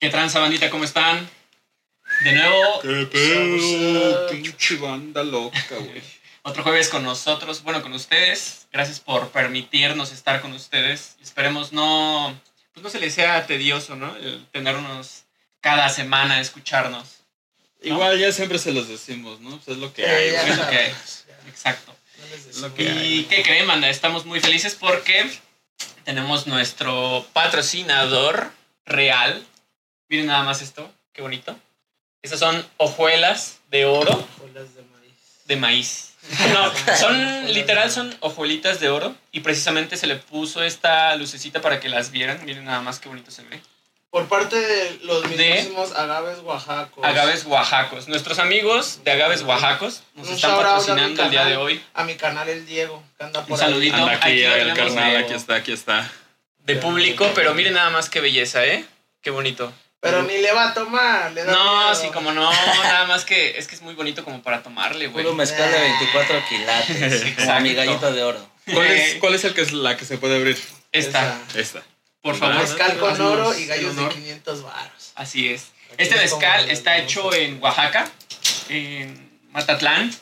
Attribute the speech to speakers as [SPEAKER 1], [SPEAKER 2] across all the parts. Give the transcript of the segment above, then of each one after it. [SPEAKER 1] ¿Qué tranza, bandita? ¿Cómo están? De nuevo,
[SPEAKER 2] ¡Qué
[SPEAKER 1] Somos, ah.
[SPEAKER 2] pedo! ¡Pinche banda loca, güey!
[SPEAKER 1] otro jueves con nosotros, bueno, con ustedes. Gracias por permitirnos estar con ustedes. Esperemos no, pues no se les sea tedioso, ¿no? El tenernos cada semana, escucharnos.
[SPEAKER 2] Igual ya siempre se los decimos, ¿no? Pues es lo que
[SPEAKER 3] Sí,
[SPEAKER 2] hay,
[SPEAKER 3] Eh, ya
[SPEAKER 2] güey.
[SPEAKER 1] Es lo que hay.
[SPEAKER 3] sabes, ya.
[SPEAKER 1] Exacto.
[SPEAKER 3] No les decimos.
[SPEAKER 2] Lo que hay.
[SPEAKER 1] ¿Y qué creen, banda? Estamos muy felices porque tenemos nuestro patrocinador real. Miren nada más esto, qué bonito. Estas son hojuelas de oro.
[SPEAKER 3] Hojuelas de maíz.
[SPEAKER 1] de maíz. No, son literal, son hojuelitas de oro y precisamente se le puso esta lucecita para que las vieran. Miren nada más qué bonito se ve.
[SPEAKER 3] Por parte de los
[SPEAKER 1] De-
[SPEAKER 3] mismísimos agaves oaxacos.
[SPEAKER 1] Agaves Oaxacos. Nuestros amigos de Agaves Oaxacos nos
[SPEAKER 3] Un
[SPEAKER 1] están
[SPEAKER 3] shout out a mi
[SPEAKER 1] patrocinando el día de
[SPEAKER 3] canal.
[SPEAKER 1] hoy
[SPEAKER 3] A mi canal El Diego, que anda por
[SPEAKER 1] Un
[SPEAKER 3] ahí.
[SPEAKER 1] saludito.
[SPEAKER 2] Anda aquí,
[SPEAKER 1] Aquí lo
[SPEAKER 2] el
[SPEAKER 1] tenemos,
[SPEAKER 2] carnal,
[SPEAKER 1] güey.
[SPEAKER 2] aquí está, aquí está.
[SPEAKER 1] de público, pero miren nada más qué belleza, ¿eh? Qué bonito.
[SPEAKER 3] Pero ni le va a tomar. Le da
[SPEAKER 1] No,
[SPEAKER 3] miedo.
[SPEAKER 1] sí, como no, nada más que es que es muy bonito como para tomarle, güey.
[SPEAKER 4] Puro mezcal
[SPEAKER 3] Eh,
[SPEAKER 4] de 24 quilates, como mi
[SPEAKER 1] Exacto.
[SPEAKER 4] gallito de oro.
[SPEAKER 2] ¿Cuál es, cuál es el que es la que se puede abrir?
[SPEAKER 1] Esta,
[SPEAKER 2] Esta.
[SPEAKER 1] por favor.
[SPEAKER 3] Mezcal con
[SPEAKER 1] haznos
[SPEAKER 3] oro y
[SPEAKER 1] el
[SPEAKER 3] gallos de
[SPEAKER 1] honor.
[SPEAKER 3] 500 varos.
[SPEAKER 1] Así es.
[SPEAKER 3] Aquí
[SPEAKER 1] Este
[SPEAKER 3] es como
[SPEAKER 1] mezcal
[SPEAKER 3] el-
[SPEAKER 1] está hecho en Oaxaca, en Matatlán,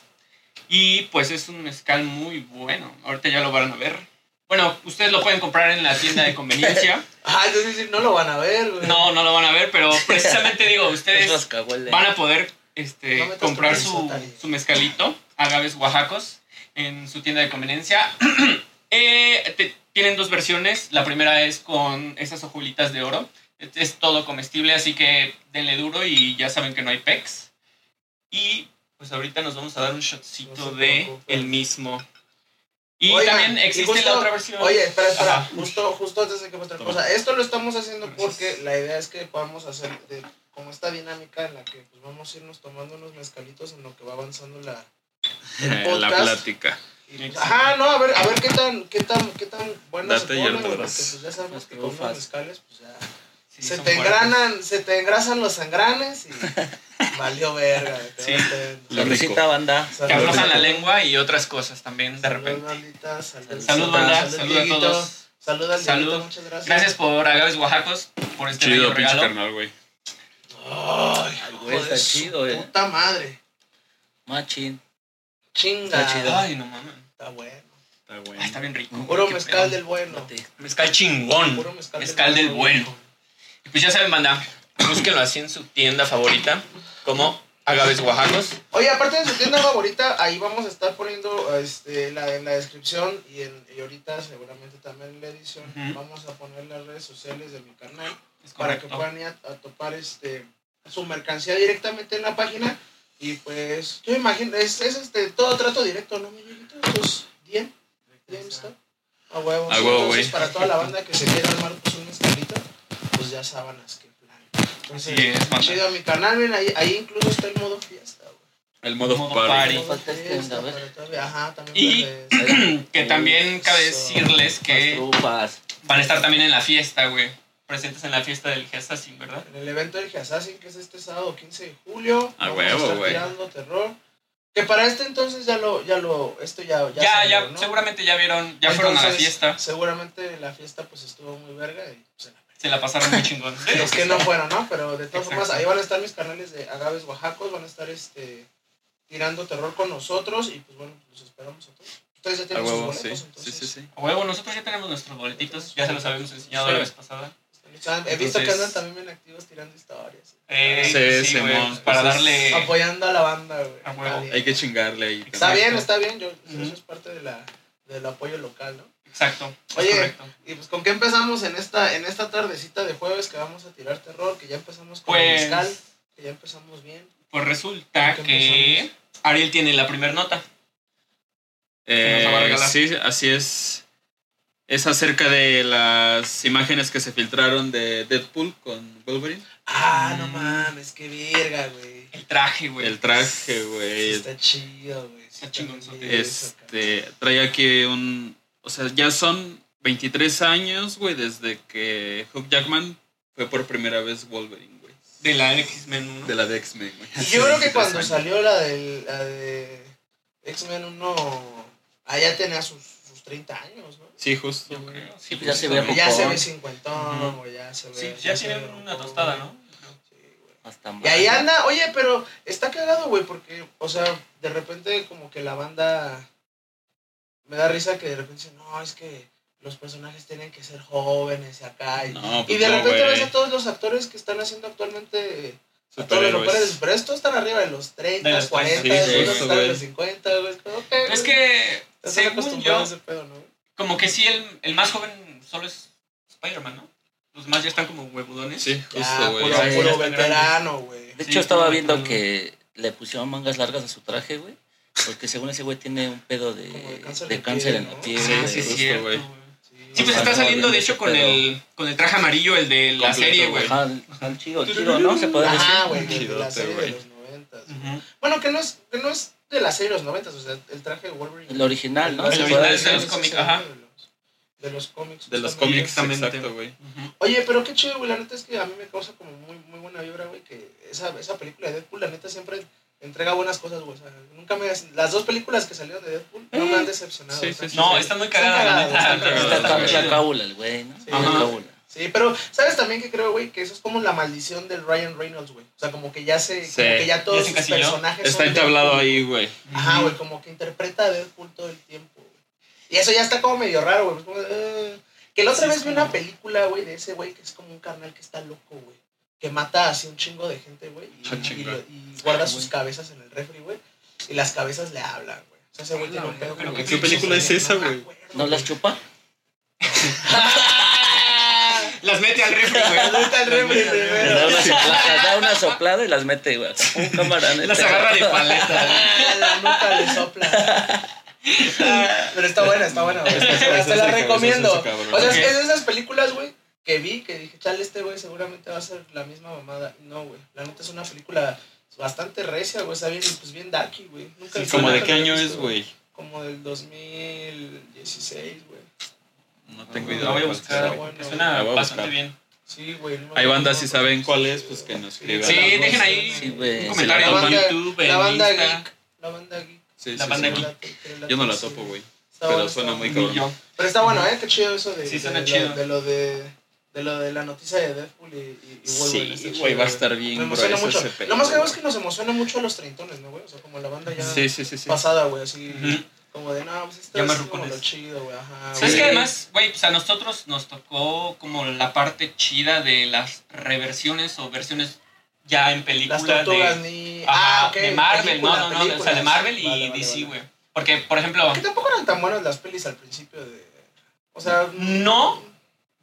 [SPEAKER 1] y pues es un mezcal muy bueno. Ahorita ya lo van a ver. Bueno, ustedes lo pueden comprar en la tienda de conveniencia.
[SPEAKER 3] Ah, entonces sí, no lo van a ver, güey.
[SPEAKER 1] No, no lo van a ver, pero precisamente digo,
[SPEAKER 4] Es
[SPEAKER 1] ustedes
[SPEAKER 4] rascahuele.
[SPEAKER 1] van a poder este,
[SPEAKER 3] No metas tu
[SPEAKER 1] comprar
[SPEAKER 3] nariz,
[SPEAKER 1] su,
[SPEAKER 3] Otari.
[SPEAKER 1] su mezcalito, agaves oaxacos, en su tienda de conveniencia. Eh, te- tienen dos versiones. La primera es con esas hojuelitas de oro. Es, es todo comestible, así que denle duro y ya saben que no hay pecs. Y pues ahorita nos vamos a dar un shotcito
[SPEAKER 3] No se
[SPEAKER 1] de
[SPEAKER 3] preocupen.
[SPEAKER 1] el mismo. Y
[SPEAKER 3] Oigan,
[SPEAKER 1] también
[SPEAKER 3] y
[SPEAKER 1] existe
[SPEAKER 3] justo-
[SPEAKER 1] la otra versión.
[SPEAKER 3] Oye, espera, espera.
[SPEAKER 1] Ajá.
[SPEAKER 3] Justo, justo antes de que otra
[SPEAKER 2] Toma.
[SPEAKER 3] cosa. Esto lo estamos haciendo
[SPEAKER 1] Gracias.
[SPEAKER 3] porque la idea es que podamos hacer de- como esta dinámica en la que pues, vamos a irnos tomando unos mezcalitos en lo que va avanzando la.
[SPEAKER 2] Eh, la
[SPEAKER 3] podcast.
[SPEAKER 2] plática.
[SPEAKER 3] y, pues, ajá, no, a ver, a ver qué tan, qué tan, qué tan buenas
[SPEAKER 2] Date
[SPEAKER 3] se
[SPEAKER 2] y
[SPEAKER 3] ponen,
[SPEAKER 2] ahorita
[SPEAKER 3] güey, porque
[SPEAKER 2] vas.
[SPEAKER 3] pues ya sabemos
[SPEAKER 4] Las
[SPEAKER 3] que con unos
[SPEAKER 4] trufas.
[SPEAKER 3] mezcales, pues ya.
[SPEAKER 1] Sí,
[SPEAKER 3] se
[SPEAKER 1] son
[SPEAKER 3] te
[SPEAKER 1] fuertes.
[SPEAKER 3] engranan, se te engrasan los engranes y valió verga, güey, te
[SPEAKER 1] Sí.
[SPEAKER 3] valen.
[SPEAKER 2] Lo
[SPEAKER 4] Saludcita, banda.
[SPEAKER 1] Te
[SPEAKER 3] Salud.
[SPEAKER 1] aflojan la lengua y otras cosas también de
[SPEAKER 3] Salud,
[SPEAKER 1] repente.
[SPEAKER 3] bandita, salud.
[SPEAKER 1] Salud, banda.
[SPEAKER 3] Salud,
[SPEAKER 1] Salud a
[SPEAKER 3] Dieguito.
[SPEAKER 1] todos.
[SPEAKER 3] Salud al
[SPEAKER 1] Salud.
[SPEAKER 3] Dieguito, muchas gracias.
[SPEAKER 1] Gracias por Agaves Oaxacos, por este bello
[SPEAKER 2] Chido, pinche
[SPEAKER 1] regalo.
[SPEAKER 2] carnal, güey.
[SPEAKER 3] Ay,
[SPEAKER 4] Ay,
[SPEAKER 3] hijo
[SPEAKER 4] güey,
[SPEAKER 3] de
[SPEAKER 4] está
[SPEAKER 3] su
[SPEAKER 4] chido, eh.
[SPEAKER 3] Puta madre.
[SPEAKER 4] Machín.
[SPEAKER 3] Chinga.
[SPEAKER 4] Está chido.
[SPEAKER 1] Ay, no mames.
[SPEAKER 3] Está bueno.
[SPEAKER 2] Está
[SPEAKER 1] Ay, está
[SPEAKER 2] bueno.
[SPEAKER 1] bien rico.
[SPEAKER 3] Puro
[SPEAKER 1] Qué
[SPEAKER 3] mezcal
[SPEAKER 1] pedo.
[SPEAKER 3] del bueno.
[SPEAKER 1] Mezcal chingón.
[SPEAKER 3] Puro mezcal,
[SPEAKER 1] Mezcal del bueno. Y Pues ya saben, banda, búsquenlo así en su tienda favorita, como Agaves Oaxacos.
[SPEAKER 3] Oye, aparte de su tienda favorita, ahí vamos a estar poniendo este, la, en la descripción y, en, y ahorita seguramente también en la edición
[SPEAKER 1] Ujú.
[SPEAKER 3] vamos a poner las redes sociales de mi canal
[SPEAKER 1] Es
[SPEAKER 3] para que
[SPEAKER 1] correcto.
[SPEAKER 3] puedan ir a, a topar este, su mercancía directamente en la página. Y pues, yo imagino, es, es este, todo trato directo, ¿no, mi amiguito? Entonces, bien, bien está. ah. A huevo.
[SPEAKER 2] A huevo,
[SPEAKER 3] Entonces,
[SPEAKER 2] güey.
[SPEAKER 3] para toda la banda que se quiera armar pues, un mezcalito, pues ya sábanas que plan. Entonces,
[SPEAKER 1] Así es, banda.
[SPEAKER 3] chido a mi canal, miren, ahí, ahí incluso está el modo fiesta, güey.
[SPEAKER 2] El modo,
[SPEAKER 1] Modo
[SPEAKER 2] party.
[SPEAKER 1] party.
[SPEAKER 3] Modo
[SPEAKER 4] falta este,
[SPEAKER 3] fiesta,
[SPEAKER 4] a ver.
[SPEAKER 3] pero todavía- Ajá, también
[SPEAKER 1] Y-
[SPEAKER 3] puedes-
[SPEAKER 1] Que también cabe
[SPEAKER 3] Eso.
[SPEAKER 1] decirles
[SPEAKER 4] Las
[SPEAKER 1] que
[SPEAKER 4] trufas.
[SPEAKER 1] van a estar también en la fiesta, güey. Presentes en la fiesta del G-Assassin, ¿verdad?
[SPEAKER 3] en el evento del G-Assassin, que es este sábado 15 de julio.
[SPEAKER 2] A
[SPEAKER 3] Vamos
[SPEAKER 2] huevo,
[SPEAKER 3] estar
[SPEAKER 2] güey.
[SPEAKER 3] tirando terror. Que para este entonces ya lo, ya lo, esto ya, ya,
[SPEAKER 1] Ya, ya,
[SPEAKER 3] salió, ¿no?
[SPEAKER 1] seguramente ya vieron, ya fueron a la
[SPEAKER 3] Entonces,
[SPEAKER 1] fiesta.
[SPEAKER 3] Seguramente la fiesta pues estuvo muy verga y pues,
[SPEAKER 1] Se la pasaron muy chingón.
[SPEAKER 3] los que no fueron, ¿no? Pero de todas
[SPEAKER 1] Exacto.
[SPEAKER 3] formas, ahí van a estar mis canales de Agaves Oaxacos, van a estar este tirando terror con nosotros y pues bueno, los esperamos a todos. Ustedes ya
[SPEAKER 2] A
[SPEAKER 3] tienen sus
[SPEAKER 2] huevo,
[SPEAKER 3] boletos,
[SPEAKER 2] sí. Sí,
[SPEAKER 3] entonces.
[SPEAKER 2] sí, sí.
[SPEAKER 1] A huevo, nosotros ya tenemos nuestros boletitos, ya se los habíamos enseñado
[SPEAKER 2] Sí.
[SPEAKER 1] la vez pasada.
[SPEAKER 3] están- He visto
[SPEAKER 1] Entonces-
[SPEAKER 3] que andan también bien activos tirando historias.
[SPEAKER 1] Eh,
[SPEAKER 2] Sí,
[SPEAKER 1] sí, güey,
[SPEAKER 2] Simón,
[SPEAKER 1] para
[SPEAKER 2] pues es-
[SPEAKER 1] darle...
[SPEAKER 3] Apoyando a la banda, güey.
[SPEAKER 1] A huevo.
[SPEAKER 3] Está bien.
[SPEAKER 2] Hay que chingarle ahí. también.
[SPEAKER 3] Está bien, está bien. Yo,
[SPEAKER 1] Ujú.
[SPEAKER 3] Eso es parte de la, del apoyo local, ¿no?
[SPEAKER 1] Exacto. es
[SPEAKER 3] Oye,
[SPEAKER 1] correcto.
[SPEAKER 3] Y pues, ¿con qué empezamos en esta, en esta tardecita de jueves que vamos a tirar terror? Que ya empezamos con
[SPEAKER 1] Pues-
[SPEAKER 3] el mezcal, que ya empezamos bien.
[SPEAKER 1] Pues resulta
[SPEAKER 3] ¿Con
[SPEAKER 1] que
[SPEAKER 3] qué
[SPEAKER 1] Ariel tiene la primera nota.
[SPEAKER 2] Eh,
[SPEAKER 1] Que nos va a regalar.
[SPEAKER 2] sí, así es. Es acerca de las imágenes que se filtraron de Deadpool con Wolverine.
[SPEAKER 3] Ah, no
[SPEAKER 1] Mm.
[SPEAKER 3] mames, qué verga, güey.
[SPEAKER 1] El traje, güey.
[SPEAKER 2] El traje,
[SPEAKER 3] Sí
[SPEAKER 2] güey.
[SPEAKER 3] está chido, güey. Sí
[SPEAKER 1] Eh, Está chingonzote.
[SPEAKER 3] bien eso, cabrón.
[SPEAKER 2] Este, trae aquí un... O sea, ya son 23 años, güey, desde que Hugh Jackman fue por primera vez Wolverine, güey.
[SPEAKER 1] De la X-Men 1.
[SPEAKER 2] De la de X-Men, güey.
[SPEAKER 3] Y yo creo que
[SPEAKER 2] 23
[SPEAKER 3] cuando
[SPEAKER 2] años.
[SPEAKER 3] salió la, del, la de X-Men 1, allá tenía sus, sus 30 años, ¿no?
[SPEAKER 2] Sí, justo.
[SPEAKER 1] Yo
[SPEAKER 2] güey.
[SPEAKER 1] creo, sí, pues
[SPEAKER 4] Ya se ve
[SPEAKER 1] justamente.
[SPEAKER 3] Ya se
[SPEAKER 4] Popón.
[SPEAKER 3] ve cincuentón,
[SPEAKER 1] Ujú.
[SPEAKER 3] güey, ya se ve.
[SPEAKER 1] Sí, ya
[SPEAKER 3] se
[SPEAKER 1] tiene
[SPEAKER 3] ve
[SPEAKER 1] una
[SPEAKER 3] popón,
[SPEAKER 1] tostada,
[SPEAKER 3] güey.
[SPEAKER 1] ¿no?
[SPEAKER 3] Y ahí anda, oye, pero está cagado, güey, porque, o sea, de repente como que la banda me da risa que de repente dice, no, es que los personajes tienen que ser jóvenes y acá. Y,
[SPEAKER 2] No,
[SPEAKER 3] y
[SPEAKER 2] pues
[SPEAKER 3] de
[SPEAKER 2] no,
[SPEAKER 3] repente
[SPEAKER 2] güey.
[SPEAKER 3] ves a todos los actores que están haciendo actualmente a todos los actores,
[SPEAKER 2] Superhéroes.
[SPEAKER 3] pero estos están arriba de los 30,
[SPEAKER 1] De los
[SPEAKER 3] 40,
[SPEAKER 2] 40, sí,
[SPEAKER 3] unos
[SPEAKER 2] sí,
[SPEAKER 3] están en
[SPEAKER 2] güey.
[SPEAKER 3] los 50, güey. Es como, ok, güey,
[SPEAKER 1] Es que,
[SPEAKER 3] están
[SPEAKER 1] según
[SPEAKER 3] acostumbrados
[SPEAKER 1] yo,
[SPEAKER 3] a ese pedo, ¿no?
[SPEAKER 1] como que sí, el, el más joven solo es Spider-Man, ¿no? Los demás ya están como huevudones.
[SPEAKER 2] Sí,
[SPEAKER 3] Ya,
[SPEAKER 2] justo, güey.
[SPEAKER 3] puro,
[SPEAKER 4] Ya, ya
[SPEAKER 3] puro
[SPEAKER 1] están
[SPEAKER 3] veterano, güey.
[SPEAKER 4] De
[SPEAKER 1] Sí,
[SPEAKER 4] hecho, estaba
[SPEAKER 1] claro,
[SPEAKER 4] viendo
[SPEAKER 1] claro.
[SPEAKER 4] que le pusieron mangas largas a su traje, güey. Porque según ese güey tiene un pedo de,
[SPEAKER 3] Como de
[SPEAKER 4] de
[SPEAKER 3] cáncer
[SPEAKER 4] cáncer,
[SPEAKER 3] de piel,
[SPEAKER 4] en la
[SPEAKER 3] ¿no?
[SPEAKER 4] piel.
[SPEAKER 1] Sí,
[SPEAKER 4] güey.
[SPEAKER 1] sí,
[SPEAKER 2] justo,
[SPEAKER 1] es cierto,
[SPEAKER 2] güey.
[SPEAKER 1] güey. Sí, pues
[SPEAKER 4] Ajá,
[SPEAKER 1] está
[SPEAKER 4] estaba
[SPEAKER 1] saliendo,
[SPEAKER 4] viendo
[SPEAKER 1] de hecho,
[SPEAKER 4] ese
[SPEAKER 1] con
[SPEAKER 4] pedo.
[SPEAKER 1] el, con el traje amarillo, el de la
[SPEAKER 2] Completo,
[SPEAKER 1] serie, güey.
[SPEAKER 4] Ajá, al- al chido, el chido, ¿no? Se
[SPEAKER 1] pues,
[SPEAKER 4] puede decir.
[SPEAKER 3] Ah, güey, de
[SPEAKER 2] Chidote,
[SPEAKER 3] la serie de
[SPEAKER 2] güey.
[SPEAKER 3] los 90.
[SPEAKER 1] Ujú.
[SPEAKER 3] Bueno, que no, es, que no es de la serie de los 90, o sea, el traje de Wolverine.
[SPEAKER 4] El original, ¿no?
[SPEAKER 1] El
[SPEAKER 4] Se
[SPEAKER 1] original
[SPEAKER 4] puede
[SPEAKER 1] es de
[SPEAKER 4] decir.
[SPEAKER 1] los cómics, ajá.
[SPEAKER 3] De los, de los cómics.
[SPEAKER 2] De los
[SPEAKER 3] justamente.
[SPEAKER 2] cómics,
[SPEAKER 1] Exactamente.
[SPEAKER 2] exacto, güey.
[SPEAKER 1] Ujú.
[SPEAKER 3] Oye, pero qué chido, güey. La neta es que a mí me causa como muy, muy buena vibra, güey. Que esa, esa película de Deadpool, la neta, siempre entrega buenas cosas, güey. O sea, nunca me. Las dos películas que salieron de Deadpool no me han decepcionado.
[SPEAKER 2] Sí,
[SPEAKER 3] o sea,
[SPEAKER 2] sí,
[SPEAKER 1] No,
[SPEAKER 2] sí.
[SPEAKER 1] están muy
[SPEAKER 3] Están
[SPEAKER 1] cagadas, la neta.
[SPEAKER 3] cagadas, están
[SPEAKER 1] pero
[SPEAKER 3] cagadas.
[SPEAKER 1] está
[SPEAKER 4] Está
[SPEAKER 1] muy
[SPEAKER 4] la
[SPEAKER 1] chido.
[SPEAKER 4] cábula, el güey, ¿no? La
[SPEAKER 3] Ajá.
[SPEAKER 4] cábula.
[SPEAKER 3] Sí, pero ¿sabes también que creo, güey? Que eso es como la maldición del Ryan Reynolds, güey. O sea, como que ya se.
[SPEAKER 2] Sí.
[SPEAKER 3] Como que ya todos
[SPEAKER 1] Ya se
[SPEAKER 3] sus
[SPEAKER 1] encasilló.
[SPEAKER 3] personajes.
[SPEAKER 2] Está
[SPEAKER 3] son
[SPEAKER 2] entablado
[SPEAKER 3] Deadpool.
[SPEAKER 2] ahí, güey.
[SPEAKER 3] Ajá, güey, como que interpreta a Deadpool todo el tiempo, güey. Y eso ya está como medio raro, güey. como, eh. Que la otra
[SPEAKER 1] Sí,
[SPEAKER 3] vez
[SPEAKER 1] es
[SPEAKER 3] vi
[SPEAKER 1] como-
[SPEAKER 3] una película, güey, de ese güey que es como un carnal que está loco, güey. Que mata así un chingo de gente, güey.
[SPEAKER 2] Ah,
[SPEAKER 3] Y, y,
[SPEAKER 2] chinga.
[SPEAKER 3] lo- y guarda
[SPEAKER 4] Ah,
[SPEAKER 3] sus
[SPEAKER 4] güey.
[SPEAKER 3] cabezas en el refri, güey. Y las cabezas le hablan, güey. O sea, ese güey
[SPEAKER 1] Ah,
[SPEAKER 3] tiene
[SPEAKER 1] la
[SPEAKER 3] un pedo
[SPEAKER 1] verga,
[SPEAKER 3] con
[SPEAKER 1] ¿qué
[SPEAKER 3] los
[SPEAKER 2] película
[SPEAKER 3] bichos,
[SPEAKER 2] es esa,
[SPEAKER 3] No me
[SPEAKER 2] güey?
[SPEAKER 3] acuerdo,
[SPEAKER 4] ¿No las chupa?
[SPEAKER 1] Las mete al refri,
[SPEAKER 3] Las
[SPEAKER 1] güey.
[SPEAKER 3] mete al refri
[SPEAKER 1] Las mete al
[SPEAKER 3] primero.
[SPEAKER 4] Le da una soplada, da una soplada y las mete, güey. acá, pum, cámara, neta.
[SPEAKER 1] Las agarra de paleta. güey.
[SPEAKER 3] Ah, la nuca le sopla. Ah, Pero está buena, está buena, güey.
[SPEAKER 2] Está
[SPEAKER 3] Hasta
[SPEAKER 2] ese
[SPEAKER 3] la
[SPEAKER 2] cabrón,
[SPEAKER 3] recomiendo.
[SPEAKER 2] ese cabrón.
[SPEAKER 3] O sea, es
[SPEAKER 1] Ok.
[SPEAKER 3] que es de esas películas, güey, que vi, que dije, chale, este güey seguramente va a ser la misma mamada. No, güey. La neta es una película bastante recia, güey. Está bien, pues bien darky, güey. Nunca
[SPEAKER 2] Sí,
[SPEAKER 3] nunca
[SPEAKER 2] ¿Como
[SPEAKER 3] la
[SPEAKER 2] de qué
[SPEAKER 3] había
[SPEAKER 2] año
[SPEAKER 3] visto,
[SPEAKER 2] es, güey?
[SPEAKER 3] Como del 2016, güey.
[SPEAKER 2] No tengo idea.
[SPEAKER 1] La voy a
[SPEAKER 2] de cuál será,
[SPEAKER 1] buscar,
[SPEAKER 2] güey.
[SPEAKER 1] güey.
[SPEAKER 3] bueno.
[SPEAKER 1] Suena
[SPEAKER 2] La voy a
[SPEAKER 1] bastante
[SPEAKER 2] buscar.
[SPEAKER 1] bien.
[SPEAKER 3] Sí, güey. no me
[SPEAKER 2] Hay
[SPEAKER 3] acuerdo
[SPEAKER 2] bandas,
[SPEAKER 3] cómo
[SPEAKER 2] si saben
[SPEAKER 3] se
[SPEAKER 2] cuál
[SPEAKER 3] llama,
[SPEAKER 2] es, pues, que nos
[SPEAKER 3] Sí,
[SPEAKER 2] escriban.
[SPEAKER 1] Sí,
[SPEAKER 3] la
[SPEAKER 1] dejen
[SPEAKER 3] voz,
[SPEAKER 1] ahí
[SPEAKER 4] Sí,
[SPEAKER 1] un
[SPEAKER 4] güey.
[SPEAKER 1] comentario
[SPEAKER 3] La
[SPEAKER 1] en
[SPEAKER 3] banda-
[SPEAKER 1] YouTube,
[SPEAKER 3] La
[SPEAKER 1] en
[SPEAKER 3] banda
[SPEAKER 1] Insta.
[SPEAKER 3] geek. La banda geek.
[SPEAKER 2] Sí,
[SPEAKER 1] La
[SPEAKER 2] sí,
[SPEAKER 1] banda
[SPEAKER 2] sí.
[SPEAKER 1] geek.
[SPEAKER 2] Yo no la topo, güey.
[SPEAKER 3] Está
[SPEAKER 2] Pero
[SPEAKER 3] bueno,
[SPEAKER 2] suena
[SPEAKER 3] está
[SPEAKER 2] muy
[SPEAKER 3] bueno.
[SPEAKER 1] Ni
[SPEAKER 2] cabrón.
[SPEAKER 1] yo.
[SPEAKER 3] Pero está bueno, ¿eh? Qué chido eso de,
[SPEAKER 1] Sí,
[SPEAKER 3] de,
[SPEAKER 1] suena
[SPEAKER 3] lo-
[SPEAKER 1] chido.
[SPEAKER 3] de lo de de lo de la noticia de Deadpool y, y, y Wolverine.
[SPEAKER 2] Sí,
[SPEAKER 3] Está
[SPEAKER 2] güey,
[SPEAKER 3] chido,
[SPEAKER 2] va a estar bien
[SPEAKER 3] Me emociona
[SPEAKER 2] grueso
[SPEAKER 3] mucho.
[SPEAKER 2] ese pedo,
[SPEAKER 3] Lo más grave es
[SPEAKER 2] güey.
[SPEAKER 3] que nos emociona mucho a los treintones, ¿no, güey? O sea, como la banda ya
[SPEAKER 2] Sí, sí, sí, sí.
[SPEAKER 3] pasada, güey, así
[SPEAKER 1] Ujú.
[SPEAKER 3] como de, no, pues esto
[SPEAKER 1] Ya
[SPEAKER 3] es
[SPEAKER 1] más
[SPEAKER 3] como
[SPEAKER 1] rucones.
[SPEAKER 3] lo chido, güey, ajá.
[SPEAKER 1] ¿Sabes
[SPEAKER 3] güey.
[SPEAKER 1] que además, güey, pues a nosotros nos tocó como la parte chida de las reversiones o versiones ya en
[SPEAKER 3] Las
[SPEAKER 1] película
[SPEAKER 3] tortugas
[SPEAKER 1] de,
[SPEAKER 3] ni...
[SPEAKER 1] Ajá,
[SPEAKER 3] ah, ok.
[SPEAKER 1] de Marvel,
[SPEAKER 3] película,
[SPEAKER 1] no, no, no, o sea, de
[SPEAKER 3] películas.
[SPEAKER 1] Marvel y
[SPEAKER 3] Vale, vale,
[SPEAKER 1] DC,
[SPEAKER 3] vale.
[SPEAKER 1] güey. Porque, por ejemplo,
[SPEAKER 3] Que tampoco eran tan buenas las pelis al principio de... O sea...
[SPEAKER 1] No.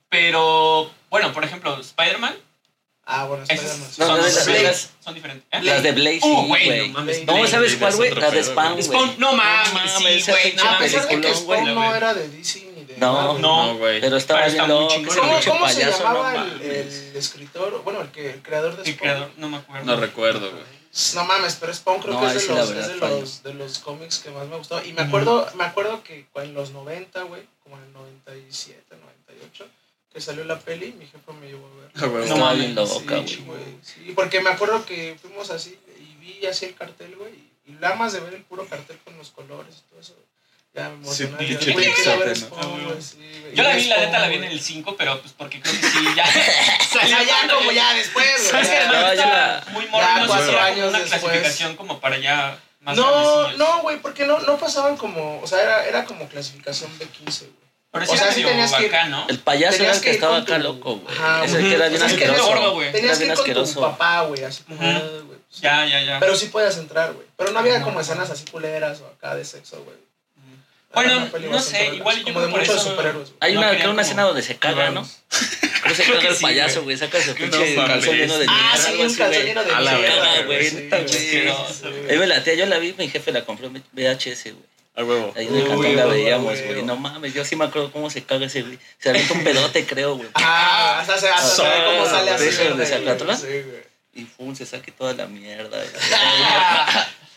[SPEAKER 1] pero, bueno, por ejemplo, Spider-Man,
[SPEAKER 3] Ah, bueno,
[SPEAKER 1] esas
[SPEAKER 3] Spider-Man. sí.
[SPEAKER 4] No,
[SPEAKER 1] son,
[SPEAKER 4] no,
[SPEAKER 1] son-
[SPEAKER 4] las-
[SPEAKER 1] son-
[SPEAKER 4] las-
[SPEAKER 1] son diferentes. ¿eh?
[SPEAKER 4] Las de Blaze,
[SPEAKER 1] Uh,
[SPEAKER 4] sí,
[SPEAKER 1] güey,
[SPEAKER 4] güey.
[SPEAKER 1] no
[SPEAKER 3] mames,
[SPEAKER 4] No,
[SPEAKER 3] Blade
[SPEAKER 4] ¿sabes
[SPEAKER 2] es
[SPEAKER 4] cuál, güey?
[SPEAKER 2] otro
[SPEAKER 4] La de
[SPEAKER 2] pedo,
[SPEAKER 4] Spawn,
[SPEAKER 2] güey.
[SPEAKER 1] Spawn,
[SPEAKER 4] güey.
[SPEAKER 1] no mames,
[SPEAKER 4] mames,
[SPEAKER 1] sí,
[SPEAKER 4] esa
[SPEAKER 1] güey,
[SPEAKER 4] pinche
[SPEAKER 1] no
[SPEAKER 3] A
[SPEAKER 1] mames.
[SPEAKER 3] pesar de que
[SPEAKER 4] Ah, peliculón, güey,
[SPEAKER 3] Spawn
[SPEAKER 1] la
[SPEAKER 3] no
[SPEAKER 1] verdad.
[SPEAKER 3] era de DC ni de
[SPEAKER 4] No,
[SPEAKER 3] Marvel.
[SPEAKER 1] no,
[SPEAKER 2] No, güey.
[SPEAKER 4] Pero estaba
[SPEAKER 1] Pero está
[SPEAKER 4] bien
[SPEAKER 1] muy
[SPEAKER 4] loco,
[SPEAKER 1] chingón,
[SPEAKER 4] ese
[SPEAKER 1] güey.
[SPEAKER 3] ¿Cómo,
[SPEAKER 4] pinche
[SPEAKER 3] cómo se
[SPEAKER 4] payaso, no
[SPEAKER 3] llamaba el,
[SPEAKER 4] mames.
[SPEAKER 3] el escritor? Bueno, el, que, el creador de
[SPEAKER 1] El
[SPEAKER 3] Spawn.
[SPEAKER 1] creador, no me acuerdo.
[SPEAKER 2] No recuerdo, güey.
[SPEAKER 3] No mames, pero Spawn creo
[SPEAKER 4] No,
[SPEAKER 3] que
[SPEAKER 4] ahí
[SPEAKER 3] es,
[SPEAKER 4] sí
[SPEAKER 3] de
[SPEAKER 4] la
[SPEAKER 3] los, es
[SPEAKER 4] verdad
[SPEAKER 3] de,
[SPEAKER 4] falló.
[SPEAKER 3] los, de los cómics que más me gustó. Y me acuerdo, me acuerdo que en los 90, güey, como en el 97, 98, que salió la peli, mi jefe me llevó a ver.
[SPEAKER 2] Ah, güey,
[SPEAKER 4] Estaba
[SPEAKER 1] mames,
[SPEAKER 4] bien loca,
[SPEAKER 1] sí,
[SPEAKER 4] güey.
[SPEAKER 1] chingón.
[SPEAKER 3] Sí, porque me acuerdo que fuimos así y vi así el cartel, güey. Y nada más de ver el puro cartel con los colores y todo eso, ya me
[SPEAKER 2] Sí,
[SPEAKER 3] emocioné.
[SPEAKER 2] pinche
[SPEAKER 3] Yo, güey, quiero ver
[SPEAKER 2] pixote, ¿no?
[SPEAKER 3] Spawn, güey, sí, güey.
[SPEAKER 1] Yo la vi, la
[SPEAKER 3] Spawn,
[SPEAKER 1] neta la vi en
[SPEAKER 3] güey.
[SPEAKER 1] el 5, pero pues porque creo que sí, ya.
[SPEAKER 3] O sea, ya
[SPEAKER 1] cuando-
[SPEAKER 3] como ya después, güey.
[SPEAKER 1] Sabes que
[SPEAKER 3] ya.
[SPEAKER 1] además
[SPEAKER 4] No, yo
[SPEAKER 1] estaba
[SPEAKER 4] la-
[SPEAKER 1] muy morro,
[SPEAKER 3] ya
[SPEAKER 1] no sé si
[SPEAKER 3] cuatro
[SPEAKER 1] era como
[SPEAKER 3] años
[SPEAKER 1] una
[SPEAKER 3] después.
[SPEAKER 1] clasificación como para ya más
[SPEAKER 3] No,
[SPEAKER 1] grandecillos.
[SPEAKER 3] no, güey, porque no, no pasaban como, o sea, era, era como clasificación B15, güey.
[SPEAKER 1] Pero
[SPEAKER 3] o
[SPEAKER 1] sí
[SPEAKER 3] sea,
[SPEAKER 1] era
[SPEAKER 3] sí
[SPEAKER 1] medio
[SPEAKER 3] tenías que ir-
[SPEAKER 1] acá, ¿no?
[SPEAKER 4] El payaso era
[SPEAKER 3] Tenías
[SPEAKER 4] el
[SPEAKER 3] que
[SPEAKER 4] que
[SPEAKER 3] ir
[SPEAKER 4] estaba
[SPEAKER 3] con tu-
[SPEAKER 4] acá loco, güey.
[SPEAKER 3] Ajá,
[SPEAKER 4] Ese que era bien
[SPEAKER 1] O sea, es que era
[SPEAKER 4] asqueroso.
[SPEAKER 1] gordo, güey.
[SPEAKER 3] Tenías que
[SPEAKER 4] Era
[SPEAKER 3] ir
[SPEAKER 4] bien
[SPEAKER 3] con tu
[SPEAKER 4] asqueroso.
[SPEAKER 3] papá, güey, así como,
[SPEAKER 1] Ujú.
[SPEAKER 3] "Ah, güey. pues,
[SPEAKER 1] Ya, ya, ya.
[SPEAKER 3] Pero sí podías entrar, güey. Pero no había
[SPEAKER 1] No.
[SPEAKER 3] como escenas así culeras o acá de sexo, güey. Era
[SPEAKER 1] Bueno,
[SPEAKER 3] una peli
[SPEAKER 1] no
[SPEAKER 3] bastante
[SPEAKER 1] sé,
[SPEAKER 3] relax,
[SPEAKER 1] igual yo
[SPEAKER 3] Como
[SPEAKER 1] creo
[SPEAKER 3] de
[SPEAKER 1] por
[SPEAKER 3] muchos
[SPEAKER 1] eso-
[SPEAKER 3] superhéroes, güey.
[SPEAKER 4] Hay
[SPEAKER 1] No
[SPEAKER 4] una,
[SPEAKER 1] querían
[SPEAKER 4] creo una
[SPEAKER 1] como-
[SPEAKER 4] escena donde se caga, ¿no? Creo que se
[SPEAKER 1] Creo
[SPEAKER 4] caga
[SPEAKER 1] que
[SPEAKER 4] el
[SPEAKER 1] sí,
[SPEAKER 4] payaso,
[SPEAKER 1] güey.
[SPEAKER 4] güey. Saca su
[SPEAKER 2] Creo
[SPEAKER 4] pinche
[SPEAKER 2] no
[SPEAKER 4] calzón
[SPEAKER 2] mames.
[SPEAKER 4] lleno de
[SPEAKER 3] Ah,
[SPEAKER 4] mierda,
[SPEAKER 3] sí,
[SPEAKER 4] algo
[SPEAKER 3] un
[SPEAKER 4] así,
[SPEAKER 3] calzón
[SPEAKER 4] güey.
[SPEAKER 3] lleno de
[SPEAKER 2] A la
[SPEAKER 4] Se
[SPEAKER 3] mierda,
[SPEAKER 4] caga,
[SPEAKER 2] güey,
[SPEAKER 4] güey.
[SPEAKER 3] sí,
[SPEAKER 4] neta,
[SPEAKER 3] güey,
[SPEAKER 4] güey.
[SPEAKER 3] sí,
[SPEAKER 1] asqueroso,
[SPEAKER 3] sí,
[SPEAKER 1] güey.
[SPEAKER 4] Ahí me la tía, yo la vi, mi jefe la compró en VHS, güey.
[SPEAKER 2] A huevo.
[SPEAKER 4] Ahí en el
[SPEAKER 3] Uy,
[SPEAKER 4] cantón la
[SPEAKER 3] güey,
[SPEAKER 4] veíamos,
[SPEAKER 3] güey.
[SPEAKER 4] güey. No mames, yo sí me acuerdo cómo se caga ese güey. Se avienta un pedote, creo, güey.
[SPEAKER 3] Ah, hasta se hasta se ve cómo
[SPEAKER 4] Ah,
[SPEAKER 3] sale así.
[SPEAKER 4] ¿de eso de
[SPEAKER 3] güey.
[SPEAKER 4] Zacatlán?
[SPEAKER 3] Sí, güey.
[SPEAKER 4] Y pum, se saque toda la mierda, güey.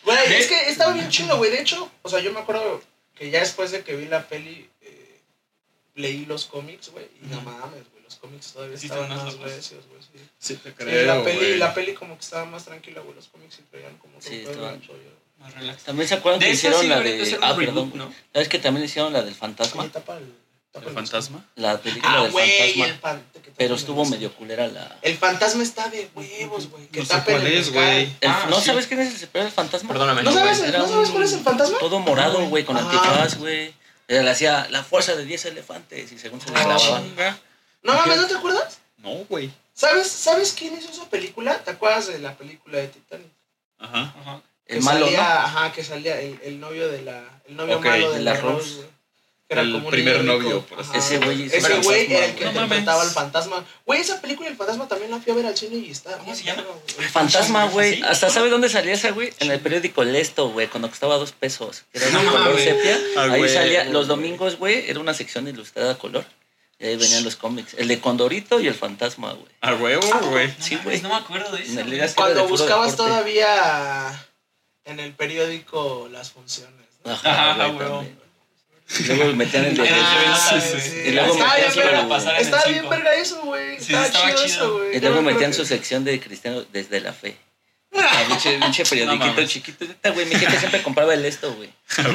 [SPEAKER 3] Güey, es que estaba bien chido, güey. De hecho, o sea, yo me acuerdo que ya después de que vi la peli, eh, leí los cómics, güey. Y no
[SPEAKER 1] Ujú.
[SPEAKER 3] mames, güey. Los cómics todavía
[SPEAKER 1] Sí,
[SPEAKER 3] estaban
[SPEAKER 1] están más
[SPEAKER 3] más
[SPEAKER 1] locos.
[SPEAKER 3] recios, güey. Sí.
[SPEAKER 2] Sí, te
[SPEAKER 3] Sí,
[SPEAKER 2] creo,
[SPEAKER 3] la, peli,
[SPEAKER 2] güey.
[SPEAKER 3] la peli como que estaba más tranquila, güey. Los cómics se traían como
[SPEAKER 4] Sí,
[SPEAKER 3] todo
[SPEAKER 4] estaban-
[SPEAKER 3] gancho, güey.
[SPEAKER 1] Más relax.
[SPEAKER 4] También se acuerdan
[SPEAKER 1] De
[SPEAKER 4] que
[SPEAKER 1] esa
[SPEAKER 4] hicieron
[SPEAKER 1] sí
[SPEAKER 4] la
[SPEAKER 1] deberían de
[SPEAKER 4] de.
[SPEAKER 1] hacer un
[SPEAKER 4] Ah,
[SPEAKER 1] reboot,
[SPEAKER 4] perdón.
[SPEAKER 1] ¿no?
[SPEAKER 4] ¿Sabes que también hicieron la del
[SPEAKER 3] Que le
[SPEAKER 4] fantasma?
[SPEAKER 3] tapa el- Está
[SPEAKER 2] El
[SPEAKER 3] con-
[SPEAKER 2] fantasma.
[SPEAKER 4] La película
[SPEAKER 3] Ah,
[SPEAKER 4] del
[SPEAKER 3] güey, el
[SPEAKER 4] fantasma.
[SPEAKER 3] fantasma.
[SPEAKER 4] Pero estuvo medio culera la.
[SPEAKER 3] El fantasma está de huevos, güey. que
[SPEAKER 2] No sé
[SPEAKER 3] tapa
[SPEAKER 2] cuál
[SPEAKER 3] el
[SPEAKER 2] es,
[SPEAKER 3] mezcal.
[SPEAKER 2] güey.
[SPEAKER 4] El-
[SPEAKER 1] Ah,
[SPEAKER 4] ¿No
[SPEAKER 1] sí.
[SPEAKER 4] sabes quién es el pero el fantasma?
[SPEAKER 1] Perdóname,
[SPEAKER 3] ¿No
[SPEAKER 1] no,
[SPEAKER 3] sabes,
[SPEAKER 1] güey.
[SPEAKER 4] era
[SPEAKER 3] ¿no sabes cuál es el fantasma?
[SPEAKER 4] Todo morado, güey, con
[SPEAKER 3] Ah.
[SPEAKER 4] antifaz, güey. Él hacía la fuerza de 10 elefantes y según se le
[SPEAKER 3] Ah,
[SPEAKER 4] clavaba.
[SPEAKER 2] Chinga.
[SPEAKER 3] No mames, ¿no te acuerdas?
[SPEAKER 2] No, güey.
[SPEAKER 3] ¿Sabes, ¿Sabes quién hizo esa película? ¿Te acuerdas de la película de Titanic?
[SPEAKER 2] Ajá.
[SPEAKER 1] Ajá.
[SPEAKER 4] El
[SPEAKER 3] Que
[SPEAKER 4] malo,
[SPEAKER 3] salía,
[SPEAKER 4] ¿no?
[SPEAKER 3] Ajá, que salía el, el novio de la... El novio
[SPEAKER 2] Ok,
[SPEAKER 3] malo
[SPEAKER 4] de
[SPEAKER 3] de
[SPEAKER 4] la
[SPEAKER 3] la
[SPEAKER 4] Rose.
[SPEAKER 3] Rose, güey. Que era
[SPEAKER 2] El
[SPEAKER 3] como un
[SPEAKER 2] primer
[SPEAKER 3] niño
[SPEAKER 2] novio,
[SPEAKER 3] rico.
[SPEAKER 2] por así
[SPEAKER 3] Ajá.
[SPEAKER 4] decirlo. Ese güey es el
[SPEAKER 3] Ese güey era el que
[SPEAKER 2] fantasma, güey.
[SPEAKER 3] interpretaba
[SPEAKER 2] No
[SPEAKER 3] al
[SPEAKER 2] mames.
[SPEAKER 3] fantasma. Güey, esa película El fantasma también la fui a ver al cine y está...
[SPEAKER 1] ¿Cómo se llama?
[SPEAKER 3] güey.
[SPEAKER 4] Fantasma, güey.
[SPEAKER 1] ¿Sí?
[SPEAKER 4] Hasta sabes dónde salía esa, güey. En el periódico Lesto, güey, cuando costaba dos pesos. Era de
[SPEAKER 2] No
[SPEAKER 4] color
[SPEAKER 2] mames.
[SPEAKER 4] sepia.
[SPEAKER 2] Ah,
[SPEAKER 4] Ahí
[SPEAKER 2] güey.
[SPEAKER 4] salía los domingos, güey. Era una sección ilustrada a color. Y ahí venían los cómics. El de Condorito y el fantasma, güey.
[SPEAKER 2] A huevo, güey.
[SPEAKER 1] No
[SPEAKER 4] Sí,
[SPEAKER 1] mames,
[SPEAKER 4] güey.
[SPEAKER 1] No me acuerdo de
[SPEAKER 4] En
[SPEAKER 1] eso.
[SPEAKER 4] el Ligas que era de
[SPEAKER 3] Cuando
[SPEAKER 4] puro
[SPEAKER 3] buscabas
[SPEAKER 4] deporte.
[SPEAKER 3] todavía en el periódico las funciones, ¿no?
[SPEAKER 4] Ajá,
[SPEAKER 1] Ajá,
[SPEAKER 4] güey,
[SPEAKER 1] güey.
[SPEAKER 4] también. Y luego metían el de.
[SPEAKER 1] Ah,
[SPEAKER 3] Ah,
[SPEAKER 1] sí,
[SPEAKER 3] sí,
[SPEAKER 1] sí.
[SPEAKER 3] sí.
[SPEAKER 4] Y luego
[SPEAKER 3] Estaba bien
[SPEAKER 4] metían su-
[SPEAKER 3] verga.
[SPEAKER 1] pasar en el
[SPEAKER 3] Estaba bien
[SPEAKER 1] cinco.
[SPEAKER 3] verga eso, güey.
[SPEAKER 1] Sí,
[SPEAKER 3] estaba,
[SPEAKER 1] estaba
[SPEAKER 3] chido,
[SPEAKER 1] chido.
[SPEAKER 3] eso, güey.
[SPEAKER 4] Y
[SPEAKER 3] Yo
[SPEAKER 4] luego
[SPEAKER 3] me acuerdo
[SPEAKER 4] metían su
[SPEAKER 3] que-
[SPEAKER 4] sección de cristiano desde la fe. Ah, pinche, pinche
[SPEAKER 2] No
[SPEAKER 4] periodiquito
[SPEAKER 2] mames.
[SPEAKER 4] chiquito. Neta, güey, mi jefe siempre compraba el esto, güey.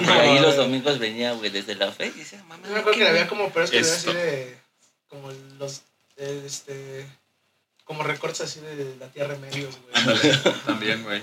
[SPEAKER 4] Y ahí los domingos venía, güey, desde la fe. Y decía, mames,
[SPEAKER 3] Yo me acuerdo que le había como, pero es que le había así
[SPEAKER 2] Esto.
[SPEAKER 3] de. Como los. eh, Este. Como recortes así de la tierra medios, güey.
[SPEAKER 2] Ándale, también, güey.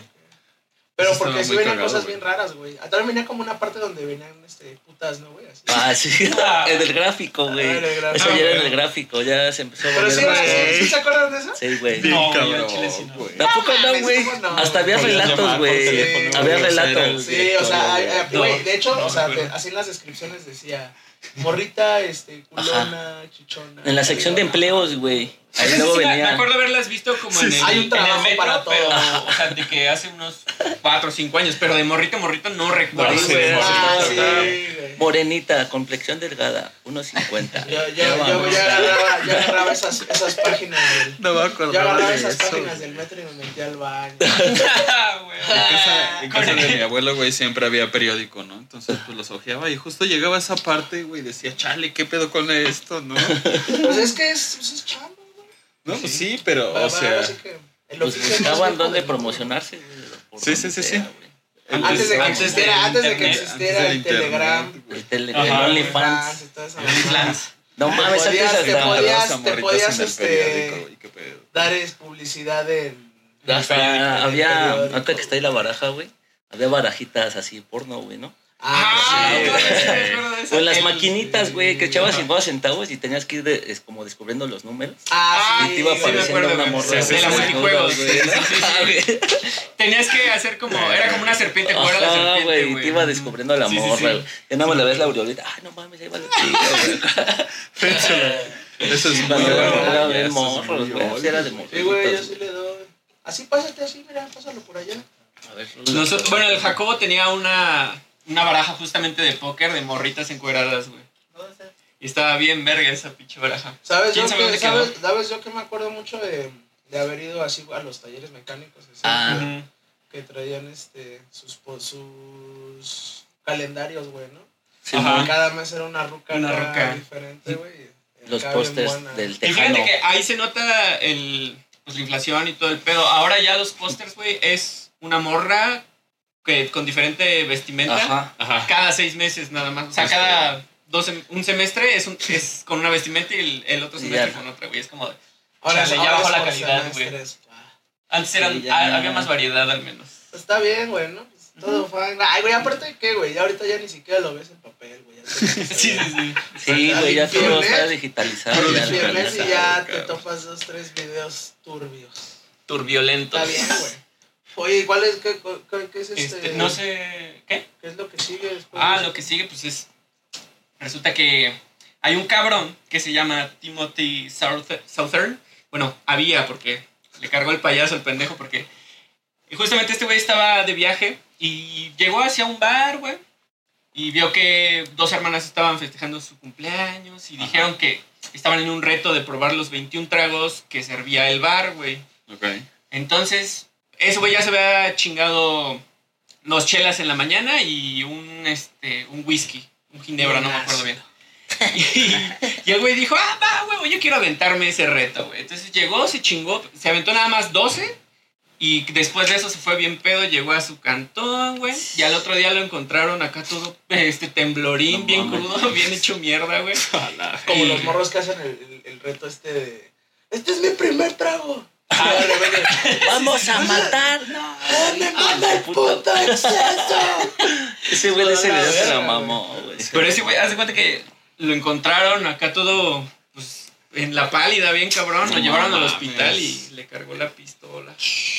[SPEAKER 3] Pero
[SPEAKER 2] Eso
[SPEAKER 3] porque
[SPEAKER 2] estaba
[SPEAKER 3] sí
[SPEAKER 2] muy
[SPEAKER 3] venían
[SPEAKER 2] cagado,
[SPEAKER 3] cosas
[SPEAKER 2] güey.
[SPEAKER 3] bien raras, güey. Ah, También venía como una parte donde venían este, putas, ¿no, güey? Así.
[SPEAKER 4] Ah, sí,
[SPEAKER 1] Ah.
[SPEAKER 4] en el gráfico, güey.
[SPEAKER 3] en el gráfico.
[SPEAKER 4] Eso ya era en
[SPEAKER 1] Ah,
[SPEAKER 4] el gráfico, ya se empezó a
[SPEAKER 3] Pero
[SPEAKER 4] volver
[SPEAKER 3] sí, era-
[SPEAKER 4] más-
[SPEAKER 2] güey.
[SPEAKER 3] ¿sí se acuerdan de eso?
[SPEAKER 4] Sí, güey.
[SPEAKER 1] Sí. No,
[SPEAKER 2] cabrón,
[SPEAKER 1] al chile sí no.
[SPEAKER 2] güey.
[SPEAKER 4] Tampoco no,
[SPEAKER 3] mames,
[SPEAKER 4] güey.
[SPEAKER 3] ¿cómo no?
[SPEAKER 4] Hasta había
[SPEAKER 2] Podías
[SPEAKER 4] relatos,
[SPEAKER 2] llamar por
[SPEAKER 4] güey.
[SPEAKER 2] teléfono, güey,
[SPEAKER 4] Había
[SPEAKER 2] o sea,
[SPEAKER 4] relatos.
[SPEAKER 2] era el-
[SPEAKER 3] Sí, o sea, hay- hay-
[SPEAKER 1] No,
[SPEAKER 3] güey, de hecho,
[SPEAKER 1] no
[SPEAKER 3] o sea, te-
[SPEAKER 1] recuerdo.
[SPEAKER 3] así en las descripciones decía morrita, este, culona, chichona.
[SPEAKER 4] En la sección de empleos, güey. Ahí
[SPEAKER 1] Sí,
[SPEAKER 4] luego
[SPEAKER 1] sí, me- Me
[SPEAKER 4] venía.
[SPEAKER 1] acuerdo haberlas visto como en, el,
[SPEAKER 3] Hay un
[SPEAKER 1] en
[SPEAKER 3] trabajo
[SPEAKER 1] el metro,
[SPEAKER 3] para todo.
[SPEAKER 1] pero, o sea, de que hace unos 4 o 5 años, pero de morrito morrito no recuerdo.
[SPEAKER 2] No,
[SPEAKER 1] güey.
[SPEAKER 2] sí, de
[SPEAKER 3] Ah,
[SPEAKER 2] morrito,
[SPEAKER 3] sí, güey.
[SPEAKER 4] Morenita, complexión delgada, 1.50.
[SPEAKER 3] Yo, yo,
[SPEAKER 4] Ya
[SPEAKER 3] yo, yo,
[SPEAKER 4] vamos.
[SPEAKER 3] agarraba, yo agarraba esas, esas páginas del.
[SPEAKER 2] No me
[SPEAKER 3] Yo
[SPEAKER 2] acordaba
[SPEAKER 3] agarraba
[SPEAKER 2] de
[SPEAKER 3] esas
[SPEAKER 2] eso.
[SPEAKER 3] páginas del metro y me metía al baño.
[SPEAKER 1] Güey.
[SPEAKER 2] En casa, en
[SPEAKER 1] Ah, Con
[SPEAKER 2] casa de
[SPEAKER 1] el-
[SPEAKER 2] mi abuelo, güey, siempre había periódico, ¿no? Entonces, pues los ojeaba y justo llegaba a esa parte, güey, y decía, chale, ¿qué pedo con esto, no?
[SPEAKER 3] Pues es que es, pues es chamba, güey.
[SPEAKER 2] No, pues sí, pero,
[SPEAKER 3] Ahora
[SPEAKER 2] o sea,
[SPEAKER 3] sí que el
[SPEAKER 4] Pues
[SPEAKER 3] oficio más
[SPEAKER 4] buscaban
[SPEAKER 3] viejo
[SPEAKER 4] dónde
[SPEAKER 3] del mundo.
[SPEAKER 4] promocionarse, güey. por
[SPEAKER 2] Sí, sí,
[SPEAKER 4] donde
[SPEAKER 2] sí,
[SPEAKER 4] sea,
[SPEAKER 2] sí.
[SPEAKER 4] güey.
[SPEAKER 3] Antes de que
[SPEAKER 1] Antes
[SPEAKER 3] existiera,
[SPEAKER 1] del
[SPEAKER 3] antes de que
[SPEAKER 1] internet,
[SPEAKER 3] existiera
[SPEAKER 2] del
[SPEAKER 3] el
[SPEAKER 2] internet,
[SPEAKER 3] Telegram.
[SPEAKER 2] güey.
[SPEAKER 4] El tele-
[SPEAKER 1] Ajá, Ah,
[SPEAKER 4] el
[SPEAKER 1] güey.
[SPEAKER 4] OnlyFans.
[SPEAKER 3] y toda esa
[SPEAKER 1] el
[SPEAKER 3] mamada.
[SPEAKER 1] Flans.
[SPEAKER 4] No mames, antes
[SPEAKER 3] podías- te
[SPEAKER 4] hasta-
[SPEAKER 2] Encontrabas
[SPEAKER 3] podías-
[SPEAKER 2] a
[SPEAKER 3] te
[SPEAKER 2] morritas
[SPEAKER 3] podías,
[SPEAKER 2] en el
[SPEAKER 3] este,
[SPEAKER 2] periódico, güey, qué pedo.
[SPEAKER 3] Dar es publicidad en.
[SPEAKER 4] Hasta
[SPEAKER 3] periódico,
[SPEAKER 4] había,
[SPEAKER 3] periódico.
[SPEAKER 4] ahorita que está ahí la baraja, güey, había barajitas así porno, güey, ¿no?
[SPEAKER 1] Ah,
[SPEAKER 3] sí,
[SPEAKER 1] no,
[SPEAKER 3] güey.
[SPEAKER 1] sí, me acuerdo de
[SPEAKER 4] O
[SPEAKER 1] esa.
[SPEAKER 4] en las
[SPEAKER 1] El-
[SPEAKER 4] maquinitas, güey, que echabas
[SPEAKER 1] Ajá.
[SPEAKER 4] 50 centavos y tenías que ir de- es como descubriendo los números.
[SPEAKER 3] Ah,
[SPEAKER 1] Ah,
[SPEAKER 4] y
[SPEAKER 3] sí,
[SPEAKER 4] te iba
[SPEAKER 3] sí, me
[SPEAKER 4] apareciendo
[SPEAKER 1] acuerdo,
[SPEAKER 4] una
[SPEAKER 1] güey. Sí,
[SPEAKER 4] morra.
[SPEAKER 1] sí, sí,
[SPEAKER 4] güey, desnuda,
[SPEAKER 1] multijuegos,
[SPEAKER 4] güey,
[SPEAKER 1] güey.
[SPEAKER 4] ¿no?
[SPEAKER 1] Sí, sí, sí.
[SPEAKER 4] Ah, güey.
[SPEAKER 1] Tenías que hacer como, era como una serpiente, jugar a la
[SPEAKER 4] Ajá,
[SPEAKER 1] serpiente,
[SPEAKER 4] güey, y
[SPEAKER 1] güey.
[SPEAKER 4] te iba descubriendo la
[SPEAKER 1] Sí, sí,
[SPEAKER 4] morra,
[SPEAKER 1] sí.
[SPEAKER 4] güey. Ya nada más le ves la aureolita, ah, no mames, ahí va la chica,
[SPEAKER 2] Eso es muy
[SPEAKER 4] güey. Era
[SPEAKER 2] old,
[SPEAKER 4] de
[SPEAKER 2] eso es
[SPEAKER 4] morros,
[SPEAKER 2] muy
[SPEAKER 4] güey, así
[SPEAKER 2] old,
[SPEAKER 4] era de
[SPEAKER 2] güey.
[SPEAKER 3] Sí, güey, yo
[SPEAKER 4] morritos.
[SPEAKER 3] sí le doy. Así pásate así, mira, pásalo por allá.
[SPEAKER 4] A ver,
[SPEAKER 1] Nosotros- bueno, el Jacobo tenía una, una baraja justamente de póker de morritas encueradas, güey. Y estaba bien verga esa pinche baraja.
[SPEAKER 3] ¿Sabes
[SPEAKER 1] ¿Quién
[SPEAKER 3] yo,
[SPEAKER 1] sabe
[SPEAKER 3] que,
[SPEAKER 1] dónde quedó?
[SPEAKER 3] ¿sabes, sabes yo que me acuerdo mucho de, de haber ido así a los talleres mecánicos? así,
[SPEAKER 4] Ah.
[SPEAKER 3] que-
[SPEAKER 1] Ujú.
[SPEAKER 3] Que traían este, sus, po- sus calendarios, güey, ¿no?
[SPEAKER 4] Sí,
[SPEAKER 1] Ajá.
[SPEAKER 4] güey.
[SPEAKER 3] Cada mes era una ruca,
[SPEAKER 1] Una
[SPEAKER 3] acá
[SPEAKER 1] ruca.
[SPEAKER 3] diferente, güey.
[SPEAKER 4] los
[SPEAKER 3] acá bien
[SPEAKER 4] pósters
[SPEAKER 3] buena.
[SPEAKER 4] del
[SPEAKER 1] Y
[SPEAKER 4] tejano.
[SPEAKER 1] fíjate que ahí se nota el, pues, la inflación y todo el pedo. Ahora ya los pósters, güey, es una morra que, con diferente vestimenta
[SPEAKER 4] Ajá.
[SPEAKER 2] Ajá.
[SPEAKER 1] cada seis meses nada más. O sea,
[SPEAKER 2] Este-
[SPEAKER 1] cada dos, sem- un semestre es, un- es con una vestimenta y el, el otro
[SPEAKER 4] Y
[SPEAKER 1] semestre
[SPEAKER 4] ya.
[SPEAKER 1] con otra, güey. Es como... de-
[SPEAKER 3] Ahora
[SPEAKER 1] Chale,
[SPEAKER 3] se
[SPEAKER 1] ya bajó la calidad, güey. Antes eran,
[SPEAKER 4] Sí, ya.
[SPEAKER 1] a- había más variedad al menos.
[SPEAKER 3] Está bien, güey, ¿no? Pues, Todo fine. Ay, güey, aparte, ¿qué, güey? Ya ahorita ya ni siquiera lo ves en papel, güey. ya te-
[SPEAKER 1] Sí, sí, sí.
[SPEAKER 4] Sí, güey, ya todo
[SPEAKER 3] Internet.
[SPEAKER 4] está digitalizado.
[SPEAKER 2] Puro
[SPEAKER 4] ya,
[SPEAKER 2] digital.
[SPEAKER 3] Viernes
[SPEAKER 4] ya.
[SPEAKER 3] y ya te
[SPEAKER 2] cabrón.
[SPEAKER 3] topas dos, tres videos turbios.
[SPEAKER 1] Turbiolentos.
[SPEAKER 3] Está bien, güey. Oye, ¿cuál es, qué, qué- qué es este,
[SPEAKER 1] Este, no sé... ¿Qué?
[SPEAKER 3] ¿Qué es lo que sigue después?
[SPEAKER 1] Ah, lo que sigue, pues es. Resulta que hay un cabrón que se llama Timothy South- Southern. Bueno, había, porque le cargó el payaso al pendejo, porque. Y justamente este güey estaba de viaje y llegó hacia un bar, güey. Y vio que dos hermanas estaban festejando su cumpleaños y dijeron que estaban en un reto de probar los 21 tragos que servía el bar, güey.
[SPEAKER 2] Ok.
[SPEAKER 1] Entonces, ese güey ya se había chingado dos chelas en la mañana y un, este, un whisky, un ginebra, no me acuerdo bien. Y, y el güey dijo, ah, va, güey, yo quiero aventarme ese reto, güey. Entonces llegó, se chingó, se aventó nada más 12 Y después de eso se fue bien pedo, llegó a su cantón, güey. Y al otro día lo encontraron acá todo este temblorín,
[SPEAKER 4] No
[SPEAKER 1] bien
[SPEAKER 4] mames.
[SPEAKER 1] crudo, bien hecho mierda, güey.
[SPEAKER 3] Como
[SPEAKER 1] Y-
[SPEAKER 3] los morros que hacen el, el- el reto este de. Este es mi primer trago. Ah, de repente,
[SPEAKER 4] Vamos a matar. No.
[SPEAKER 3] "Ah, me manda el puto exceso!
[SPEAKER 4] Ese güey de ese
[SPEAKER 3] la
[SPEAKER 4] video se
[SPEAKER 3] verga,
[SPEAKER 4] la mamó, güey.
[SPEAKER 1] Pero ese güey, hace cuenta que lo encontraron acá todo, pues, en la pálida, bien cabrón. Lo
[SPEAKER 2] No
[SPEAKER 1] llevaron al
[SPEAKER 2] mames.
[SPEAKER 1] hospital y le cargó la pistola.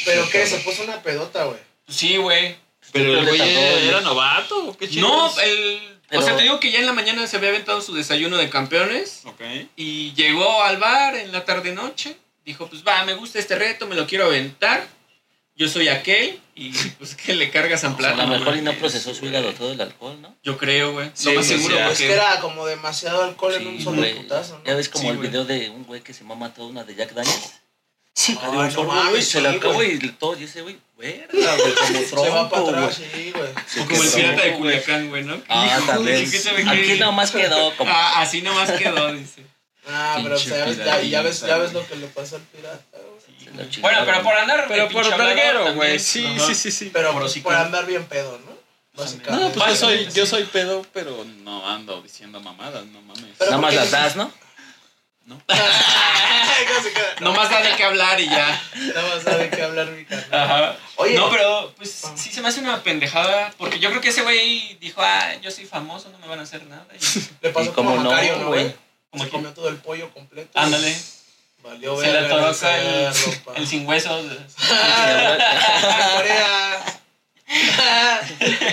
[SPEAKER 3] Pero que se puso una pedota, güey.
[SPEAKER 1] Pues sí, güey.
[SPEAKER 2] Pero el
[SPEAKER 4] Pero
[SPEAKER 2] güey
[SPEAKER 4] le tapó,
[SPEAKER 2] era
[SPEAKER 4] güey.
[SPEAKER 2] novato, ¿o qué chido?
[SPEAKER 1] No, el.
[SPEAKER 4] Pero-
[SPEAKER 1] O sea, te digo que ya en la mañana se había aventado su desayuno de campeones.
[SPEAKER 2] Ok.
[SPEAKER 1] Y llegó al bar en la tarde noche. Dijo, pues va, me gusta este reto, me lo quiero aventar. Yo soy aquel. Y pues que le carga San
[SPEAKER 4] O sea,
[SPEAKER 1] Plata.
[SPEAKER 4] a lo mejor y no
[SPEAKER 1] mames,
[SPEAKER 4] procesó su
[SPEAKER 1] güey.
[SPEAKER 4] hígado todo el alcohol, ¿no?
[SPEAKER 1] Yo creo, güey.
[SPEAKER 2] Sí,
[SPEAKER 1] lo más
[SPEAKER 2] sí,
[SPEAKER 1] seguro,
[SPEAKER 2] sí,
[SPEAKER 1] güey.
[SPEAKER 3] Pues que era como demasiado alcohol en un
[SPEAKER 4] Sí,
[SPEAKER 3] solo
[SPEAKER 4] güey.
[SPEAKER 3] putazo,
[SPEAKER 4] Ya
[SPEAKER 3] ¿no?
[SPEAKER 4] ves como
[SPEAKER 1] Sí,
[SPEAKER 4] el
[SPEAKER 1] güey.
[SPEAKER 4] video de un güey que se mama toda una de Jack Daniels. Sí,
[SPEAKER 3] Ay,
[SPEAKER 4] de un
[SPEAKER 3] no
[SPEAKER 4] sorbo,
[SPEAKER 3] mames,
[SPEAKER 4] güey,
[SPEAKER 3] Ah, sí,
[SPEAKER 4] se la acabó
[SPEAKER 3] güey.
[SPEAKER 4] y todo. Y ese güey, verga, güey, como
[SPEAKER 3] Se va para
[SPEAKER 4] tronco, güey.
[SPEAKER 3] atrás, sí, güey.
[SPEAKER 1] O como el
[SPEAKER 4] Sí,
[SPEAKER 1] pirata de
[SPEAKER 4] güey.
[SPEAKER 1] Culiacán, güey, ¿no?
[SPEAKER 4] Ah,
[SPEAKER 1] Hijo
[SPEAKER 4] tal
[SPEAKER 1] de
[SPEAKER 4] vez.
[SPEAKER 1] que se ve
[SPEAKER 4] Aquí
[SPEAKER 1] que-
[SPEAKER 4] nomás quedó como.
[SPEAKER 1] Ah, así nomás quedó, dice.
[SPEAKER 3] Ah, pero
[SPEAKER 2] Pinche
[SPEAKER 3] ya ves, ya,
[SPEAKER 2] piratita,
[SPEAKER 3] ya ves, ya ves
[SPEAKER 2] güey.
[SPEAKER 3] lo que le pasó al pirata, güey.
[SPEAKER 4] se lo chingaron.
[SPEAKER 1] Bueno, pero por andar. de
[SPEAKER 2] Pero por
[SPEAKER 1] pinche hablador
[SPEAKER 2] verguero,
[SPEAKER 1] también.
[SPEAKER 2] güey. Sí,
[SPEAKER 1] Ajá.
[SPEAKER 2] sí, sí, sí.
[SPEAKER 3] Pero
[SPEAKER 1] Por
[SPEAKER 3] pues,
[SPEAKER 1] hocico.
[SPEAKER 3] por andar bien pedo, ¿no? Básicamente.
[SPEAKER 2] No, pues yo
[SPEAKER 1] Vale.
[SPEAKER 2] soy, yo soy pedo, pero no ando diciendo mamadas, no mames.
[SPEAKER 3] Pero-
[SPEAKER 4] Nada más
[SPEAKER 3] porque-
[SPEAKER 4] las das, ¿no?
[SPEAKER 3] No se queda-
[SPEAKER 1] Nomás da de qué hablar y ya.
[SPEAKER 3] Nada más sabe qué hablar mi carnal.
[SPEAKER 1] Ajá.
[SPEAKER 3] Oye.
[SPEAKER 1] No, pero pues sí se me hace una pendejada. Porque yo creo que ese güey dijo, ah, yo soy famoso, no me van a hacer nada. Y-
[SPEAKER 3] Le
[SPEAKER 4] Y
[SPEAKER 3] pasó como
[SPEAKER 4] cómo
[SPEAKER 3] a
[SPEAKER 4] no,
[SPEAKER 3] Macario, ¿no, güey?
[SPEAKER 4] güey.
[SPEAKER 1] como
[SPEAKER 3] se
[SPEAKER 1] que-
[SPEAKER 3] comió todo el pollo completo.
[SPEAKER 1] Ándale.
[SPEAKER 3] Valió
[SPEAKER 1] Se le
[SPEAKER 3] verga,
[SPEAKER 1] atoró
[SPEAKER 3] no
[SPEAKER 1] acá
[SPEAKER 3] sé,
[SPEAKER 1] el,
[SPEAKER 3] ropa.
[SPEAKER 1] el sin huesos.
[SPEAKER 3] Ah, Corea.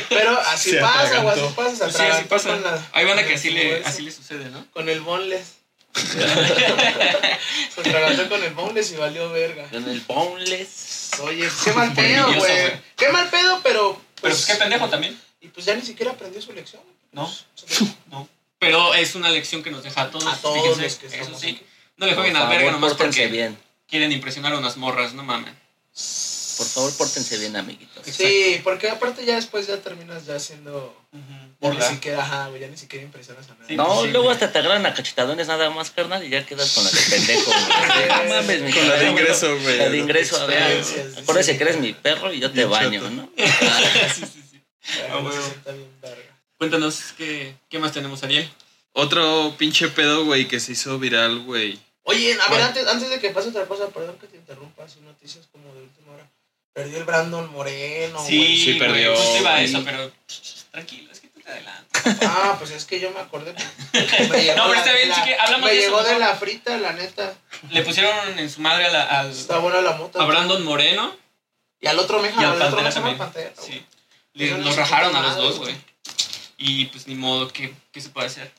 [SPEAKER 3] Pero así
[SPEAKER 2] Se
[SPEAKER 3] pasa, güey,
[SPEAKER 2] atragantó.
[SPEAKER 1] Pues
[SPEAKER 3] así pasa. se
[SPEAKER 1] sí, así
[SPEAKER 3] atragantó
[SPEAKER 1] pasa.
[SPEAKER 3] con la-
[SPEAKER 1] Hay banda que
[SPEAKER 3] con
[SPEAKER 1] así
[SPEAKER 3] el
[SPEAKER 1] le,
[SPEAKER 3] hueso,
[SPEAKER 1] así le sucede, ¿no?
[SPEAKER 3] Con el boneless. se atragantó con el boneless y valió verga.
[SPEAKER 4] Con el boneless.
[SPEAKER 3] Oye, pues, qué mal pedo,
[SPEAKER 1] Maravilloso,
[SPEAKER 3] güey.
[SPEAKER 1] güey.
[SPEAKER 3] Qué mal pedo, pero.
[SPEAKER 1] Pero pues qué pendejo también,
[SPEAKER 3] Y pues ya ni siquiera aprendió su lección.
[SPEAKER 1] ¿no?
[SPEAKER 3] Pues,
[SPEAKER 1] No. Pero es una lección que nos deja a todos.
[SPEAKER 3] A todos
[SPEAKER 1] fíjense,
[SPEAKER 3] los que
[SPEAKER 1] eso
[SPEAKER 3] estamos
[SPEAKER 1] sí.
[SPEAKER 3] aquí.
[SPEAKER 1] No le
[SPEAKER 4] Por
[SPEAKER 1] jueguen al verga
[SPEAKER 4] favor,
[SPEAKER 1] nomás
[SPEAKER 4] pórtense
[SPEAKER 1] porque
[SPEAKER 4] bien.
[SPEAKER 1] quieren impresionar a unas morras, no mames.
[SPEAKER 4] Por favor, pórtense bien, amiguitos.
[SPEAKER 3] Sí, porque aparte ya después ya terminas ya siendo. Ya ni
[SPEAKER 1] Morra.
[SPEAKER 3] siquiera, ajá, güey, ya ni siquiera impresionas a nadie.
[SPEAKER 1] Sí,
[SPEAKER 4] No,
[SPEAKER 1] pues sí,
[SPEAKER 4] luego
[SPEAKER 1] güey.
[SPEAKER 4] hasta te agarran a cachetadones nada más, carnal, y ya quedas con la de pendejo. güey. No mames, mi
[SPEAKER 2] Con la de
[SPEAKER 4] carnal,
[SPEAKER 2] ingreso,
[SPEAKER 4] güey.
[SPEAKER 2] güey.
[SPEAKER 4] La de ingreso, a ver.
[SPEAKER 3] Experiencias,
[SPEAKER 4] Acuérdese
[SPEAKER 3] dice.
[SPEAKER 4] que eres mi perro y yo te
[SPEAKER 2] Bien
[SPEAKER 4] baño,
[SPEAKER 2] chato.
[SPEAKER 4] ¿no?
[SPEAKER 1] Sí, sí, sí.
[SPEAKER 3] Pero
[SPEAKER 1] Ah,
[SPEAKER 3] eso
[SPEAKER 1] bueno.
[SPEAKER 3] sí está bien verga.
[SPEAKER 1] Cuéntanos, ¿qué, ¿qué más tenemos, Ariel?
[SPEAKER 2] Otro pinche pedo, güey, que se hizo viral, güey.
[SPEAKER 3] Oye, a ver,
[SPEAKER 2] Bueno.
[SPEAKER 3] antes, antes de que pase otra cosa, perdón que te interrumpa, así noticias como de última hora. Perdió el Brandon Moreno, güey.
[SPEAKER 2] sí,
[SPEAKER 1] güey,
[SPEAKER 2] perdió,
[SPEAKER 1] Justo Pues iba a
[SPEAKER 2] güey.
[SPEAKER 1] eso, pero tranquilo, es que tú te adelantas.
[SPEAKER 3] Ah, pues es que yo me acordé. No,
[SPEAKER 1] No, pero está bien, sí que hablamos
[SPEAKER 3] Me
[SPEAKER 1] de eso
[SPEAKER 3] llegó de
[SPEAKER 1] mejor.
[SPEAKER 3] la frita, la neta.
[SPEAKER 1] Le pusieron en su madre a la- al,
[SPEAKER 3] Está buena la mota.
[SPEAKER 1] a Brandon Moreno.
[SPEAKER 3] Y al otro meja,
[SPEAKER 1] Y al
[SPEAKER 3] al otro
[SPEAKER 1] Pantera
[SPEAKER 3] meja,
[SPEAKER 1] también.
[SPEAKER 3] Pantera, güey.
[SPEAKER 1] Sí. Le-
[SPEAKER 3] Eso no
[SPEAKER 1] los
[SPEAKER 3] es
[SPEAKER 1] rajaron a
[SPEAKER 3] nada,
[SPEAKER 1] los dos,
[SPEAKER 3] güey.
[SPEAKER 1] güey. Y pues ni modo, ¿qué, qué se puede hacer?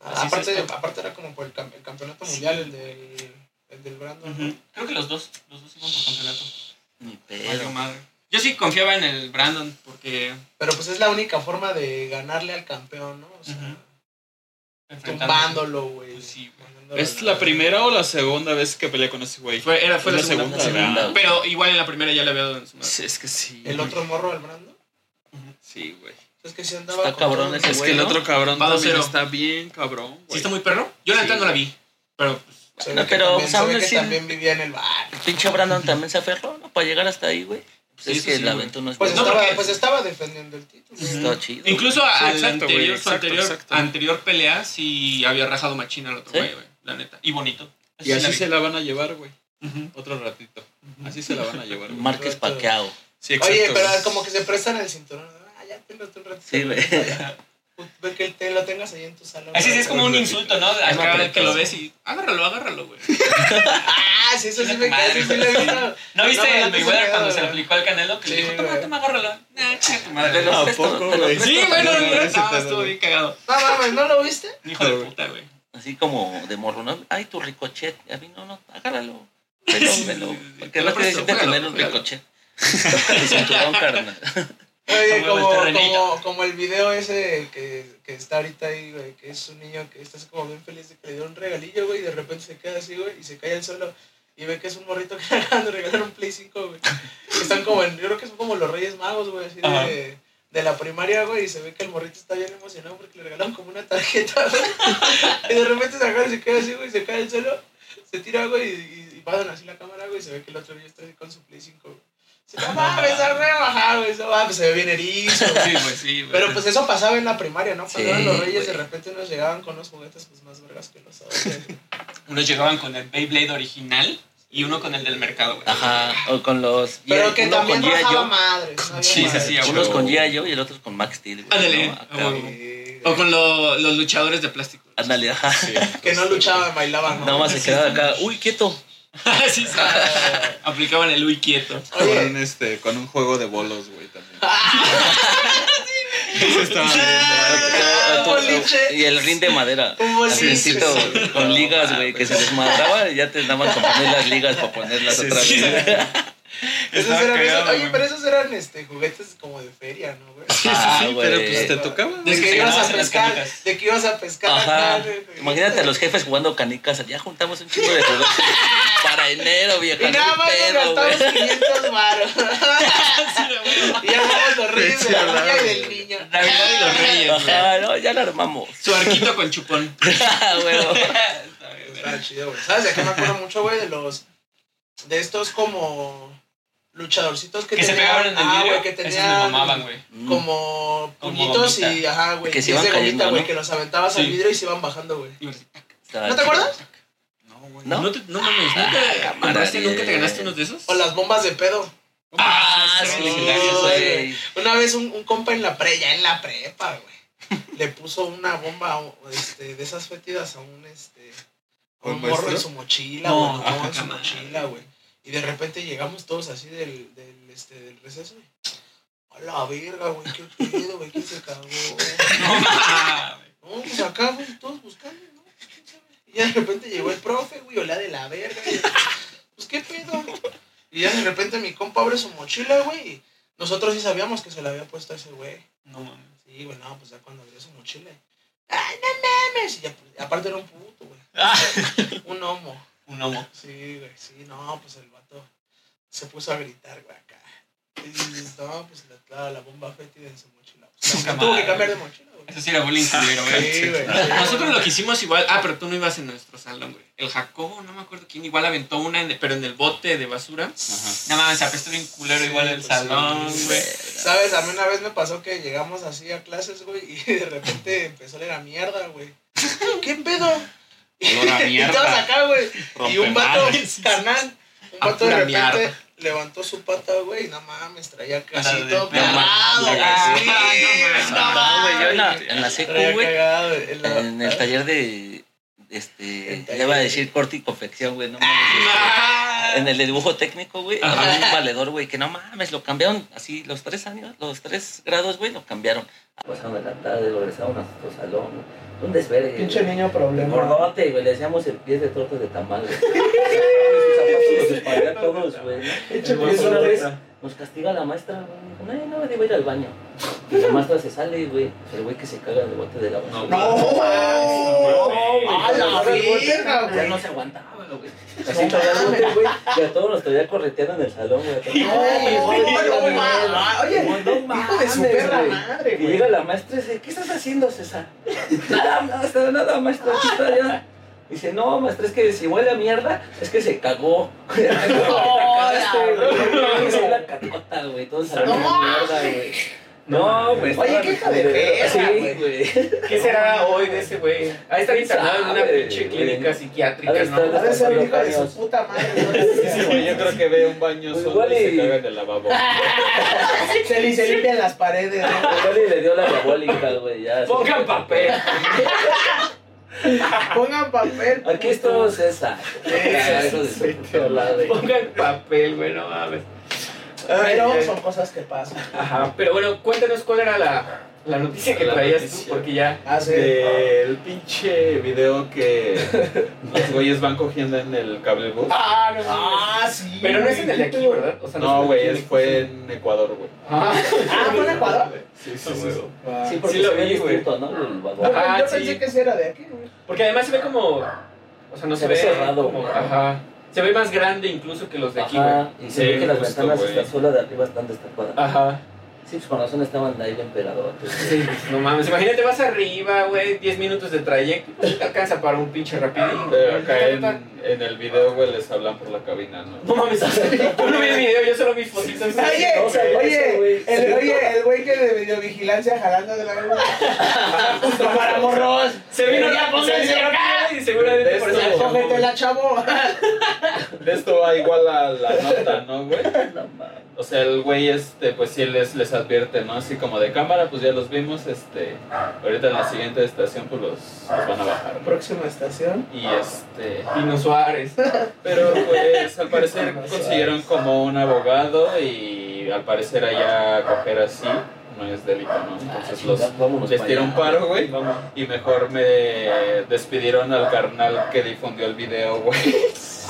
[SPEAKER 3] Ah,
[SPEAKER 1] Así
[SPEAKER 3] aparte,
[SPEAKER 1] se está.
[SPEAKER 3] aparte era como por el, cam- el campeonato mundial, el del, el del Brandon. ¿no?
[SPEAKER 1] Creo que los dos, los dos iban por campeonato.
[SPEAKER 4] Mi
[SPEAKER 1] Valió
[SPEAKER 4] perro.
[SPEAKER 1] madre. Yo sí confiaba en el Brandon, porque
[SPEAKER 3] Pero pues es la única forma de ganarle al campeón, ¿no? O sea,
[SPEAKER 1] Ujú. enfrentándose-
[SPEAKER 3] tumbándolo, güey.
[SPEAKER 1] Pues sí, güey.
[SPEAKER 3] Mandándolo a
[SPEAKER 2] ¿Es la primera o la segunda vez que pelea con ese güey?
[SPEAKER 1] Fue, era, fue
[SPEAKER 2] Es
[SPEAKER 1] la
[SPEAKER 2] la
[SPEAKER 1] segunda.
[SPEAKER 2] segunda,
[SPEAKER 1] ¿verdad?
[SPEAKER 4] güey.
[SPEAKER 1] Pero igual en la primera ya le había dado en su madre.
[SPEAKER 2] Sí, es que sí.
[SPEAKER 3] El
[SPEAKER 2] güey.
[SPEAKER 3] otro morro, el Brandon.
[SPEAKER 2] Sí, güey.
[SPEAKER 3] Es que si andaba.
[SPEAKER 4] Está
[SPEAKER 3] con
[SPEAKER 4] cabrón
[SPEAKER 3] todo,
[SPEAKER 4] ese
[SPEAKER 2] Es
[SPEAKER 4] güey.
[SPEAKER 2] que el
[SPEAKER 4] Bueno.
[SPEAKER 2] otro cabrón
[SPEAKER 1] Va
[SPEAKER 2] también
[SPEAKER 1] 2-0.
[SPEAKER 2] está bien, cabrón, güey.
[SPEAKER 1] ¿Sí está muy perro? Yo la
[SPEAKER 2] Sí.
[SPEAKER 1] neta no la vi, pero pues,
[SPEAKER 3] Se ve
[SPEAKER 4] No,
[SPEAKER 3] que
[SPEAKER 4] pero,
[SPEAKER 3] también-
[SPEAKER 4] pues,
[SPEAKER 3] se ve
[SPEAKER 4] aún
[SPEAKER 3] que
[SPEAKER 4] así-
[SPEAKER 3] también vivía en el bar.
[SPEAKER 4] El pinche Brandon también se aferró, ¿no? Para llegar hasta ahí, güey. Pues
[SPEAKER 1] Sí,
[SPEAKER 4] es
[SPEAKER 1] eso
[SPEAKER 4] que
[SPEAKER 1] sí,
[SPEAKER 4] la
[SPEAKER 1] güey.
[SPEAKER 4] venta no es
[SPEAKER 3] Pues,
[SPEAKER 1] No,
[SPEAKER 3] estaba,
[SPEAKER 1] porque-
[SPEAKER 3] pues estaba defendiendo el título. güey.
[SPEAKER 4] Está chido.
[SPEAKER 1] incluso a-
[SPEAKER 2] Sí,
[SPEAKER 1] al
[SPEAKER 2] exacto, güey,
[SPEAKER 1] anterior, su
[SPEAKER 2] exacto,
[SPEAKER 1] anterior,
[SPEAKER 2] exacto.
[SPEAKER 1] anterior pelea sí había rajado machina al otro
[SPEAKER 4] ¿Sí?
[SPEAKER 1] güey, güey, la neta. Y bonito. Eso
[SPEAKER 2] Y
[SPEAKER 1] sí la
[SPEAKER 2] así
[SPEAKER 1] vi.
[SPEAKER 2] se la van a llevar, güey.
[SPEAKER 1] Ujú.
[SPEAKER 2] Otro ratito. Así se la van a llevar, güey.
[SPEAKER 4] Márquez Paqueado.
[SPEAKER 2] Sí,
[SPEAKER 3] Oye, pero
[SPEAKER 2] güey.
[SPEAKER 3] como que se prestan el cinturón. Ah, ya tenlo tú un ratito. Pues,
[SPEAKER 4] Sí, güey.
[SPEAKER 3] Ve que te lo tengas ahí en tu salón.
[SPEAKER 1] Así sí es como un insulto, ¿no? Acá
[SPEAKER 4] pero
[SPEAKER 1] que lo
[SPEAKER 4] sí.
[SPEAKER 1] ves y agárralo, agárralo, güey.
[SPEAKER 3] Ah, sí, eso sí me
[SPEAKER 1] Madre.
[SPEAKER 3] casi sí lo he visto.
[SPEAKER 1] ¿No viste
[SPEAKER 3] No,
[SPEAKER 1] el
[SPEAKER 3] no, no,
[SPEAKER 1] Mayweather
[SPEAKER 3] no,
[SPEAKER 1] cuando
[SPEAKER 3] no,
[SPEAKER 1] se
[SPEAKER 3] no.
[SPEAKER 1] le aplicó al Canelo? Que le
[SPEAKER 3] Sí,
[SPEAKER 1] dijo, toma,
[SPEAKER 3] güey.
[SPEAKER 1] toma, agárralo. Nah, chinga tu
[SPEAKER 4] Te
[SPEAKER 1] madre.
[SPEAKER 4] lo
[SPEAKER 2] Ah, ¿A
[SPEAKER 4] presto,
[SPEAKER 2] poco,
[SPEAKER 4] te lo
[SPEAKER 2] güey?
[SPEAKER 4] presto
[SPEAKER 1] Sí, güey, no,
[SPEAKER 4] también,
[SPEAKER 1] no, no,
[SPEAKER 4] güey.
[SPEAKER 1] no, estuvo bien cagado.
[SPEAKER 3] No mames, ¿no lo viste?
[SPEAKER 1] Hijo de puta, güey.
[SPEAKER 4] Así como de morronal. Ay, tu ricochet. A mí no, no, agárralo. Velo,
[SPEAKER 1] Sí, sí,
[SPEAKER 4] velo.
[SPEAKER 1] sí, sí.
[SPEAKER 4] Porque
[SPEAKER 1] Te lo
[SPEAKER 4] no te
[SPEAKER 1] presto,
[SPEAKER 4] necesitas
[SPEAKER 1] juégalo,
[SPEAKER 4] tener un
[SPEAKER 1] juégalo.
[SPEAKER 4] ricochet. El cinturón, carnal.
[SPEAKER 3] Oye,
[SPEAKER 1] Como
[SPEAKER 3] como,
[SPEAKER 1] el terrenito.
[SPEAKER 3] como, como el video ese que, que está ahorita ahí, güey, que es un niño que está así como bien feliz de que le dio un regalillo, güey, y de repente se queda así, güey, y se cae al suelo y ve que es un morrito que le acaban de regalar un Play 5, güey. Que Están como, en- yo creo que son como los Reyes Magos, güey, así
[SPEAKER 1] Ajá.
[SPEAKER 3] de, de la primaria, güey, y se ve que el morrito está bien emocionado porque le regalaron como una tarjeta, güey. Y de repente se agarra y se queda así, güey, y se cae al suelo, se tira, güey, y, y- pasan así la cámara, güey, se ve que el otro día está con su Play 5, güey. Se "Ah, no mames, a rebajar, güey, no mames, se ve bien erizo. güey.
[SPEAKER 2] Sí, güey, sí, güey.
[SPEAKER 3] Pero pues eso pasaba en la primaria, ¿no? Cuando
[SPEAKER 4] Sí,
[SPEAKER 3] eran los reyes, de
[SPEAKER 4] güey.
[SPEAKER 3] repente nos llegaban con unos juguetes pues más vergas que los otros. güey.
[SPEAKER 1] Unos llegaban con el Beyblade original y uno con el del mercado,
[SPEAKER 4] Ah.
[SPEAKER 1] güey.
[SPEAKER 4] Ajá, o con los.
[SPEAKER 3] Pero
[SPEAKER 4] G-
[SPEAKER 3] que
[SPEAKER 4] uno
[SPEAKER 3] también
[SPEAKER 4] con G.I.
[SPEAKER 3] rajaba
[SPEAKER 4] Joe,
[SPEAKER 3] madres. no había
[SPEAKER 1] Sí, se
[SPEAKER 3] madres.
[SPEAKER 1] hacía, güey.
[SPEAKER 4] Unos con G.I. Joe y el otro con Max Steel. güey,
[SPEAKER 1] Ándale,
[SPEAKER 4] ¿no?
[SPEAKER 1] a
[SPEAKER 4] Acá,
[SPEAKER 1] huevo.
[SPEAKER 4] güey.
[SPEAKER 3] Sí, güey.
[SPEAKER 1] O con lo- los luchadores de plástico.
[SPEAKER 4] Ándale, ajá.
[SPEAKER 3] Que
[SPEAKER 2] pues,
[SPEAKER 3] no luchaban, bailaban.
[SPEAKER 4] Nada más se quedaba acá. Uy, quieto.
[SPEAKER 1] Así está. Aplicaban el uy quieto.
[SPEAKER 2] Con
[SPEAKER 3] Oye.
[SPEAKER 2] un, este, con un juego de bolos, güey, también. Eso estaba bien, verga.
[SPEAKER 3] Ah,
[SPEAKER 4] Tú- tú-
[SPEAKER 3] boliche.
[SPEAKER 4] eh, Y el rin de madera.
[SPEAKER 3] Un boliche.
[SPEAKER 4] Al principio, güey, con ligas, güey, que se desmadraba y ya te daban con poner las ligas para ponerlas
[SPEAKER 2] Sí,
[SPEAKER 4] otra
[SPEAKER 2] sí.
[SPEAKER 4] vez.
[SPEAKER 3] Esos
[SPEAKER 2] Estaba
[SPEAKER 3] eran
[SPEAKER 2] cagado,
[SPEAKER 3] esos- oye,
[SPEAKER 2] güey.
[SPEAKER 3] pero esos eran este, juguetes como de feria, ¿no, güey?
[SPEAKER 2] Sí, sí,
[SPEAKER 4] Ah,
[SPEAKER 2] sí, pero
[SPEAKER 4] güey.
[SPEAKER 2] pues te tocaba.
[SPEAKER 3] De
[SPEAKER 1] que
[SPEAKER 3] que
[SPEAKER 1] se
[SPEAKER 3] ibas
[SPEAKER 1] ganabas
[SPEAKER 3] a
[SPEAKER 1] en las
[SPEAKER 3] pescar,
[SPEAKER 1] canicas.
[SPEAKER 3] de que ibas a pescar.
[SPEAKER 4] Ajá.
[SPEAKER 3] acá, güey.
[SPEAKER 4] Imagínate a los jefes jugando canicas. Ya juntamos un chingo de juguetes para enero, vieja.
[SPEAKER 3] Y nada
[SPEAKER 4] no
[SPEAKER 3] más
[SPEAKER 4] hay pedo,
[SPEAKER 3] nos
[SPEAKER 4] güey.
[SPEAKER 3] gastamos 500 varos. y armamos los reyes de la niña y del niño.
[SPEAKER 1] Navidad y los Reyes, güey.
[SPEAKER 4] Ajá, no, ya la armamos.
[SPEAKER 1] Su arquito con chupón.
[SPEAKER 4] Ah, güey.
[SPEAKER 1] Está bien, verga.
[SPEAKER 3] Está Ah, chido, güey. ¿Sabes de qué me acuerdo mucho, güey? De los. De estos como. Luchadorcitos que,
[SPEAKER 1] Que se
[SPEAKER 3] tenían-
[SPEAKER 1] pegaban en el
[SPEAKER 3] ah,
[SPEAKER 1] vidrio.
[SPEAKER 3] güey, que
[SPEAKER 1] Esos
[SPEAKER 3] tenían.
[SPEAKER 1] me mamaban, güey. Mm.
[SPEAKER 3] Como
[SPEAKER 1] Como
[SPEAKER 3] puñitos y.
[SPEAKER 1] gomita.
[SPEAKER 3] Ajá, güey.
[SPEAKER 4] Que se
[SPEAKER 3] y es
[SPEAKER 4] iban
[SPEAKER 3] de gomita,
[SPEAKER 4] cayendo,
[SPEAKER 3] güey,
[SPEAKER 4] ¿no? Ah,
[SPEAKER 3] que los aventabas al
[SPEAKER 1] Sí.
[SPEAKER 3] vidrio y se iban bajando, güey.
[SPEAKER 1] Y así,
[SPEAKER 3] ¿No te acuerdas?
[SPEAKER 2] No, güey.
[SPEAKER 4] No.
[SPEAKER 1] No, te, no mames, ¿nunca,
[SPEAKER 4] Ah,
[SPEAKER 1] compraste,
[SPEAKER 4] madre.
[SPEAKER 1] ¿nunca te ganaste unos de esos?
[SPEAKER 3] O las bombas de pedo.
[SPEAKER 4] Ah, sí,
[SPEAKER 1] Sí,
[SPEAKER 4] legendarios, güey.
[SPEAKER 3] Una vez un, un compa en la pre, ya en la prepa, güey. le puso una bomba o- este, de esas fétidas a un este. a
[SPEAKER 2] ¿Un
[SPEAKER 3] un morro
[SPEAKER 2] maestro?
[SPEAKER 3] en su mochila,
[SPEAKER 1] No,
[SPEAKER 3] güey. no,
[SPEAKER 1] ah,
[SPEAKER 3] en su
[SPEAKER 1] jamás.
[SPEAKER 3] mochila, güey. Y de repente llegamos todos así del, del, este, del receso, güey. A la verga, güey, qué pedo, güey, que se cagó.
[SPEAKER 1] No mames.
[SPEAKER 3] No, pues acá, güey, todos buscando, ¿no? ¿Quién sabe? Y ya de repente llegó el profe, güey, olá de la verga. güey. Pues qué pedo. Y ya de repente mi compa abre su mochila, güey. y Nosotros sí sabíamos que se la había puesto a ese güey.
[SPEAKER 1] No mames.
[SPEAKER 3] Sí, güey, no, pues ya cuando abrió su mochila. ¡Ay, no mames! Y ya, pues, aparte era un puto, güey.
[SPEAKER 1] Ah.
[SPEAKER 3] Un homo.
[SPEAKER 1] Un homo.
[SPEAKER 3] Sí, güey, sí, no, pues el vato se puso a gritar, güey, acá. Y dices, no, pues la, la, la bomba fétida en su mochila. Pues,
[SPEAKER 1] Nunca
[SPEAKER 3] tuvo
[SPEAKER 1] más.
[SPEAKER 3] que cambiar de mochila, güey.
[SPEAKER 1] Eso sí era bullying culero, güey.
[SPEAKER 3] Sí, güey.
[SPEAKER 1] Nosotros lo que hicimos igual. Ah, pero tú no ibas en nuestro salón, güey. El Jacobo, no me acuerdo quién, igual aventó una, en- pero en el bote de basura.
[SPEAKER 2] Ajá.
[SPEAKER 1] No mames, apestó bien culero
[SPEAKER 3] Sí,
[SPEAKER 1] igual el
[SPEAKER 3] pues,
[SPEAKER 1] salón,
[SPEAKER 3] sí.
[SPEAKER 1] güey.
[SPEAKER 3] ¿Sabes? A mí una vez me pasó que llegamos así a clases, güey, y de repente empezó a leer a mierda, güey. ¿Qué pedo?
[SPEAKER 2] Olor a
[SPEAKER 3] Y todos
[SPEAKER 2] mierda.
[SPEAKER 3] acá, güey. Y un vato,
[SPEAKER 2] Rompemadres.
[SPEAKER 3] carnal, un
[SPEAKER 1] A
[SPEAKER 3] vato de
[SPEAKER 1] pura
[SPEAKER 3] repente
[SPEAKER 1] mierda.
[SPEAKER 3] levantó su pata, güey, y no mames, traía
[SPEAKER 1] La
[SPEAKER 3] casi
[SPEAKER 1] de
[SPEAKER 3] todo
[SPEAKER 1] perra.
[SPEAKER 3] cagado, güey.
[SPEAKER 1] Ah,
[SPEAKER 3] Sí,
[SPEAKER 1] no mames.
[SPEAKER 3] no
[SPEAKER 4] Ah, güey, yo en la,
[SPEAKER 3] mames.
[SPEAKER 4] en la secu,
[SPEAKER 3] Traía
[SPEAKER 4] güey,
[SPEAKER 3] cagado, güey, en la-
[SPEAKER 4] en el taller de, este,
[SPEAKER 3] El taller
[SPEAKER 4] le iba a
[SPEAKER 3] de-
[SPEAKER 4] decir corte y confección, güey, no mames. este,
[SPEAKER 1] Ah,
[SPEAKER 4] En el de dibujo técnico, güey,
[SPEAKER 1] Ajá.
[SPEAKER 4] había un valedor, güey, que no mames, lo cambiaron así los tres años, los tres grados, güey, lo cambiaron. Pasaron en la tarde, lo regresaron a nuestro salón, un desvergue.
[SPEAKER 3] Pinche niño
[SPEAKER 4] El
[SPEAKER 3] problema.
[SPEAKER 4] Gordote, güey, le decíamos el pie de tortas de tamal, güey. Sus zapatos los espaldea todos, güey.
[SPEAKER 3] Pinche
[SPEAKER 4] Y luego
[SPEAKER 3] pie de
[SPEAKER 4] una vez
[SPEAKER 3] torta.
[SPEAKER 4] nos castiga la maestra, güey. Dijo, no, no, debo ir al baño. Y la maestra se sale, güey. El güey que se caga de bote de la basura.
[SPEAKER 2] No,
[SPEAKER 4] güey.
[SPEAKER 3] ¡A la verga,
[SPEAKER 4] Ya
[SPEAKER 3] güey!
[SPEAKER 4] no se aguantaba, güey. Así traía el bote, güey. Y a todos nos traía correteando en el salón, güey.
[SPEAKER 3] no mames. Oye, hijo de su perra
[SPEAKER 4] güey.
[SPEAKER 3] madre,
[SPEAKER 4] Y
[SPEAKER 3] güey.
[SPEAKER 4] llega la maestra y dice, ¿qué estás haciendo, César? nada, maestra, nada, maestra, aquí está ya. Dice, no, maestra, es que si huele a mierda, es que se cagó. Te cagaste, güey. Esa es la cacota, güey. Todos sabemos
[SPEAKER 3] No.
[SPEAKER 4] mierda, güey. No, güey.
[SPEAKER 3] Oye,
[SPEAKER 4] estaba
[SPEAKER 3] qué hija de
[SPEAKER 4] culero.
[SPEAKER 3] perra,
[SPEAKER 4] Sí, güey.
[SPEAKER 5] ¿Qué será hoy de ese güey? Ahí está internado en una
[SPEAKER 4] sabe,
[SPEAKER 5] pinche
[SPEAKER 4] güey?
[SPEAKER 5] clínica
[SPEAKER 4] Ha de
[SPEAKER 5] psiquiátrica,
[SPEAKER 4] estar-
[SPEAKER 5] ¿no?
[SPEAKER 3] Ha de ser un hijo de su
[SPEAKER 4] Dios.
[SPEAKER 3] puta madre. ¿no?
[SPEAKER 2] yo creo que ve un baño
[SPEAKER 4] Pues igual
[SPEAKER 2] solo y se
[SPEAKER 4] y-
[SPEAKER 2] caga en el lavabo.
[SPEAKER 3] Se, li- se limpian las paredes. ¿no?
[SPEAKER 4] Igual y Pues, le dio la diabólica, güey. ya.
[SPEAKER 5] Pongan papel.
[SPEAKER 3] Pongan papel.
[SPEAKER 4] Aquí está César. Eso de su puta madre.
[SPEAKER 5] Pongan papel, güey, no mames.
[SPEAKER 3] Pero
[SPEAKER 5] Ay,
[SPEAKER 3] son cosas que pasan.
[SPEAKER 5] Ajá, pero bueno, cuéntanos cuál era la, la noticia que
[SPEAKER 2] La
[SPEAKER 5] traías tú,
[SPEAKER 2] noticia.
[SPEAKER 5] porque ya.
[SPEAKER 3] Hace.
[SPEAKER 2] Del pinche video que los güeyes van cogiendo en el cable bus.
[SPEAKER 5] Ah, no mames.
[SPEAKER 3] Ah, sí.
[SPEAKER 5] Pero no es en el de aquí, ¿verdad? O sea,
[SPEAKER 2] No,
[SPEAKER 5] es
[SPEAKER 2] güey,
[SPEAKER 5] en el
[SPEAKER 2] es-
[SPEAKER 5] de aquí.
[SPEAKER 2] fue en Ecuador, güey.
[SPEAKER 5] Ah,
[SPEAKER 3] Ah, ¿fue en Ecuador?
[SPEAKER 2] Sí,
[SPEAKER 5] Ah,
[SPEAKER 2] sí, sí.
[SPEAKER 5] güey.
[SPEAKER 2] sí.
[SPEAKER 4] Sí,
[SPEAKER 5] Sí
[SPEAKER 4] porque
[SPEAKER 5] lo
[SPEAKER 4] se ve
[SPEAKER 5] vi, güey.
[SPEAKER 4] distinto, ¿no? El vagón.
[SPEAKER 3] Yo,
[SPEAKER 5] Ah,
[SPEAKER 3] yo
[SPEAKER 5] sí.
[SPEAKER 3] pensé que sí era de aquí, güey.
[SPEAKER 5] Porque además se ve como. O sea, no se,
[SPEAKER 4] Se ve
[SPEAKER 5] ve.
[SPEAKER 4] cerrado,
[SPEAKER 5] como-
[SPEAKER 4] güey.
[SPEAKER 5] Ajá. Se ve más grande incluso que los de aquí,
[SPEAKER 4] Ajá,
[SPEAKER 5] güey.
[SPEAKER 4] y se ve que las
[SPEAKER 2] justo,
[SPEAKER 4] ventanas
[SPEAKER 2] güey.
[SPEAKER 4] están solas de arriba están destapadas.
[SPEAKER 5] Ajá.
[SPEAKER 4] Sí, pues con razón estaban ahí de emperador. pues.
[SPEAKER 5] Sí, no mames. Imagínate, vas arriba, güey, 10 minutos de trayecto. pues, te alcanza para un pinche rapidín.
[SPEAKER 6] Pero
[SPEAKER 5] güey.
[SPEAKER 6] acá en, en el video, güey, les hablan por la cabina, ¿no?
[SPEAKER 4] No mames,
[SPEAKER 5] Yo no vi el video, yo solo vi fotitos.
[SPEAKER 3] Oye,
[SPEAKER 4] No, o sea, eso,
[SPEAKER 3] oye,
[SPEAKER 4] güey.
[SPEAKER 3] el, oye, el güey que de videovigilancia jalando de la verga. Justo para morros.
[SPEAKER 5] Se vino
[SPEAKER 3] Ya,
[SPEAKER 5] la
[SPEAKER 3] pónganse
[SPEAKER 5] se vino acá, Y seguramente por
[SPEAKER 6] De
[SPEAKER 5] eso.
[SPEAKER 6] esto.
[SPEAKER 3] Cógetela, chavo.
[SPEAKER 6] De esto va igual a la nota, ¿no, güey?
[SPEAKER 4] No mames.
[SPEAKER 6] O sea, el güey, este, pues sí les, les advierte, ¿no? Así como de cámara, pues ya los vimos, este, ahorita en la siguiente estación, pues los, los van a bajar, ¿no?
[SPEAKER 3] Próxima estación.
[SPEAKER 6] Y este,
[SPEAKER 5] Pino Suárez.
[SPEAKER 6] pero pues al parecer consiguieron como un abogado y al parecer allá coger así no es delito, ¿no? Entonces los,
[SPEAKER 4] Ah, pues, Vámonos
[SPEAKER 6] les
[SPEAKER 4] para
[SPEAKER 6] dieron
[SPEAKER 4] allá.
[SPEAKER 6] paro, güey, y mejor me despidieron al carnal que difundió el video, güey.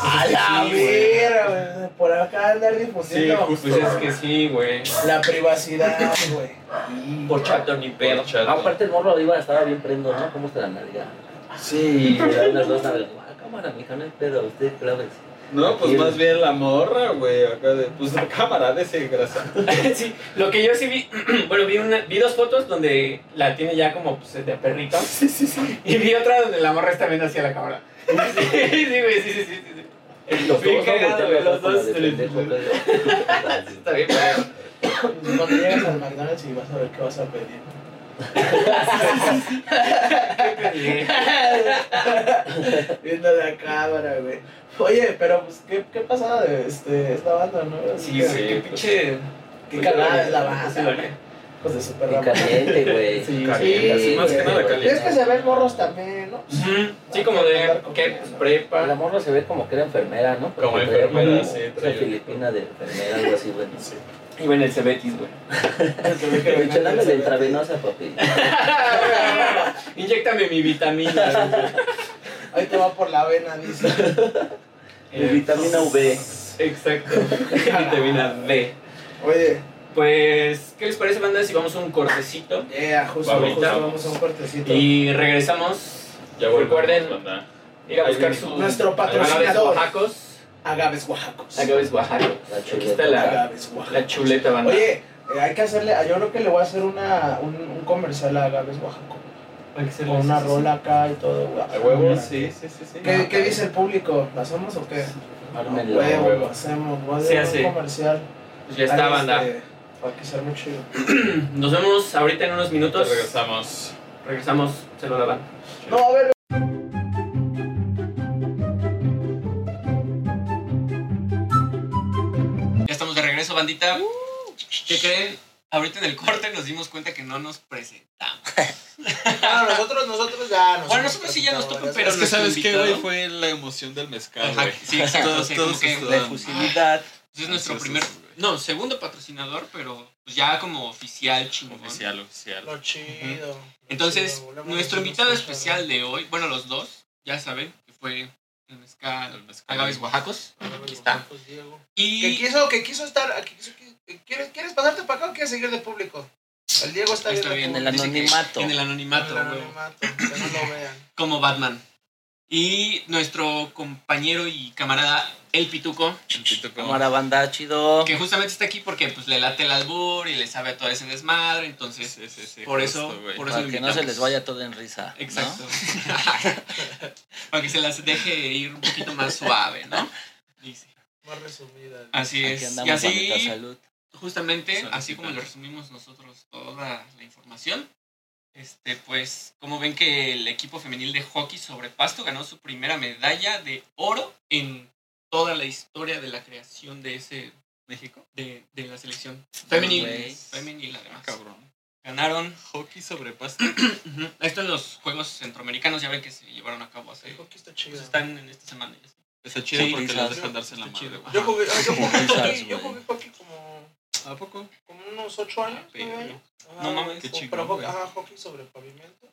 [SPEAKER 3] A la verga, güey. Por acá andar difundiendo
[SPEAKER 6] justo.
[SPEAKER 5] Pues es que sí, güey.
[SPEAKER 3] la privacidad, güey.
[SPEAKER 6] Por chato ni pedo.
[SPEAKER 4] Aparte el morro arriba estaba bien prendo, ¿no? ¿Cómo está la nalga?
[SPEAKER 6] Sí,
[SPEAKER 4] Y le dan las dos nalgas. Ah, cámara, mija, no hay pedo, usted clávese.
[SPEAKER 6] No, pues
[SPEAKER 4] Sí.
[SPEAKER 6] más bien la morra, güey, acá de, pues la cámara de ese grasa.
[SPEAKER 5] Sí, lo que yo sí vi, bueno, vi, una, vi dos fotos donde la tiene ya como pues, de perrito. Sí, sí, sí. Y vi otra donde la morra está viendo hacia la cámara. Sí, sí, güey, sí, sí, sí. sí, sí.
[SPEAKER 4] Los
[SPEAKER 5] Bien
[SPEAKER 4] dos, ¿no?
[SPEAKER 5] cagado, güey, los
[SPEAKER 4] Como
[SPEAKER 5] dos.
[SPEAKER 4] de pendejo, pues.
[SPEAKER 5] Sí,
[SPEAKER 4] claro.
[SPEAKER 5] Está bien, güey.
[SPEAKER 3] Cuando llegas al McDonald's y vas a ver qué vas a pedir. Viendo la cámara, güey. Oye, pero pues qué, qué pasada de este, esta banda, ¿no?
[SPEAKER 5] Sí, güey, qué pinche.
[SPEAKER 3] Qué cagada es la banda, güey. Pues de super
[SPEAKER 4] Y caliente, güey.
[SPEAKER 5] Sí,
[SPEAKER 6] Caliente,
[SPEAKER 3] sí,
[SPEAKER 6] más que
[SPEAKER 3] güey.
[SPEAKER 6] nada
[SPEAKER 3] Es
[SPEAKER 6] caliente.
[SPEAKER 3] que se ven morros también, ¿no?
[SPEAKER 5] Ujú, Sí, como de que
[SPEAKER 4] La
[SPEAKER 5] prepa.
[SPEAKER 4] morra se ve como que era enfermera, ¿no?
[SPEAKER 6] Como
[SPEAKER 4] Porque traía
[SPEAKER 6] enfermera,
[SPEAKER 4] como
[SPEAKER 6] sí,
[SPEAKER 4] una
[SPEAKER 6] traía-
[SPEAKER 4] filipina de enfermera, algo así, güey.
[SPEAKER 6] Sí.
[SPEAKER 5] Y bueno, el Cebetis, güey.
[SPEAKER 4] Pinche, dame la intravenosa, papi.
[SPEAKER 5] Inyéctame mi vitamina. güey.
[SPEAKER 3] Ahí te va por la vena, dice.
[SPEAKER 4] Mi vitamina V.
[SPEAKER 5] Exacto. vitamina B.
[SPEAKER 3] Oye,
[SPEAKER 5] Pues, ¿qué les parece, banda, si vamos a un cortecito?
[SPEAKER 3] yeah, eh, justo,
[SPEAKER 6] Ahorita.
[SPEAKER 3] justo vamos a un cortecito.
[SPEAKER 5] Y regresamos.
[SPEAKER 6] Ya volvemos,
[SPEAKER 5] Recuerden-
[SPEAKER 6] banda.
[SPEAKER 5] Ir a
[SPEAKER 6] Ahí
[SPEAKER 5] buscar
[SPEAKER 6] mismo.
[SPEAKER 5] su...
[SPEAKER 3] Nuestro
[SPEAKER 5] Agaves
[SPEAKER 3] patrocinador,
[SPEAKER 5] Oaxacos.
[SPEAKER 3] Agaves Oaxacos.
[SPEAKER 5] Agaves Oaxaco.
[SPEAKER 4] La
[SPEAKER 5] Aquí está la,
[SPEAKER 3] Agaves Oaxacos.
[SPEAKER 5] la chuleta, banda.
[SPEAKER 3] Oye, eh, hay que hacerle, yo creo que le voy a hacer una, un, un comercial a Agaves Oaxaco.
[SPEAKER 5] Hay que hacerle
[SPEAKER 3] Con una
[SPEAKER 5] así,
[SPEAKER 3] rola acá y todo, güey.
[SPEAKER 6] A huevo, sí, sí, sí, sí.
[SPEAKER 3] ¿Qué,
[SPEAKER 2] Ah,
[SPEAKER 3] qué dice el público? ¿La hacemos o qué?
[SPEAKER 4] Ármenla.
[SPEAKER 3] Huevo,
[SPEAKER 6] huevo.
[SPEAKER 3] lo hacemos. Voy a
[SPEAKER 5] Se
[SPEAKER 3] hacer
[SPEAKER 5] hace.
[SPEAKER 3] un comercial.
[SPEAKER 5] sí. Pues ya está,
[SPEAKER 3] Ahí,
[SPEAKER 5] banda.
[SPEAKER 3] este, Para que sea muy chido.
[SPEAKER 5] Nos vemos ahorita en unos minutos.
[SPEAKER 6] Regresamos.
[SPEAKER 5] Regresamos. Se lo lavan.
[SPEAKER 3] No, a ver.
[SPEAKER 1] Ya estamos de regreso, bandita. ¿Qué creen? Ahorita en el corte nos dimos cuenta que no nos presentamos.
[SPEAKER 3] Ah, nosotros, nosotros ya nos.
[SPEAKER 1] Bueno, nosotros sí ya nos toca, pero
[SPEAKER 2] Es que
[SPEAKER 1] nuestro
[SPEAKER 2] sabes qué,
[SPEAKER 1] invitado-
[SPEAKER 2] güey, fue la emoción del mezcal,
[SPEAKER 1] Ajá,
[SPEAKER 2] güey.
[SPEAKER 1] sí, exacto,
[SPEAKER 2] Todos-
[SPEAKER 1] sí,
[SPEAKER 2] todos
[SPEAKER 1] como que
[SPEAKER 2] se
[SPEAKER 1] la
[SPEAKER 2] sudaban.
[SPEAKER 4] efusividad.
[SPEAKER 1] Pues es nuestro
[SPEAKER 2] Sí, sí,
[SPEAKER 1] primer,
[SPEAKER 2] sí, güey.
[SPEAKER 1] no, segundo patrocinador, pero pues ya como oficial chingón.
[SPEAKER 2] Oficial, oficial.
[SPEAKER 3] Lo chido. lo
[SPEAKER 1] Entonces,
[SPEAKER 3] chido, volvemos a
[SPEAKER 1] nuestro
[SPEAKER 3] hacer
[SPEAKER 1] invitado
[SPEAKER 3] nuestro
[SPEAKER 1] especial de hoy, bueno, los dos, ya saben, que fue el
[SPEAKER 2] El
[SPEAKER 1] mezcal
[SPEAKER 2] mezcal.
[SPEAKER 1] Agaves Oaxacos.
[SPEAKER 3] programa.
[SPEAKER 1] Aquí está.
[SPEAKER 3] Pues, Diego. Que
[SPEAKER 1] Y
[SPEAKER 3] quiso, que quiso estar. que quiso- que- ¿quieres, ¿Quieres pasarte para acá o quieres seguir de público? El Diego está,
[SPEAKER 1] está bien,
[SPEAKER 3] bien. de Ah.
[SPEAKER 4] En el
[SPEAKER 3] público.
[SPEAKER 1] dice que-
[SPEAKER 4] anonimato.
[SPEAKER 1] En el anonimato,
[SPEAKER 3] En el
[SPEAKER 1] güey,
[SPEAKER 3] anonimato, que no lo vean.
[SPEAKER 1] como Batman. Y nuestro compañero y camarada El Pituco,
[SPEAKER 2] El pito como-
[SPEAKER 4] Cámara banda, chido.
[SPEAKER 1] que justamente está aquí porque pues le late el albur y le sabe a todo ese desmadre, entonces
[SPEAKER 2] Sí, sí, sí,
[SPEAKER 1] por
[SPEAKER 2] justo,
[SPEAKER 1] eso-
[SPEAKER 2] güey.
[SPEAKER 1] por eso-
[SPEAKER 4] Para
[SPEAKER 1] lo
[SPEAKER 4] que no
[SPEAKER 1] invitamos.
[SPEAKER 4] se les vaya todo en risa. ¿no?
[SPEAKER 1] Exacto. Para que se las deje ir un poquito más suave, ¿no? Dice.
[SPEAKER 3] Más resumida.
[SPEAKER 1] Así
[SPEAKER 4] Aquí
[SPEAKER 1] es.
[SPEAKER 4] andamos,
[SPEAKER 1] Y
[SPEAKER 4] bandita,
[SPEAKER 1] así,
[SPEAKER 4] salud.
[SPEAKER 1] justamente,
[SPEAKER 2] Saludcita.
[SPEAKER 1] así como le resumimos nosotros toda la información, este, pues, como ven que el equipo femenil de hockey sobre pasto ganó su primera medalla de oro en toda la historia de la creación de ese
[SPEAKER 2] México.
[SPEAKER 1] de, de la selección femenil,
[SPEAKER 4] Güey.
[SPEAKER 1] femenil además.
[SPEAKER 2] Ah, Cabrón.
[SPEAKER 1] Ganaron.
[SPEAKER 2] Hockey sobre pasto.
[SPEAKER 1] ujú, Esto en los Juegos Centroamericanos, ya ven que se llevaron a cabo hace
[SPEAKER 3] El hockey está chido.
[SPEAKER 1] Pues están en esta semana. ya sé.
[SPEAKER 2] Está chido
[SPEAKER 4] Sí,
[SPEAKER 2] porque
[SPEAKER 4] sí,
[SPEAKER 2] les
[SPEAKER 4] sí.
[SPEAKER 2] dejan darse en la
[SPEAKER 1] Está
[SPEAKER 2] madre,
[SPEAKER 1] chido.
[SPEAKER 2] güey.
[SPEAKER 3] Yo jugué, ah, yo jugué hockey,
[SPEAKER 4] Quizás,
[SPEAKER 3] yo
[SPEAKER 4] güey.
[SPEAKER 3] jugué hockey como,
[SPEAKER 2] ¿A poco?
[SPEAKER 3] como unos ocho años.
[SPEAKER 1] Ah,
[SPEAKER 3] nueve años. Ajá,
[SPEAKER 1] No mames,
[SPEAKER 2] qué
[SPEAKER 3] como-
[SPEAKER 2] chingón,
[SPEAKER 3] Pero hockey,
[SPEAKER 2] güey.
[SPEAKER 3] ajá, hockey sobre pavimento.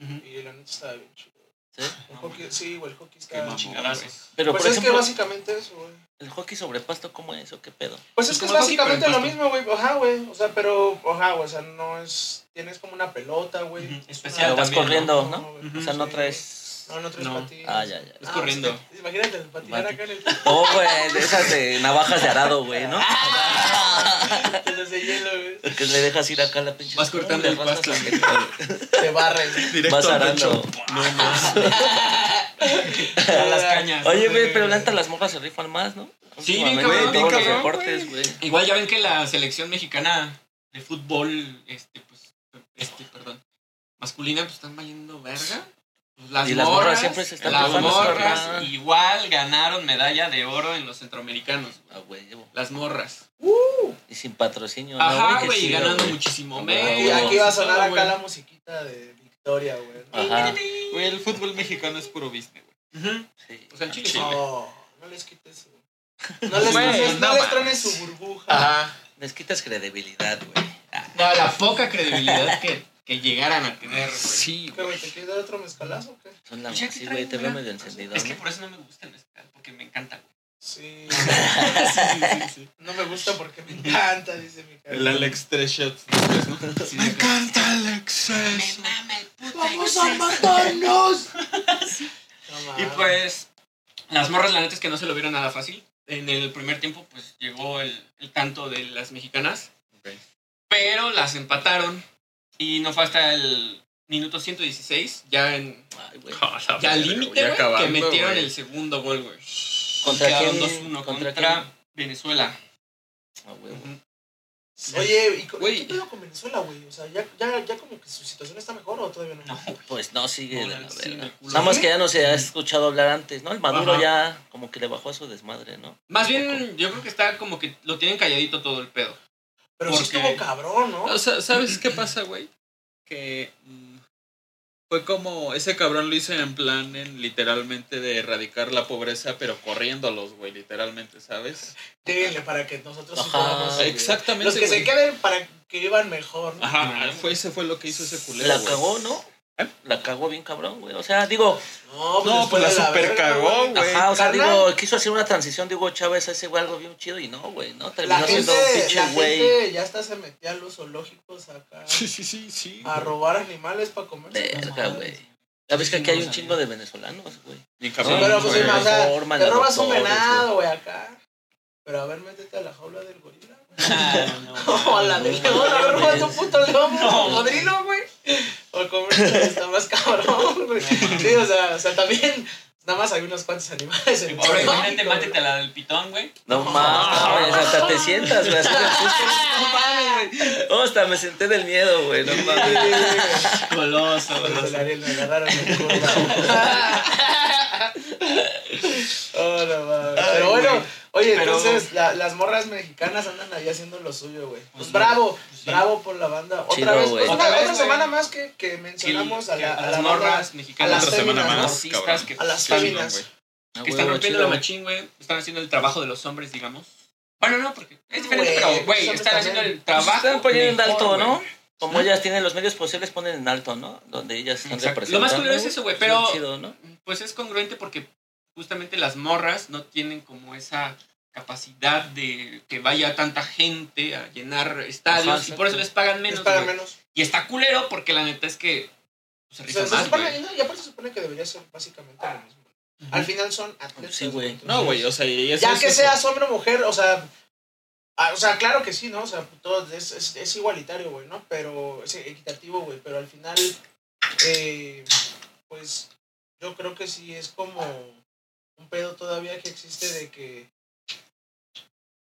[SPEAKER 1] Ujú.
[SPEAKER 3] Y la neta estaba bien chido.
[SPEAKER 4] ¿Sí?
[SPEAKER 1] Ah,
[SPEAKER 3] El hockey, sí, güey, el hockey
[SPEAKER 2] Qué
[SPEAKER 3] está
[SPEAKER 2] mamón,
[SPEAKER 3] chido.
[SPEAKER 1] Chingadazos.
[SPEAKER 4] Pero
[SPEAKER 3] Pues
[SPEAKER 4] por
[SPEAKER 3] es que
[SPEAKER 4] ejemplo,
[SPEAKER 3] básicamente eso, güey.
[SPEAKER 4] el hockey sobre pasto, ¿cómo es o qué pedo?
[SPEAKER 3] Pues es
[SPEAKER 1] Es
[SPEAKER 3] que es
[SPEAKER 1] como el hockey, pero en
[SPEAKER 3] básicamente lo
[SPEAKER 1] pasto.
[SPEAKER 3] mismo, güey. Ajá, güey. O sea, pero, ajá, güey. O sea, no es. Tienes como una pelota, güey.
[SPEAKER 1] Ujú,
[SPEAKER 3] Es
[SPEAKER 1] especial
[SPEAKER 3] una-
[SPEAKER 4] Lo vas
[SPEAKER 1] también,
[SPEAKER 4] corriendo, ¿no?
[SPEAKER 3] güey,
[SPEAKER 1] Ujú.
[SPEAKER 4] O sea, no
[SPEAKER 3] sí.
[SPEAKER 4] traes.
[SPEAKER 3] No, no traes
[SPEAKER 1] No.
[SPEAKER 3] patines.
[SPEAKER 4] Ah, ya, Oh, ya.
[SPEAKER 1] Es corriendo.
[SPEAKER 3] pues, te- imagínate, patinar
[SPEAKER 4] Pati-
[SPEAKER 3] acá en el.
[SPEAKER 4] No, güey, de esas de navajas de arado, güey, ¿no?
[SPEAKER 3] Que te bloques de hielo, güey.
[SPEAKER 4] Que le dejas ir acá a la pinche.
[SPEAKER 2] Vas cortando
[SPEAKER 4] le
[SPEAKER 2] el
[SPEAKER 4] rascas
[SPEAKER 2] pasto.
[SPEAKER 4] la jeta,
[SPEAKER 3] Se barren.
[SPEAKER 4] güey. Vas
[SPEAKER 2] al
[SPEAKER 4] arando.
[SPEAKER 2] pecho. No más.
[SPEAKER 1] Ah, A las cañas.
[SPEAKER 4] Oye, güey, pero la neta las mojas se rifan más, ¿no?
[SPEAKER 1] Sí, bien
[SPEAKER 4] Últimamente,
[SPEAKER 1] cabrón, bien
[SPEAKER 4] todos los
[SPEAKER 1] cabrón,
[SPEAKER 4] deportes, güey.
[SPEAKER 1] Igual ya ven que la selección mexicana de fútbol, este, pues, este, perdón, masculina, pues están valiendo verga. Pues, las,
[SPEAKER 4] Y
[SPEAKER 1] morras,
[SPEAKER 4] las morras siempre se están
[SPEAKER 1] las
[SPEAKER 4] rifando,
[SPEAKER 1] morras
[SPEAKER 4] ¿verdad?
[SPEAKER 1] igual ganaron medalla de oro en los centroamericanos. güey.
[SPEAKER 4] A huevo.
[SPEAKER 1] Las morras.
[SPEAKER 4] Y sin patrocinio,
[SPEAKER 1] Ajá,
[SPEAKER 4] Que
[SPEAKER 1] güey,
[SPEAKER 4] sí,
[SPEAKER 1] ganando muchísimo menos.
[SPEAKER 3] Y aquí va a sonar
[SPEAKER 1] todo,
[SPEAKER 3] acá
[SPEAKER 1] Ah, güey. Ah,
[SPEAKER 3] la musiquita de Victoria, güey.
[SPEAKER 4] Ajá.
[SPEAKER 2] Güey, el fútbol mexicano es puro business, güey.
[SPEAKER 1] Ujú.
[SPEAKER 4] Sí.
[SPEAKER 1] O sea, en Chile. sí.
[SPEAKER 3] No, no les quites su. No les,
[SPEAKER 2] Güey,
[SPEAKER 3] trones- no
[SPEAKER 2] no
[SPEAKER 3] les
[SPEAKER 2] más.
[SPEAKER 3] trones su
[SPEAKER 1] Ah,
[SPEAKER 3] burbuja.
[SPEAKER 1] Ajá.
[SPEAKER 4] Les quitas credibilidad, güey.
[SPEAKER 1] No, la poca credibilidad que, que llegaran a tener, güey.
[SPEAKER 2] Sí,
[SPEAKER 3] ¿Qué, güey? ¿Te quieres dar otro mezcalazo o qué?
[SPEAKER 4] Son la
[SPEAKER 1] Pues ya que
[SPEAKER 4] sí, güey, te veo
[SPEAKER 1] traigo,
[SPEAKER 4] medio encendido.
[SPEAKER 1] Es que
[SPEAKER 4] ¿no?
[SPEAKER 1] por eso no me gusta el mezcal, porque me encanta, güey.
[SPEAKER 3] Sí.
[SPEAKER 2] sí, sí, sí.
[SPEAKER 3] No me gusta porque me encanta, dice mi cara.
[SPEAKER 2] El Alex tres shots después, ¿no?
[SPEAKER 1] Sí,
[SPEAKER 2] Me
[SPEAKER 1] de-
[SPEAKER 2] encanta Alex. es-
[SPEAKER 1] mama el puto
[SPEAKER 3] ¡Vamos a
[SPEAKER 1] exceso.
[SPEAKER 3] matarnos!
[SPEAKER 1] Y pues, las morras, la neta es que no se lo vieron nada fácil. En el primer tiempo, pues llegó el, el tanto de las mexicanas.
[SPEAKER 2] Ok.
[SPEAKER 1] Pero las empataron. Y no fue hasta el minuto 116, ya en.
[SPEAKER 4] Ay, güey.
[SPEAKER 1] Ya al límite,
[SPEAKER 2] Ah, Ya
[SPEAKER 1] güey, que
[SPEAKER 2] acabando,
[SPEAKER 1] metieron
[SPEAKER 2] güey.
[SPEAKER 1] el segundo gol, güey.
[SPEAKER 4] ¿Contra
[SPEAKER 1] Quedaron
[SPEAKER 4] quién?
[SPEAKER 1] 2-1
[SPEAKER 4] ¿Contra
[SPEAKER 1] contra,
[SPEAKER 4] quién?
[SPEAKER 1] Venezuela.
[SPEAKER 4] A huevo.
[SPEAKER 3] Oye, ¿y co-
[SPEAKER 2] Güey.
[SPEAKER 3] qué pedo con Venezuela, güey? O sea, ¿ya, ya, ¿ya como que su situación está mejor o todavía no?
[SPEAKER 1] No,
[SPEAKER 4] Pues no, sigue de
[SPEAKER 1] Hola,
[SPEAKER 4] la
[SPEAKER 1] sí,
[SPEAKER 4] verga.
[SPEAKER 1] me culo.
[SPEAKER 4] Nada más que ya no se ha escuchado hablar antes, ¿no? El Maduro
[SPEAKER 1] Ajá.
[SPEAKER 4] ya como que le bajó a su desmadre, ¿no?
[SPEAKER 1] Más bien, yo creo que está como que lo tienen calladito todo el pedo.
[SPEAKER 3] Pero sí
[SPEAKER 1] Porque-
[SPEAKER 3] estuvo cabrón, ¿no?
[SPEAKER 2] O sea, ¿sabes qué pasa, güey? Que mm, fue como ese cabrón lo hizo en plan en literalmente de erradicar la pobreza, pero corriéndolos, güey, literalmente, ¿sabes?
[SPEAKER 3] Déjenle para que nosotros sí
[SPEAKER 4] Ajá,
[SPEAKER 3] podamos, güey.
[SPEAKER 2] Exactamente.
[SPEAKER 3] Los que se
[SPEAKER 2] güey. Ah.
[SPEAKER 3] queden para que iban mejor, ¿no?
[SPEAKER 2] Ajá, fue, Pues ese fue lo que hizo ese culero.
[SPEAKER 4] La
[SPEAKER 2] güey.
[SPEAKER 4] cagó, ¿no?
[SPEAKER 3] ¿Eh?
[SPEAKER 4] La cagó bien cabrón, güey. O sea, digo,
[SPEAKER 3] No,
[SPEAKER 2] No, pues la
[SPEAKER 3] después de
[SPEAKER 2] super
[SPEAKER 3] verga,
[SPEAKER 2] cagó, güey.
[SPEAKER 4] ajá, o sea,
[SPEAKER 3] carnal.
[SPEAKER 4] digo, quiso hacer una transición de Hugo Chávez a ese güey algo bien chido y no, güey, ¿no?
[SPEAKER 3] La
[SPEAKER 4] Terminó
[SPEAKER 3] gente,
[SPEAKER 4] siendo un
[SPEAKER 3] la
[SPEAKER 4] pinche güey.
[SPEAKER 3] gente ya hasta se metía a los zoológicos acá
[SPEAKER 2] Sí, sí, sí, sí.
[SPEAKER 3] a robar animales para comer.
[SPEAKER 4] Verga, güey. Sabes que aquí hay un chingo de venezolanos, güey.
[SPEAKER 2] Bien
[SPEAKER 4] Sí,
[SPEAKER 2] cabrón.
[SPEAKER 3] pero pues
[SPEAKER 2] güey.
[SPEAKER 3] o sea,
[SPEAKER 4] Forman
[SPEAKER 3] te
[SPEAKER 4] a
[SPEAKER 3] robas un
[SPEAKER 4] doctores,
[SPEAKER 3] venado, güey, acá. Pero a ver, métete a la jaula del gorila. güey.
[SPEAKER 1] Ah, no,
[SPEAKER 3] O a la del león, a ver, roba tu puto león, cocodrilo, güey. O comer está más cabrón, güey. Sí, o sea, o sea, también nada más hay unos cuantos animales. en
[SPEAKER 1] Ahora
[SPEAKER 3] México,
[SPEAKER 1] imagínate,
[SPEAKER 3] güey.
[SPEAKER 1] mátete a la del pitón, güey.
[SPEAKER 4] No mames, hasta te sientas, güey. así de susto. No mames, güey. Oh, hasta me senté del miedo, güey. No mames.
[SPEAKER 1] Goloso,
[SPEAKER 3] Los del Ariel me agarraron en curva. Oh, no mames. Pero bueno, oye,
[SPEAKER 1] Pero-
[SPEAKER 3] entonces la- las morras mexicanas andan ahí haciendo lo suyo, güey. Pues
[SPEAKER 1] sí.
[SPEAKER 3] bravo,
[SPEAKER 1] Pues sí.
[SPEAKER 3] bravo por la banda. Otra
[SPEAKER 4] Chido,
[SPEAKER 3] vez,
[SPEAKER 4] güey.
[SPEAKER 3] pues,
[SPEAKER 1] Otra
[SPEAKER 3] una-
[SPEAKER 1] vez,
[SPEAKER 3] otra
[SPEAKER 1] güey.
[SPEAKER 3] semana más que, que
[SPEAKER 1] Sí,
[SPEAKER 3] mencionamos
[SPEAKER 1] que
[SPEAKER 3] a, la-
[SPEAKER 1] a
[SPEAKER 3] a
[SPEAKER 1] las
[SPEAKER 3] la
[SPEAKER 1] morras
[SPEAKER 3] a
[SPEAKER 1] mexicanas,
[SPEAKER 3] las
[SPEAKER 1] a
[SPEAKER 2] Otra semana
[SPEAKER 3] féminas,
[SPEAKER 2] más,
[SPEAKER 1] las
[SPEAKER 2] cabrón.
[SPEAKER 1] artistas que,
[SPEAKER 3] a las
[SPEAKER 2] Sí, no,
[SPEAKER 3] féminas.
[SPEAKER 2] güey.
[SPEAKER 4] Ah,
[SPEAKER 1] que
[SPEAKER 4] güey,
[SPEAKER 1] están rompiendo
[SPEAKER 4] chido.
[SPEAKER 1] la machín, güey. Están haciendo el trabajo de los hombres, digamos. Bueno, no, porque es diferente,
[SPEAKER 3] Güey,
[SPEAKER 1] pero, güey,
[SPEAKER 3] los hombres
[SPEAKER 1] están haciendo
[SPEAKER 3] también.
[SPEAKER 1] el trabajo.
[SPEAKER 4] Pues Están poniendo en
[SPEAKER 1] mejor,
[SPEAKER 4] alto, ¿no?
[SPEAKER 1] güey.
[SPEAKER 4] Como ellas tienen los medios posibles, ponen en alto, ¿no? Donde ellas están
[SPEAKER 1] Exacto.
[SPEAKER 4] representando.
[SPEAKER 1] Lo más culero es eso, güey, pero-
[SPEAKER 4] Bien chido, ¿no?
[SPEAKER 1] Pues es congruente porque justamente las morras no tienen como esa capacidad de que vaya tanta gente a llenar estadios y
[SPEAKER 4] exacto.
[SPEAKER 1] por eso les pagan
[SPEAKER 3] Les
[SPEAKER 1] menos,
[SPEAKER 3] pagan
[SPEAKER 1] güey.
[SPEAKER 3] menos.
[SPEAKER 1] Y está culero porque la neta es que pues, se
[SPEAKER 3] O sea,
[SPEAKER 1] rifan
[SPEAKER 3] se
[SPEAKER 1] más,
[SPEAKER 3] supone,
[SPEAKER 1] güey.
[SPEAKER 3] no, y aparte se supone que debería ser básicamente lo mismo. Al final son atletas.
[SPEAKER 4] Ah, pues Sí, güey.
[SPEAKER 3] entonces-
[SPEAKER 2] No, güey, o sea, y eso
[SPEAKER 3] ya
[SPEAKER 2] es
[SPEAKER 3] que
[SPEAKER 2] eso.
[SPEAKER 3] seas hombre o mujer, o sea, ah, o sea, claro que sí, ¿no? O sea, todo es, es, es igualitario, güey, ¿no? Pero es equitativo, güey, pero al final, eh, pues yo creo que sí es como un pedo todavía que existe de que,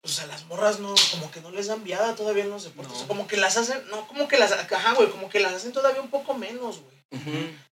[SPEAKER 3] pues a las morras no, como que no les dan viada todavía en los deportes,
[SPEAKER 1] No.
[SPEAKER 3] o sea, como que las hacen, no, como que las, ajá, güey, como que las hacen todavía un poco menos, güey.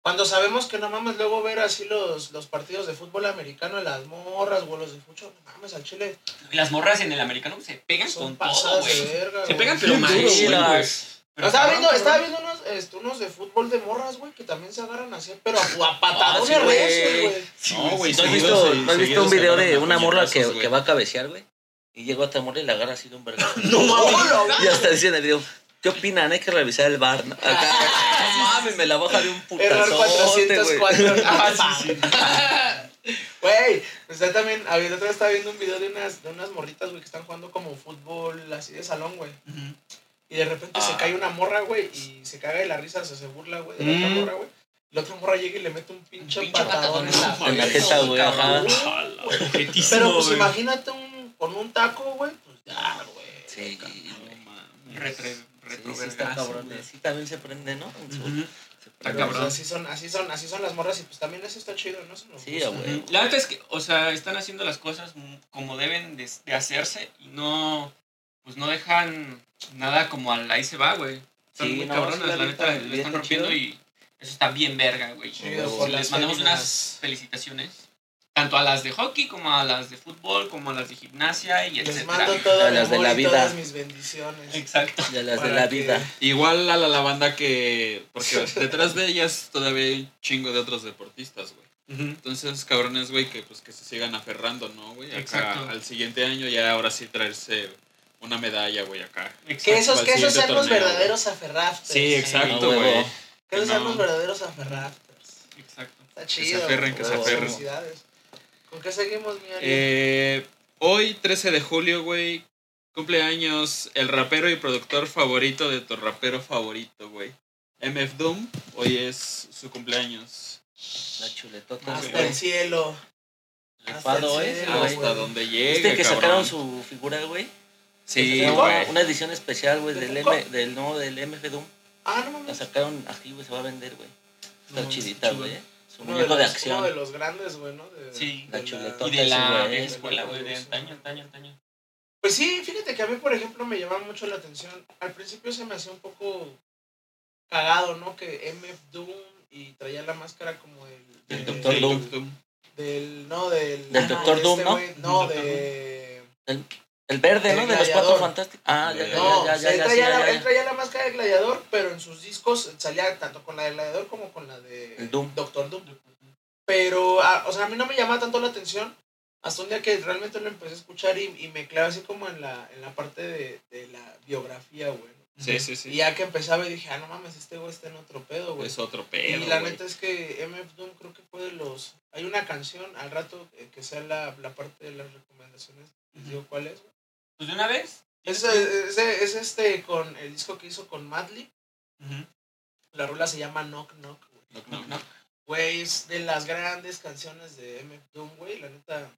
[SPEAKER 3] Cuando sabemos que no mames, luego ver así los, los partidos de fútbol americano de las morras, güey, los de fucho, no mames, al chile
[SPEAKER 1] Y Las morras en el americano se pegan
[SPEAKER 3] son
[SPEAKER 1] con todo,
[SPEAKER 3] pasadas de
[SPEAKER 1] güey.
[SPEAKER 3] verga,
[SPEAKER 1] Se
[SPEAKER 3] güey.
[SPEAKER 1] pegan pero
[SPEAKER 2] Bien duro,
[SPEAKER 1] machín,
[SPEAKER 2] güey.
[SPEAKER 1] güey.
[SPEAKER 3] Pero estaba viendo, estaba viendo unos, este, unos de fútbol de morras, güey, que también se agarran así, pero a, a patadones
[SPEAKER 4] sí, güey.
[SPEAKER 3] recio, güey.
[SPEAKER 2] No, güey,
[SPEAKER 4] ¿No has
[SPEAKER 2] seguidos
[SPEAKER 4] visto,
[SPEAKER 2] se-
[SPEAKER 4] no has visto
[SPEAKER 2] seguidos
[SPEAKER 4] un
[SPEAKER 2] se
[SPEAKER 4] video
[SPEAKER 2] agarran
[SPEAKER 4] de
[SPEAKER 2] a
[SPEAKER 4] una morra que,
[SPEAKER 2] puñetazos,
[SPEAKER 4] que va
[SPEAKER 2] güey.
[SPEAKER 4] a cabecear, güey? Y llegó a Tamora y la agarra así de un verga.
[SPEAKER 3] No mames.
[SPEAKER 4] Y hasta dice en el video, ¿qué opinan? Hay que revisar el bar. ¿no? Acá, güey, no mames, me la baja de un
[SPEAKER 3] Error
[SPEAKER 4] putazote, güey.
[SPEAKER 3] 404. Ah, sí, sí. Güey, o sea, también, a ver, otra vez estaba viendo un video de unas, de unas morritas, güey, que están jugando como fútbol así de salón, güey. Y de repente se
[SPEAKER 4] Ah.
[SPEAKER 3] cae una morra, güey, y se caga de la risa, o sea, se burla, güey, de la otra
[SPEAKER 1] Mm.
[SPEAKER 3] morra, güey. La otra morra llega y le mete un pinche,
[SPEAKER 1] Un pinche
[SPEAKER 3] patadón en
[SPEAKER 1] patadón
[SPEAKER 3] la,
[SPEAKER 4] En la jeta, güey, ajá.
[SPEAKER 3] pues, Pero pues imagínate un, con un taco, güey, pues ya, güey.
[SPEAKER 4] Sí, güey.
[SPEAKER 1] retre,
[SPEAKER 7] Sí, sí, está
[SPEAKER 1] retrovergazo,
[SPEAKER 7] cabrón. eh.
[SPEAKER 1] güey.
[SPEAKER 7] Sí, también se prende, ¿no? En su-
[SPEAKER 1] Ujú.
[SPEAKER 7] se prende.
[SPEAKER 1] Está
[SPEAKER 3] Pero, pues,
[SPEAKER 1] cabrón.
[SPEAKER 3] así son, así son, así son las morras y pues también eso está chido, ¿no? Eso nos
[SPEAKER 7] Sí,
[SPEAKER 3] gusta.
[SPEAKER 7] a huevo.
[SPEAKER 1] La neta es que, o sea, están haciendo las cosas mm, como deben de, de hacerse y no, pues no dejan nada como al ahí se va, güey. Son
[SPEAKER 7] Sí,
[SPEAKER 1] muy
[SPEAKER 7] no,
[SPEAKER 1] cabronas,
[SPEAKER 7] sí, la
[SPEAKER 1] la
[SPEAKER 7] neta,
[SPEAKER 1] neta, lo
[SPEAKER 7] bien
[SPEAKER 1] están rompiendo
[SPEAKER 7] chido.
[SPEAKER 1] y eso está bien verga, güey.
[SPEAKER 3] Chido,
[SPEAKER 1] Sí,
[SPEAKER 3] por
[SPEAKER 1] les
[SPEAKER 3] las
[SPEAKER 1] mandamos
[SPEAKER 3] féminas.
[SPEAKER 1] unas felicitaciones, tanto a las de hockey como a las de fútbol, como a las de gimnasia y
[SPEAKER 3] Les
[SPEAKER 1] etcétera.
[SPEAKER 3] mando todo
[SPEAKER 7] A
[SPEAKER 3] mi
[SPEAKER 7] las de
[SPEAKER 3] amor
[SPEAKER 7] la
[SPEAKER 3] y
[SPEAKER 7] vida.
[SPEAKER 3] todas mis bendiciones.
[SPEAKER 1] Exacto.
[SPEAKER 7] De las de
[SPEAKER 3] Para
[SPEAKER 7] la
[SPEAKER 3] que-
[SPEAKER 7] vida.
[SPEAKER 2] Igual a la, la banda que. Porque detrás de ellas todavía hay un chingo de otros deportistas, güey. Entonces, cabrones, güey, que pues que se sigan aferrando, ¿no, güey? Acá
[SPEAKER 1] Exacto.
[SPEAKER 2] Al siguiente año ya ahora sí traerse una medalla, güey, acá.
[SPEAKER 3] Que
[SPEAKER 1] Exacto.
[SPEAKER 3] esos, que
[SPEAKER 2] siguiente
[SPEAKER 3] esos sean los
[SPEAKER 2] torneo.
[SPEAKER 3] verdaderos aferraftes.
[SPEAKER 2] Sí, exacto,
[SPEAKER 7] a huevo.
[SPEAKER 2] güey.
[SPEAKER 3] Que esos sean
[SPEAKER 2] No.
[SPEAKER 3] los verdaderos aferrafters.
[SPEAKER 1] Exacto.
[SPEAKER 3] Está
[SPEAKER 2] se
[SPEAKER 3] chido.
[SPEAKER 2] aferren, que
[SPEAKER 7] se
[SPEAKER 3] güey.
[SPEAKER 7] aferren.
[SPEAKER 3] Felicidades. ¿Con qué seguimos, mi Ari?
[SPEAKER 2] Eh, hoy, 13 de julio, güey, cumpleaños el rapero y productor favorito de tu rapero favorito, güey. MF Doom, hoy es su cumpleaños.
[SPEAKER 7] La chuletota. Este
[SPEAKER 3] Hasta
[SPEAKER 2] güey.
[SPEAKER 3] el cielo.
[SPEAKER 7] Rifado,
[SPEAKER 3] Hasta el
[SPEAKER 7] ¿eh?
[SPEAKER 3] cielo,
[SPEAKER 7] güey.
[SPEAKER 2] Hasta donde llegue,
[SPEAKER 7] ¿Viste este que
[SPEAKER 2] cabrón.
[SPEAKER 7] sacaron su figura, güey?
[SPEAKER 2] Sí,
[SPEAKER 7] Sacaron
[SPEAKER 2] güey.
[SPEAKER 7] Una edición especial, güey,
[SPEAKER 3] ¿De
[SPEAKER 7] del,
[SPEAKER 3] Funko?
[SPEAKER 7] M, del, no, del MF Doom.
[SPEAKER 3] Ah, no
[SPEAKER 7] La
[SPEAKER 3] mames.
[SPEAKER 7] sacaron aquí, güey, se va a vender, güey. Está
[SPEAKER 1] No,
[SPEAKER 7] chidita,
[SPEAKER 1] chingón.
[SPEAKER 7] güey. Su
[SPEAKER 3] Uno de,
[SPEAKER 7] muñeco de,
[SPEAKER 3] los, uno de
[SPEAKER 7] acción.
[SPEAKER 3] los grandes, güey, ¿no? De-
[SPEAKER 1] Sí,
[SPEAKER 7] la
[SPEAKER 3] de
[SPEAKER 7] chuleta.
[SPEAKER 1] Y de la
[SPEAKER 7] Entonces, güey,
[SPEAKER 1] vieja escuela, güey, de antaño, antaño, antaño.
[SPEAKER 3] Pues sí, fíjate que a mí, por ejemplo, me llamaba mucho la atención. Al principio se me hacía un poco cagado, ¿no? Que MF Doom y traía la máscara como el...
[SPEAKER 7] Del
[SPEAKER 3] de-
[SPEAKER 7] Doctor Doom.
[SPEAKER 3] Del, no, del...
[SPEAKER 7] Del
[SPEAKER 3] ah, no,
[SPEAKER 7] Doctor
[SPEAKER 3] de
[SPEAKER 7] Doom, ¿no?
[SPEAKER 3] güey, No,
[SPEAKER 1] Del
[SPEAKER 3] de...
[SPEAKER 7] El verde,
[SPEAKER 3] El
[SPEAKER 7] ¿no? De los
[SPEAKER 3] gladiador.
[SPEAKER 7] cuatro fantásticos. Ah, ya, ya,
[SPEAKER 3] No,
[SPEAKER 7] ya,
[SPEAKER 3] o
[SPEAKER 7] ya,
[SPEAKER 3] sea, él,
[SPEAKER 7] ya, sí,
[SPEAKER 3] traía
[SPEAKER 7] ya,
[SPEAKER 3] la,
[SPEAKER 7] ya,
[SPEAKER 3] él traía la máscara de gladiador, pero en sus discos salía tanto con la de gladiador como con la de
[SPEAKER 7] El Doom.
[SPEAKER 3] Doctor Doom. Pero, ah, o sea, a mí no me llamaba tanto la atención hasta un día que realmente lo empecé a escuchar y, y me clavé así como en la, en la parte de, de la biografía, güey. ¿no?
[SPEAKER 2] Sí, sí,
[SPEAKER 3] Y
[SPEAKER 2] sí.
[SPEAKER 3] ya que empezaba y dije, ah, no mames, este güey está en otro pedo, güey.
[SPEAKER 2] Es otro
[SPEAKER 3] Y
[SPEAKER 2] pedo,
[SPEAKER 3] la
[SPEAKER 2] güey.
[SPEAKER 3] neta es que MF Doom creo que fue de los... Hay una canción al rato eh, que sea la, la parte de las recomendaciones, les digo cuál es, güey.
[SPEAKER 1] Pues de una vez.
[SPEAKER 3] Es, es, es este con el disco que hizo con Madly. La rola se llama Knock Knock, güey.
[SPEAKER 1] No, no.
[SPEAKER 3] Güey, es de las grandes canciones de MF Doom, güey. La neta,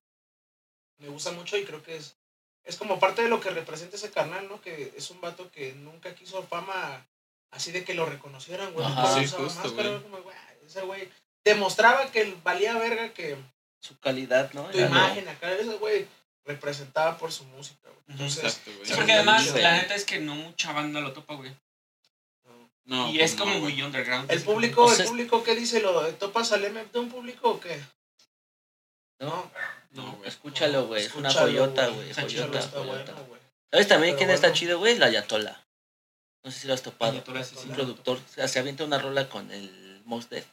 [SPEAKER 3] me gusta mucho y creo que es, es como parte de lo que representa ese carnal, ¿no? Que es un vato que nunca quiso fama así de que lo reconocieran, güey.
[SPEAKER 7] Ajá.
[SPEAKER 3] Nunca
[SPEAKER 2] Sí,
[SPEAKER 3] usaba
[SPEAKER 2] justo,
[SPEAKER 3] máscara,
[SPEAKER 2] güey.
[SPEAKER 3] como, güey, ese güey demostraba que el- valía verga que
[SPEAKER 7] Su calidad, ¿no?
[SPEAKER 3] tu
[SPEAKER 7] Era-
[SPEAKER 3] imagen acá, ese güey representaba por su música, güey. Entonces,
[SPEAKER 2] Exacto, güey.
[SPEAKER 1] Sí, porque además,
[SPEAKER 7] güey.
[SPEAKER 1] la neta es que no mucha banda lo topa, güey.
[SPEAKER 3] no.
[SPEAKER 2] No,
[SPEAKER 1] y
[SPEAKER 2] pues
[SPEAKER 1] es
[SPEAKER 2] no,
[SPEAKER 1] como
[SPEAKER 2] güey.
[SPEAKER 1] muy underground.
[SPEAKER 3] El
[SPEAKER 1] ese
[SPEAKER 3] público,
[SPEAKER 7] O sea-
[SPEAKER 3] el público, ¿qué dice? ¿Lo topas al MF de un público o qué?
[SPEAKER 7] ¿no?
[SPEAKER 2] No, güey.
[SPEAKER 7] Escúchalo, güey. Es una
[SPEAKER 3] Escúchalo,
[SPEAKER 7] joyota, güey.
[SPEAKER 1] Está chido,
[SPEAKER 7] Joyota,
[SPEAKER 3] está
[SPEAKER 7] joyota.
[SPEAKER 3] bueno, güey.
[SPEAKER 7] ¿Sabes también
[SPEAKER 3] Pero
[SPEAKER 7] quién está
[SPEAKER 3] bueno.
[SPEAKER 7] chido, güey? La Ayatola. No sé si lo has topado.
[SPEAKER 1] Ayatola
[SPEAKER 7] Es un
[SPEAKER 1] asesina.
[SPEAKER 7] productor. o sea, se avienta una rola con el Mos Def.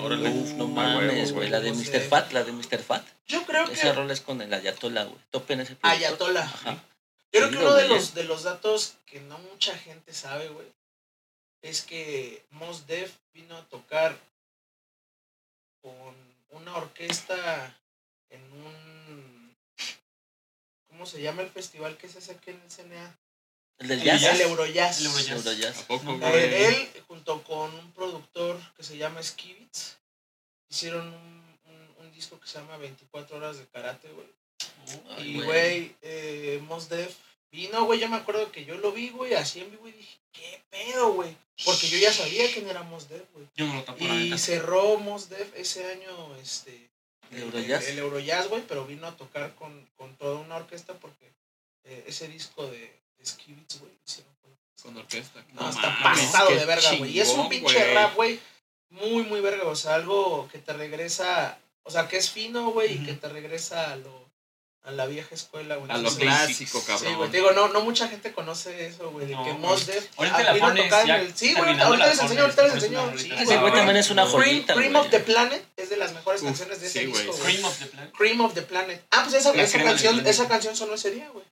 [SPEAKER 2] Órale.
[SPEAKER 7] Uf, no
[SPEAKER 2] Uh,
[SPEAKER 7] mames,
[SPEAKER 2] huevo,
[SPEAKER 7] güey. La de
[SPEAKER 3] Mos
[SPEAKER 7] Mr.
[SPEAKER 3] Def.
[SPEAKER 7] Fat, la de Mr. Fat.
[SPEAKER 3] Yo creo que
[SPEAKER 7] Esa rola es con el Ayatola, güey. Topen ese productor.
[SPEAKER 3] Ayatola.
[SPEAKER 7] Ajá.
[SPEAKER 3] Yo Ah, creo que
[SPEAKER 7] Chido,
[SPEAKER 3] uno de
[SPEAKER 7] güey,
[SPEAKER 3] los, de los datos que no mucha gente sabe, güey, es que Mos Def vino a tocar con una orquesta en un... ¿Cómo se llama el festival que se hace aquí en el CNA?
[SPEAKER 7] El del
[SPEAKER 1] El
[SPEAKER 7] jazz.
[SPEAKER 3] El Eurojazz.
[SPEAKER 1] El Eurojazz.
[SPEAKER 7] Eurojazz.
[SPEAKER 2] ¿A poco,
[SPEAKER 1] No,
[SPEAKER 2] güey?
[SPEAKER 3] Eh, él, junto con un productor que se llama Skivitz, hicieron un, un- un disco que se llama 24 horas de karate, güey.
[SPEAKER 7] Ay,
[SPEAKER 3] Y, güey, eh, Mos Def vino, güey, yo me acuerdo que yo lo vi, güey, así en vivo y dije, ¿qué pedo, güey? Porque yo ya sabía quién era Mos Def, güey.
[SPEAKER 1] Yo no lo topo, la
[SPEAKER 3] Y
[SPEAKER 1] neta.
[SPEAKER 3] cerró Mos Def ese año, este...
[SPEAKER 7] El Eurojazz.
[SPEAKER 3] El, el Eurojazz, güey, pero vino a tocar con, con toda una orquesta porque eh, ese disco de, de Skivitz, güey, hicieron con
[SPEAKER 2] Con orquesta.
[SPEAKER 3] no, está
[SPEAKER 2] mames,
[SPEAKER 3] pasado
[SPEAKER 2] qué
[SPEAKER 3] de verga, güey. Y es un
[SPEAKER 2] chingón,
[SPEAKER 3] pinche
[SPEAKER 2] güey.
[SPEAKER 3] rap, güey. Muy, muy verga. O sea, algo que te regresa. O sea, que es fino, güey, y que te regresa a lo. A la vieja escuela, güey.
[SPEAKER 2] A lo
[SPEAKER 3] Entonces,
[SPEAKER 2] clásico,
[SPEAKER 3] Sí, güey.
[SPEAKER 2] cabrón.
[SPEAKER 3] Te digo, no, no mucha gente conoce eso, güey. De
[SPEAKER 1] No,
[SPEAKER 3] que
[SPEAKER 1] güey.
[SPEAKER 3] Mos Def.
[SPEAKER 1] Ahorita
[SPEAKER 3] ah,
[SPEAKER 1] la
[SPEAKER 3] vino a
[SPEAKER 1] pones
[SPEAKER 3] tocar
[SPEAKER 1] ya
[SPEAKER 3] en el- Sí, güey.
[SPEAKER 1] terminando
[SPEAKER 3] Ahorita, ahorita
[SPEAKER 1] la
[SPEAKER 3] les enseño,
[SPEAKER 1] pones,
[SPEAKER 3] ahorita les
[SPEAKER 1] pones una
[SPEAKER 3] enseño.
[SPEAKER 1] rolita.
[SPEAKER 3] Sí,
[SPEAKER 1] Ah,
[SPEAKER 3] güey.
[SPEAKER 7] Ese güey también es una
[SPEAKER 3] Cream,
[SPEAKER 7] joyita, güey.
[SPEAKER 3] Cream of the Planet es de las mejores
[SPEAKER 2] Uf,
[SPEAKER 3] canciones de ese
[SPEAKER 2] sí, güey.
[SPEAKER 3] disco, güey.
[SPEAKER 1] Cream of the Planet.
[SPEAKER 3] Cream of the Planet. Ah, pues esa,
[SPEAKER 1] La
[SPEAKER 3] esa
[SPEAKER 1] crema del
[SPEAKER 3] canción,
[SPEAKER 1] planet.
[SPEAKER 3] esa canción sonó ese día, güey.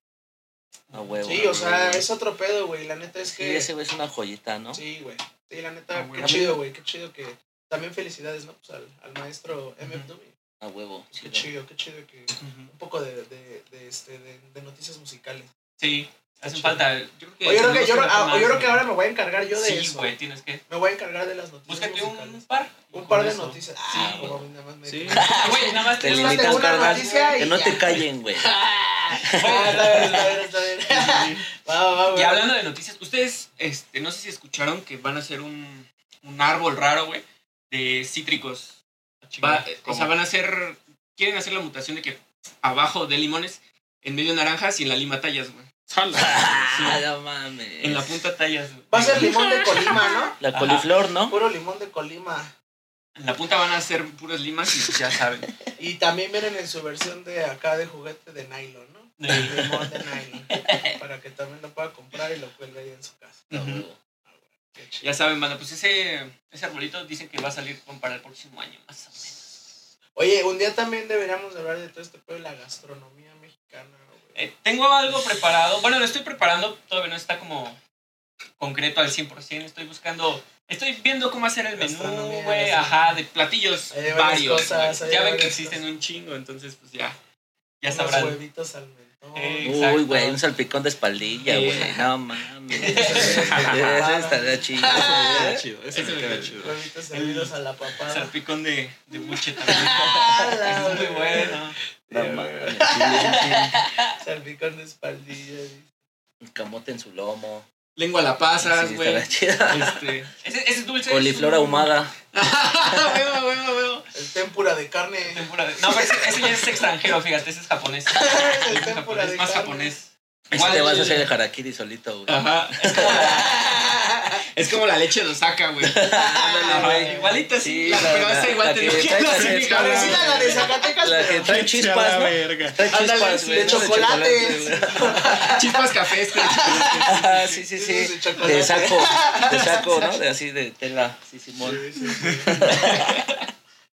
[SPEAKER 7] A huevo.
[SPEAKER 3] Sí,
[SPEAKER 2] güey,
[SPEAKER 3] o sea,
[SPEAKER 2] güey.
[SPEAKER 3] es otro pedo, güey. La neta es
[SPEAKER 7] Sí,
[SPEAKER 3] que.
[SPEAKER 7] ese güey es una joyita, ¿no?
[SPEAKER 3] Sí, güey. Sí, la neta,
[SPEAKER 1] Ah, güey.
[SPEAKER 3] qué chido, güey. Qué chido que. También felicidades, ¿no? Pues al, al maestro MF
[SPEAKER 1] Ujú.
[SPEAKER 3] Doom.
[SPEAKER 7] A huevo.
[SPEAKER 3] Qué
[SPEAKER 7] chido.
[SPEAKER 3] chido, qué chido que.
[SPEAKER 1] Ujú.
[SPEAKER 3] Un poco de, de, de, este, de, de noticias musicales.
[SPEAKER 1] Sí, hacen
[SPEAKER 3] chido.
[SPEAKER 1] falta. Yo creo que.
[SPEAKER 3] Oye, yo creo que,
[SPEAKER 1] tenemos
[SPEAKER 3] yo,
[SPEAKER 1] tocar
[SPEAKER 3] ah,
[SPEAKER 1] más,
[SPEAKER 3] yo creo que
[SPEAKER 1] güey.
[SPEAKER 3] ahora me voy a encargar yo de
[SPEAKER 1] Sí,
[SPEAKER 3] eso.
[SPEAKER 1] güey, tienes que.
[SPEAKER 3] Me voy a encargar de las noticias
[SPEAKER 1] Búscate un
[SPEAKER 3] musicales.
[SPEAKER 1] par. y
[SPEAKER 3] Un,
[SPEAKER 1] con
[SPEAKER 3] par de
[SPEAKER 1] eso.
[SPEAKER 3] noticias. Ah,
[SPEAKER 1] Sí,
[SPEAKER 3] no,
[SPEAKER 1] güey.
[SPEAKER 3] nada más me.
[SPEAKER 2] Sí.
[SPEAKER 1] Ah, Güey, nada más
[SPEAKER 7] Te
[SPEAKER 1] nada más
[SPEAKER 3] limitas
[SPEAKER 1] te-
[SPEAKER 7] limitan,
[SPEAKER 3] una
[SPEAKER 7] carnal.
[SPEAKER 3] noticia y
[SPEAKER 7] Que no te
[SPEAKER 3] ya.
[SPEAKER 7] callen, güey.
[SPEAKER 3] Ah, está bien, está bien, está bien. Va, va, va.
[SPEAKER 1] Y hablando de noticias, Ustedes, este, no sé si escucharon que van a hacer un, un árbol raro, güey, de cítricos. Va- eh, o sea, van a hacer, quieren hacer la mutación de que abajo de limones, en medio naranjas y en la lima tallas, güey.
[SPEAKER 7] Ah, no mames.
[SPEAKER 1] En la punta tallas, güey.
[SPEAKER 3] Va a ser limón de Colima, ¿no?
[SPEAKER 7] La coliflor, ¿no?
[SPEAKER 3] Puro limón de Colima.
[SPEAKER 1] En la punta van a ser puras limas y ya saben.
[SPEAKER 3] Y también vienen en su versión de acá de juguete de nylon, ¿no? De limón de nylon. Para que también lo pueda comprar y lo cuelgue ahí en su casa. Ah,
[SPEAKER 1] Ujú. Ya saben, banda, pues ese, ese arbolito dicen que va a salir con- para el próximo año, más o menos.
[SPEAKER 3] Oye, un día también deberíamos hablar de todo este pedo de la gastronomía mexicana, güey.
[SPEAKER 1] Eh, tengo algo preparado. Bueno, lo estoy preparando, todavía no está como concreto al 100%. Estoy buscando, estoy viendo cómo hacer el menú,
[SPEAKER 3] Gastronomía,
[SPEAKER 1] güey,
[SPEAKER 3] gastronomía.
[SPEAKER 1] ajá, de platillos
[SPEAKER 3] Hay varias
[SPEAKER 1] varios.
[SPEAKER 3] cosas,
[SPEAKER 1] güey.
[SPEAKER 3] hay
[SPEAKER 1] ya ven
[SPEAKER 3] varias
[SPEAKER 1] que existen un chingo, entonces pues ya, ya
[SPEAKER 3] Unos
[SPEAKER 1] sabrán.
[SPEAKER 3] huevitos al mentón.
[SPEAKER 1] Eh,
[SPEAKER 7] Uy,
[SPEAKER 1] Exacto.
[SPEAKER 7] güey, un salpicón de espaldilla, güey. No mames. Eso estaría chido.
[SPEAKER 1] Ah,
[SPEAKER 2] Queda chido,
[SPEAKER 1] Ese
[SPEAKER 2] ese me
[SPEAKER 1] me
[SPEAKER 2] queda
[SPEAKER 1] queda
[SPEAKER 2] chido.
[SPEAKER 3] Huevitos servidos a la papada.
[SPEAKER 1] Salpicón de, de buche también.
[SPEAKER 3] ¡Hala,
[SPEAKER 1] es muy
[SPEAKER 3] güey!
[SPEAKER 1] bueno.
[SPEAKER 7] No mames.
[SPEAKER 3] Salpicón de espaldilla. güey.
[SPEAKER 7] Un Camote en su lomo.
[SPEAKER 1] Lengua a la pasas,
[SPEAKER 7] Sí,
[SPEAKER 1] güey.
[SPEAKER 7] estaría chido.
[SPEAKER 1] Este, ese, ese es dulce. es
[SPEAKER 7] Coliflor
[SPEAKER 1] un-
[SPEAKER 7] ahumada.
[SPEAKER 1] Huevo, huevo, huevo.
[SPEAKER 3] El tempura de carne.
[SPEAKER 1] Tempura de- No, pero ese, ese ya es extranjero, fíjate, ese es japonés.
[SPEAKER 3] El
[SPEAKER 1] Es
[SPEAKER 3] tempura
[SPEAKER 1] japonés,
[SPEAKER 3] de
[SPEAKER 1] más
[SPEAKER 3] carne.
[SPEAKER 1] japonés.
[SPEAKER 7] Igual te vas a hacer el harakiri solito, güey.
[SPEAKER 1] Ajá. Es como la, es como la leche de Osaka, güey. Ajá,
[SPEAKER 7] güey.
[SPEAKER 1] Igualita sí,
[SPEAKER 7] Sí, la-
[SPEAKER 1] pero
[SPEAKER 7] la-
[SPEAKER 1] esa igual
[SPEAKER 7] la
[SPEAKER 1] te
[SPEAKER 7] que
[SPEAKER 1] digo que
[SPEAKER 7] trae
[SPEAKER 1] no
[SPEAKER 7] la
[SPEAKER 1] es mi
[SPEAKER 7] leche,
[SPEAKER 1] cabrón.
[SPEAKER 3] Parecida a la de Zacatecas,
[SPEAKER 7] La que
[SPEAKER 3] pero
[SPEAKER 7] trae chispas, ¿no? Trae
[SPEAKER 1] Ándale,
[SPEAKER 7] chispas, güey.
[SPEAKER 3] de
[SPEAKER 7] ¿no?
[SPEAKER 3] chocolates.
[SPEAKER 7] chocolate, güey.
[SPEAKER 1] Chispas cafés, güey.
[SPEAKER 7] Ajá, Ah, sí, sí,
[SPEAKER 3] Sí, sí,
[SPEAKER 7] sí.
[SPEAKER 3] sí, chocolate.
[SPEAKER 7] De saco, de saco, ¿no? De así de tela. Sí, Simón.
[SPEAKER 3] Sí, sí, sí.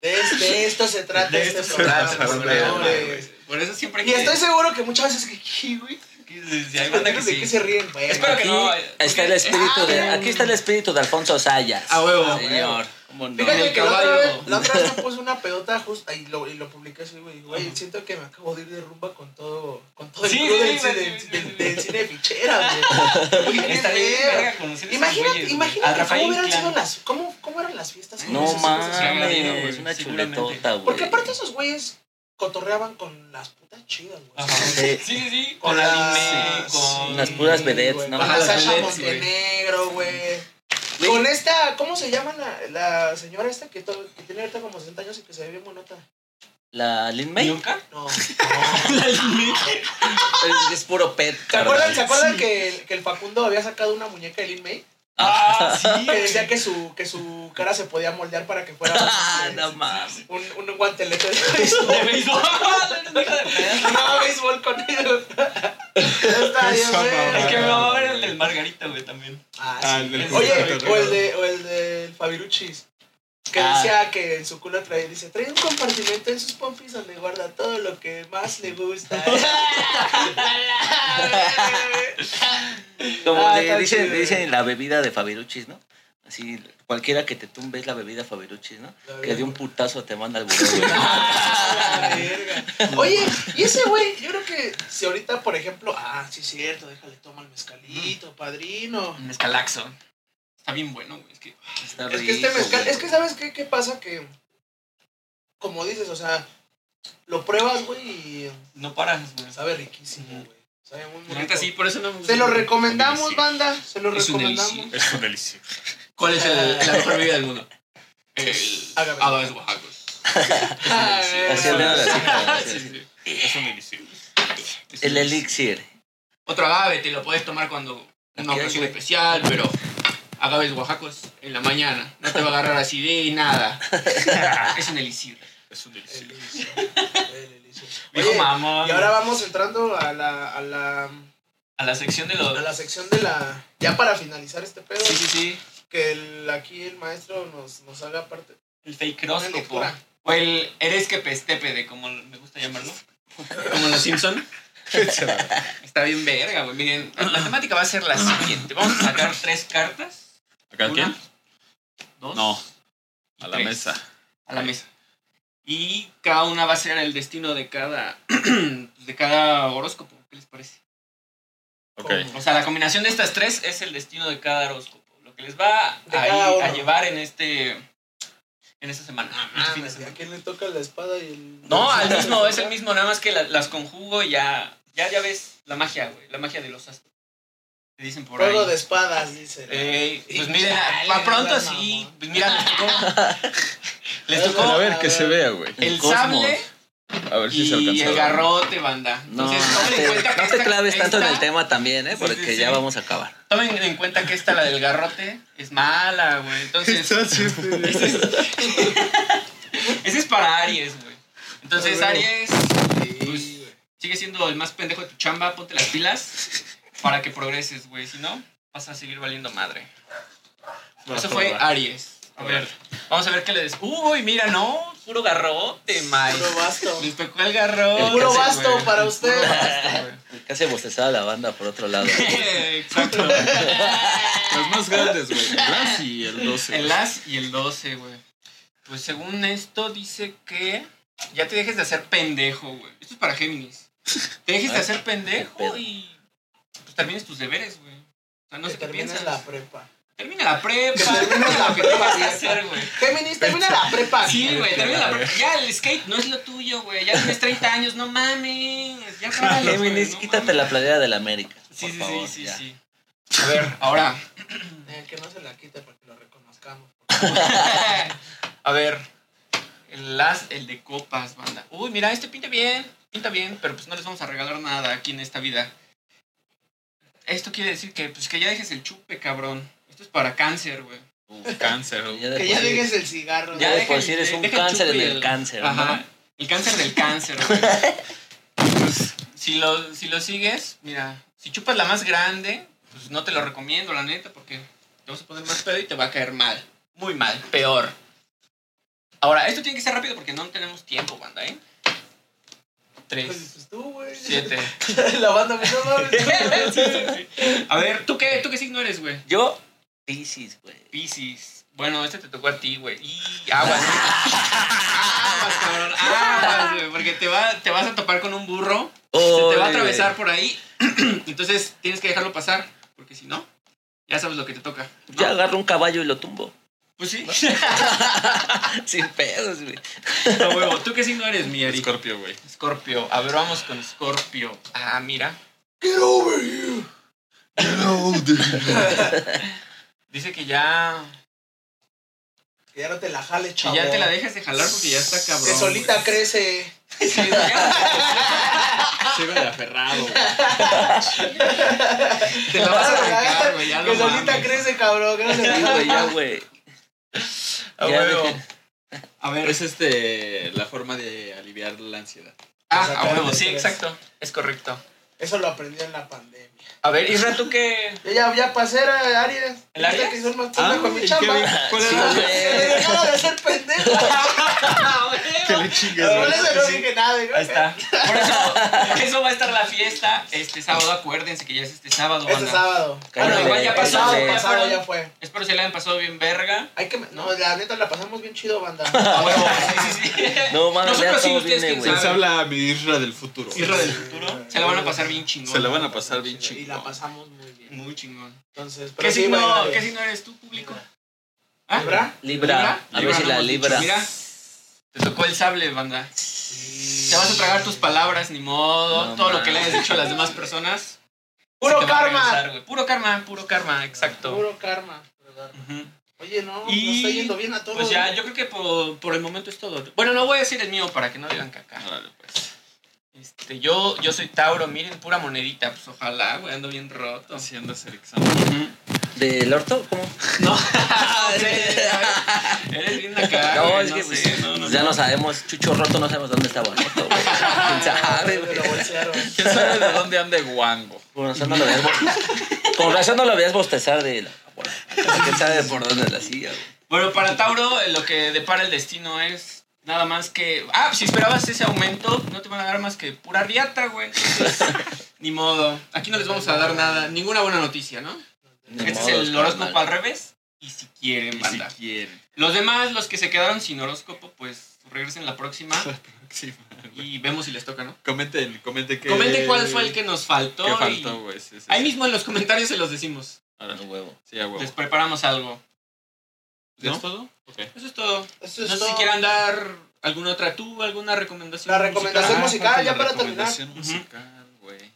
[SPEAKER 3] De, es- de esto se trata
[SPEAKER 1] De
[SPEAKER 3] este
[SPEAKER 1] esto se
[SPEAKER 3] programa,
[SPEAKER 2] trata,
[SPEAKER 3] señores.
[SPEAKER 1] Por eso siempre
[SPEAKER 3] Y estoy seguro que muchas veces que, ¿qué, güey?
[SPEAKER 1] que- que- hay banda que
[SPEAKER 3] ¿De qué
[SPEAKER 1] sí.
[SPEAKER 3] se ríen, güey?
[SPEAKER 1] Espero que
[SPEAKER 7] Aquí
[SPEAKER 1] no.
[SPEAKER 7] está el espíritu de, aquí está el espíritu de Alfonso Sayas.
[SPEAKER 2] Ah,
[SPEAKER 1] A huevo.
[SPEAKER 7] Señor. ¿Cómo no?
[SPEAKER 1] Fíjate
[SPEAKER 3] Fíjate
[SPEAKER 1] el
[SPEAKER 3] que la otra,
[SPEAKER 1] caballo.
[SPEAKER 3] vez, la otra vez me puse una pedota justa y lo, y lo publiqué así, güey. Güey, siento que me acabo de ir de rumba con todo, con todo el
[SPEAKER 1] Sí, sí,
[SPEAKER 3] club del,
[SPEAKER 1] sí,
[SPEAKER 3] del-
[SPEAKER 1] sí,
[SPEAKER 3] del-
[SPEAKER 1] sí, sí.
[SPEAKER 3] del cine de fichera, güey. Güey, qué
[SPEAKER 1] Estaría bien
[SPEAKER 3] feo.
[SPEAKER 1] verga conocer esos
[SPEAKER 3] Imagínate,
[SPEAKER 1] güeyes, güey. Al
[SPEAKER 3] imagínate cómo
[SPEAKER 1] Rafael
[SPEAKER 3] hubieran
[SPEAKER 1] Inclán.
[SPEAKER 3] sido las, cómo, cómo eran las fiestas. con
[SPEAKER 7] No
[SPEAKER 3] esas cosas.
[SPEAKER 7] mames, una
[SPEAKER 1] Seguramente.
[SPEAKER 7] chuletota, güey.
[SPEAKER 3] Porque aparte esos güeyes cotorreaban con las putas chidas, güey.
[SPEAKER 1] Ajá. Sí,
[SPEAKER 7] Sí.
[SPEAKER 1] sí, sí. Con la anime, con.
[SPEAKER 7] Las puras vedettes,
[SPEAKER 3] güey,
[SPEAKER 7] ¿no?
[SPEAKER 3] Con la
[SPEAKER 1] Ajá, las
[SPEAKER 3] Sasha
[SPEAKER 1] vedettes, güey.
[SPEAKER 3] Montenegro, güey. Con esta, ¿cómo se llama la, la señora esta que, to- que tiene ahorita como 60 años y que se ve bien bonota?
[SPEAKER 7] La Lin May
[SPEAKER 1] ¿Nunca?
[SPEAKER 3] No.
[SPEAKER 7] es, es puro pet.
[SPEAKER 3] ¿Se acuerdan, ¿se
[SPEAKER 7] carnal.
[SPEAKER 3] acuerdan que, el, que el Facundo había sacado una muñeca de Lin May?
[SPEAKER 1] Ah, sí.
[SPEAKER 3] Que decía que su, que su cara se podía moldear para que fuera
[SPEAKER 7] Ah,
[SPEAKER 3] eh,
[SPEAKER 7] no mames.
[SPEAKER 3] un, un guantelete de béisbol.
[SPEAKER 1] De béisbol.
[SPEAKER 3] No, béisbol con él. Está bien, güey.
[SPEAKER 1] Es que mi mamá era el del Margarita, güey, también.
[SPEAKER 3] Ah,
[SPEAKER 2] Ah,
[SPEAKER 3] sí.
[SPEAKER 2] el del
[SPEAKER 3] Oye,
[SPEAKER 2] culo.
[SPEAKER 3] o el de, o el del Fabiruchis. Que
[SPEAKER 7] Ah.
[SPEAKER 3] decía que en su culo trae, dice, trae un compartimento en sus pompis donde guarda todo lo que más le gusta.
[SPEAKER 7] Como
[SPEAKER 3] Ah,
[SPEAKER 7] le
[SPEAKER 3] está
[SPEAKER 7] dicen,
[SPEAKER 3] chido.
[SPEAKER 7] le dicen la bebida de Fabiruchis, ¿no? Así, cualquiera que te tumbe es la bebida Fabiruchis, ¿no?
[SPEAKER 3] La
[SPEAKER 7] Que de un putazo te manda al buró, güey.
[SPEAKER 3] Ah, la verga. Oye, y ese güey, yo creo que si ahorita, por ejemplo, ah, sí es cierto, déjale toma el mezcalito, padrino.
[SPEAKER 1] Un escalaxo. Está bien bueno, güey. Es que.
[SPEAKER 7] Está
[SPEAKER 3] Es que este
[SPEAKER 7] rico,
[SPEAKER 3] mezcal,
[SPEAKER 7] güey.
[SPEAKER 3] es que sabes qué, qué pasa que, como dices, o sea, lo pruebas, güey, y
[SPEAKER 1] No paras, güey.
[SPEAKER 3] sabe riquísimo, güey. Sabe muy, muy
[SPEAKER 1] La neta
[SPEAKER 3] rico.
[SPEAKER 1] sí, por eso no me gusta.
[SPEAKER 3] Se lo recomendamos,
[SPEAKER 1] Delicioso.
[SPEAKER 3] banda. Se lo
[SPEAKER 1] Es un
[SPEAKER 3] recomendamos.
[SPEAKER 2] Es un delicioso.
[SPEAKER 1] ¿Cuál es el- la mejor bebida del mundo? El
[SPEAKER 3] Agave.
[SPEAKER 1] agave de Oaxacos.
[SPEAKER 3] Ah,
[SPEAKER 7] Así
[SPEAKER 3] eh,
[SPEAKER 7] hablan las señoras,
[SPEAKER 1] Ah, Sí,
[SPEAKER 7] sí.
[SPEAKER 1] sí.
[SPEAKER 2] Es un delicioso.
[SPEAKER 1] Es
[SPEAKER 7] El
[SPEAKER 1] un-
[SPEAKER 7] elixir.
[SPEAKER 1] Otro agave te lo puedes tomar cuando una
[SPEAKER 7] Aquí hay,
[SPEAKER 1] ocasión
[SPEAKER 7] güey.
[SPEAKER 1] especial, pero agaves oaxacos en la mañana. No te va a agarrar así de nada. es un elixir.
[SPEAKER 2] Es un delicioso.
[SPEAKER 3] delicioso, eh, delicioso.
[SPEAKER 1] Dijo
[SPEAKER 3] Oye,
[SPEAKER 1] mamá.
[SPEAKER 3] y ahora vamos entrando a la, a la,
[SPEAKER 1] a la sección de los.
[SPEAKER 3] a la sección de la. Ya para finalizar este pedo,
[SPEAKER 1] Sí, sí, sí.
[SPEAKER 3] que el- aquí el maestro nos, nos haga parte.
[SPEAKER 1] El
[SPEAKER 3] Una
[SPEAKER 1] fakeróscopo.
[SPEAKER 3] lectura.
[SPEAKER 1] O el eresque pestépede, como me gusta llamarlo. Como los Simpson. Está bien verga, güey. Miren, la temática va a ser la siguiente. Vamos a sacar tres cartas.
[SPEAKER 2] ¿Acá
[SPEAKER 1] Una,
[SPEAKER 2] quién?
[SPEAKER 1] Dos.
[SPEAKER 2] No, a la
[SPEAKER 1] Tres.
[SPEAKER 2] mesa.
[SPEAKER 1] a la mesa. Y cada una va a ser el destino de cada, de cada horóscopo. ¿Qué les parece?
[SPEAKER 2] Ok.
[SPEAKER 1] O sea, la combinación de estas tres es el destino de cada horóscopo. Lo que les va
[SPEAKER 3] De cada
[SPEAKER 1] ahí
[SPEAKER 3] uno.
[SPEAKER 1] a llevar en este en esta semana. este fin de
[SPEAKER 3] ah, ¿A
[SPEAKER 1] semana.
[SPEAKER 3] quién le toca la espada y el.?
[SPEAKER 1] No, al mismo, es el mismo, nada más que la- las conjugo y ya, ya, ya ves la magia, güey, la magia de los astros. Te dicen por ahí.
[SPEAKER 3] Juego de espadas, dice.
[SPEAKER 1] Ey, pues
[SPEAKER 3] Y-
[SPEAKER 1] mira,
[SPEAKER 3] Ay,
[SPEAKER 1] para pronto
[SPEAKER 3] no,
[SPEAKER 1] sí.
[SPEAKER 3] mamón.
[SPEAKER 1] Pues mira, les tocó. les
[SPEAKER 3] Pero
[SPEAKER 1] tocó
[SPEAKER 3] bueno,
[SPEAKER 8] A ver, que se vea, güey.
[SPEAKER 1] el
[SPEAKER 7] Cosmos.
[SPEAKER 1] sable
[SPEAKER 8] A ver si se
[SPEAKER 1] y
[SPEAKER 8] alcanza.
[SPEAKER 1] el garrote, banda.
[SPEAKER 7] No,
[SPEAKER 1] Entonces,
[SPEAKER 7] no
[SPEAKER 1] tomen en cuenta
[SPEAKER 7] te,
[SPEAKER 1] que
[SPEAKER 7] no te
[SPEAKER 1] esta-
[SPEAKER 7] claves tanto en
[SPEAKER 1] esta-
[SPEAKER 7] el tema también, ¿eh?
[SPEAKER 1] Sí, sí,
[SPEAKER 7] Porque ya
[SPEAKER 1] sí.
[SPEAKER 7] vamos a acabar.
[SPEAKER 1] Tomen en cuenta que esta, la del garrote, es mala, güey. Entonces, ese es, ese es para Aries, güey. Entonces, Aries pues, sigue siendo el más pendejo de tu chamba. Ponte las pilas para que progreses, güey. Si no, vas a seguir valiendo madre. Eso fue Aries. A ver, vamos a ver qué le des. Uy, mira, no, puro garrote, Mike.
[SPEAKER 3] Puro basto.
[SPEAKER 1] Les tocó el garrote.
[SPEAKER 7] El
[SPEAKER 3] Puro
[SPEAKER 7] Sí,
[SPEAKER 3] basto
[SPEAKER 1] güey.
[SPEAKER 3] para usted.
[SPEAKER 1] Puro basto, güey.
[SPEAKER 7] Casi bostezaba la banda por otro lado.
[SPEAKER 1] Exacto.
[SPEAKER 8] Los más grandes, güey. El as y el 12.
[SPEAKER 1] El as y el 12, güey. Pues según esto dice que ya te dejes de hacer pendejo, güey. Esto es para Géminis. Te dejes de
[SPEAKER 7] Ay,
[SPEAKER 1] hacer
[SPEAKER 7] qué
[SPEAKER 1] pendejo
[SPEAKER 7] pedo.
[SPEAKER 1] y pues termines tus deberes, güey. O sea, no
[SPEAKER 3] Que
[SPEAKER 1] sé qué
[SPEAKER 3] termines
[SPEAKER 1] piensas.
[SPEAKER 3] la prepa.
[SPEAKER 1] Termina la prepa,
[SPEAKER 3] Que termines
[SPEAKER 1] güey,
[SPEAKER 3] la
[SPEAKER 1] lo que
[SPEAKER 3] prepa,
[SPEAKER 1] tú vas a
[SPEAKER 3] güey.
[SPEAKER 1] hacer, güey.
[SPEAKER 3] Géminis, termina la prepa.
[SPEAKER 1] Sí, güey, termina la prepa. Ya el skate no es lo tuyo, güey. Ya tienes 30 años, no mames. Ya páralos, güey,
[SPEAKER 7] Géminis,
[SPEAKER 1] no
[SPEAKER 7] quítate
[SPEAKER 1] mames.
[SPEAKER 7] la playera del América.
[SPEAKER 1] Sí,
[SPEAKER 7] por
[SPEAKER 1] sí,
[SPEAKER 7] favor,
[SPEAKER 1] sí,
[SPEAKER 7] ya.
[SPEAKER 1] sí, sí. A ver, ahora.
[SPEAKER 3] Eh, que no se la quite para que lo reconozcamos.
[SPEAKER 1] A ver, el as, el de copas, banda. Uy, mira, este pinta bien, pinta bien, pero pues no les vamos a regalar nada aquí en esta vida. Esto quiere decir que, pues que ya dejes el chupe, cabrón. Esto es para cáncer, güey.
[SPEAKER 2] Cáncer, güey.
[SPEAKER 7] Ya de
[SPEAKER 3] Que
[SPEAKER 7] por
[SPEAKER 3] ya
[SPEAKER 7] sí-
[SPEAKER 3] dejes el cigarro.
[SPEAKER 7] Ya
[SPEAKER 1] deja
[SPEAKER 7] de por
[SPEAKER 1] el-
[SPEAKER 7] sí eres un
[SPEAKER 1] deja el
[SPEAKER 7] cáncer
[SPEAKER 1] chupe
[SPEAKER 7] en
[SPEAKER 1] y
[SPEAKER 7] el cáncer, ¿no?
[SPEAKER 1] Ajá, el cáncer del cáncer, güey. Pues, si lo, si lo sigues, mira, si chupas la más grande, pues no te lo recomiendo, la neta, porque te vas a poner más pedo y te va a caer mal. Muy mal, peor. Ahora, esto tiene que ser rápido porque no tenemos tiempo, banda, ¿eh?
[SPEAKER 3] Pues,
[SPEAKER 1] 3,
[SPEAKER 3] pues tú, güey.
[SPEAKER 1] 7.
[SPEAKER 3] La banda, pues no mames.
[SPEAKER 1] A ver, ¿tú qué, ¿tú qué signo eres, güey?
[SPEAKER 7] Yo, Pisces, güey.
[SPEAKER 1] Piscis. Bueno, este te tocó a ti, güey. Y aguas. aguas, cabrón. Aguas, güey. Porque te, va, te vas a topar con un burro. Se te va a
[SPEAKER 7] Oy,
[SPEAKER 1] atravesar por ahí. Entonces tienes que dejarlo pasar. Porque si no, ya sabes lo que te toca.
[SPEAKER 7] güey. Ya agarro un caballo y lo tumbo.
[SPEAKER 1] Pues sí.
[SPEAKER 7] Sin pedos, güey.
[SPEAKER 1] A huevo. ¿Tú qué signo eres, mi Ari?
[SPEAKER 2] Escorpio, güey.
[SPEAKER 1] Scorpio. A ver, vamos con Scorpio. Ah, mira.
[SPEAKER 3] Get over here.
[SPEAKER 1] Dice que ya.
[SPEAKER 3] Que ya no te la jale,
[SPEAKER 1] Que
[SPEAKER 3] chavo.
[SPEAKER 1] ya te la dejes de jalar porque ya está cabrón.
[SPEAKER 3] Que solita
[SPEAKER 1] güey.
[SPEAKER 3] crece.
[SPEAKER 1] Sí, ya.
[SPEAKER 2] Sigo de aferrado, güey.
[SPEAKER 1] Te la vas a arrancar, güey. Ya no
[SPEAKER 3] Ah, que solita
[SPEAKER 1] mames.
[SPEAKER 3] crece, cabrón.
[SPEAKER 7] Sí, güey,
[SPEAKER 3] Gracias.
[SPEAKER 7] ya, güey.
[SPEAKER 2] Ah,
[SPEAKER 7] Ya
[SPEAKER 2] huevo.
[SPEAKER 7] dejen-
[SPEAKER 1] A ver.
[SPEAKER 2] Es este la forma de aliviar la ansiedad.
[SPEAKER 1] Ah,
[SPEAKER 3] Sacar
[SPEAKER 1] a huevo,
[SPEAKER 3] el
[SPEAKER 1] sí,
[SPEAKER 3] estrés.
[SPEAKER 1] exacto. Es correcto.
[SPEAKER 3] Eso lo aprendí en la pandemia.
[SPEAKER 1] A ver, Isra, ¿tú qué?
[SPEAKER 3] Yo ya, ya pasé a Aries.
[SPEAKER 1] ¿El Aries?
[SPEAKER 3] Que son más
[SPEAKER 2] Ah,
[SPEAKER 3] pendejos, mi
[SPEAKER 2] ¿y qué-
[SPEAKER 3] chamba.
[SPEAKER 2] ¿Cuál
[SPEAKER 7] Sí,
[SPEAKER 2] era?
[SPEAKER 7] güey.
[SPEAKER 3] Se me dejaron de ser pendejo.
[SPEAKER 8] Que le chingues,
[SPEAKER 1] Ah,
[SPEAKER 3] Por
[SPEAKER 8] güey.
[SPEAKER 3] eso no dije nada. "Ah,
[SPEAKER 1] Ahí está. Por eso, por eso va a estar la fiesta este sábado. Acuérdense que ya es este sábado,
[SPEAKER 3] Este
[SPEAKER 1] banda.
[SPEAKER 3] sábado.
[SPEAKER 1] Bueno,
[SPEAKER 7] Cállate,
[SPEAKER 1] igual ya
[SPEAKER 3] El
[SPEAKER 1] pasó.
[SPEAKER 3] sábado
[SPEAKER 7] cállate.
[SPEAKER 1] ya
[SPEAKER 3] pasado
[SPEAKER 1] fueron.
[SPEAKER 3] ya fue.
[SPEAKER 1] Espero se la hayan pasado bien verga.
[SPEAKER 3] Hay que, no, la neta la pasamos bien chido, banda.
[SPEAKER 1] A huevo, sí, sí, sí.
[SPEAKER 7] No mames,
[SPEAKER 1] Nosotros
[SPEAKER 7] ya
[SPEAKER 1] sí,
[SPEAKER 7] todo
[SPEAKER 1] ustedes
[SPEAKER 7] viene,
[SPEAKER 1] quién
[SPEAKER 7] güey.
[SPEAKER 2] Les habla mi Isra del futuro.
[SPEAKER 1] Isra del futuro. Se la van a pasar bien chingón.
[SPEAKER 2] Se la van a pasar bien
[SPEAKER 3] Y
[SPEAKER 2] chingón.
[SPEAKER 3] la pasamos muy bien.
[SPEAKER 1] Muy chingón.
[SPEAKER 3] Entonces, pero
[SPEAKER 1] ¿Qué
[SPEAKER 3] sí,
[SPEAKER 1] signo,
[SPEAKER 3] vayan a
[SPEAKER 1] ¿Qué
[SPEAKER 3] ver.
[SPEAKER 1] signo eres tú, público? ¿Ah?
[SPEAKER 3] ¿Libra?
[SPEAKER 7] Libra, a ver
[SPEAKER 1] Libra,
[SPEAKER 7] si
[SPEAKER 1] no
[SPEAKER 7] la
[SPEAKER 1] hemos dicho.
[SPEAKER 7] libra.
[SPEAKER 1] Mira, te tocó el sable, banda. Te vas a tragar tus palabras, ni modo.
[SPEAKER 7] No
[SPEAKER 1] todo lo que le
[SPEAKER 7] mames.
[SPEAKER 1] hayas dicho a las demás personas.
[SPEAKER 3] Puro
[SPEAKER 1] se te va a
[SPEAKER 3] karma.
[SPEAKER 1] regresar, güey. puro karma, puro karma, exacto.
[SPEAKER 3] Puro karma.
[SPEAKER 1] Ujú.
[SPEAKER 3] Oye, no,
[SPEAKER 1] Y-
[SPEAKER 3] nos está yendo bien a todos.
[SPEAKER 1] Pues ya, yo creo que por, por el momento es todo. Bueno, no voy a decir el mío para que no digan caca.
[SPEAKER 2] Órale, pues.
[SPEAKER 1] Este, yo, yo soy Tauro, miren, pura monedita. Pues ojalá, güey, ando bien roto.
[SPEAKER 2] Haciendo ser examen.
[SPEAKER 7] ¿Del orto? ¿Cómo?
[SPEAKER 1] No, hombre, ay, eres bien acá.
[SPEAKER 7] No,
[SPEAKER 1] güey,
[SPEAKER 7] es que
[SPEAKER 1] sé,
[SPEAKER 7] pues,
[SPEAKER 1] Ah, no, no,
[SPEAKER 7] ya
[SPEAKER 1] no.
[SPEAKER 7] no sabemos, Chucho Roto, no sabemos dónde estaba Roto. güey. ¿Quién sabe,
[SPEAKER 3] Me
[SPEAKER 7] güey?
[SPEAKER 3] lo bolsearon.
[SPEAKER 2] ¿Quién sabe de dónde ande guango?
[SPEAKER 7] Con razón no lo veías, bo- con razón no lo veías bostezar de la... ¿Quién sabe por dónde la silla, güey?
[SPEAKER 1] Bueno, para Tauro, eh, lo que depara el destino es nada más que. Ah, si esperabas ese aumento, no te van a dar más que pura riata, güey. Entonces, ni modo. Aquí no les vamos a dar nada, ninguna buena noticia, ¿no?
[SPEAKER 7] Ni
[SPEAKER 1] este
[SPEAKER 7] modos,
[SPEAKER 1] es el horóscopo
[SPEAKER 7] carnal.
[SPEAKER 1] al revés. Y si quieren,
[SPEAKER 2] Y si
[SPEAKER 1] banda.
[SPEAKER 2] quieren.
[SPEAKER 1] Los demás, los que se quedaron sin horóscopo, pues regresen la próxima
[SPEAKER 2] Sí, güey.
[SPEAKER 1] y vemos si les toca, ¿no?
[SPEAKER 2] comenten, comenten que.
[SPEAKER 1] Comenten cuál fue el que nos faltó.
[SPEAKER 2] Que
[SPEAKER 1] y-
[SPEAKER 2] faltó, güey. Sí, sí,
[SPEAKER 1] Ahí
[SPEAKER 2] sí.
[SPEAKER 1] mismo en los comentarios se los decimos.
[SPEAKER 7] No, huevo.
[SPEAKER 2] Sí, a huevo.
[SPEAKER 1] Les preparamos algo.
[SPEAKER 2] ¿Ya
[SPEAKER 1] ¿no?
[SPEAKER 2] es todo? Ok.
[SPEAKER 1] Eso es todo.
[SPEAKER 3] Eso
[SPEAKER 1] No
[SPEAKER 3] es
[SPEAKER 1] sé
[SPEAKER 3] todo.
[SPEAKER 1] si quieran dar alguna otra tú, alguna recomendación.
[SPEAKER 3] La recomendación
[SPEAKER 1] musical.
[SPEAKER 3] musical.
[SPEAKER 2] Ah, falta
[SPEAKER 3] ya
[SPEAKER 2] la
[SPEAKER 3] para terminar.
[SPEAKER 2] recomendación musical, güey.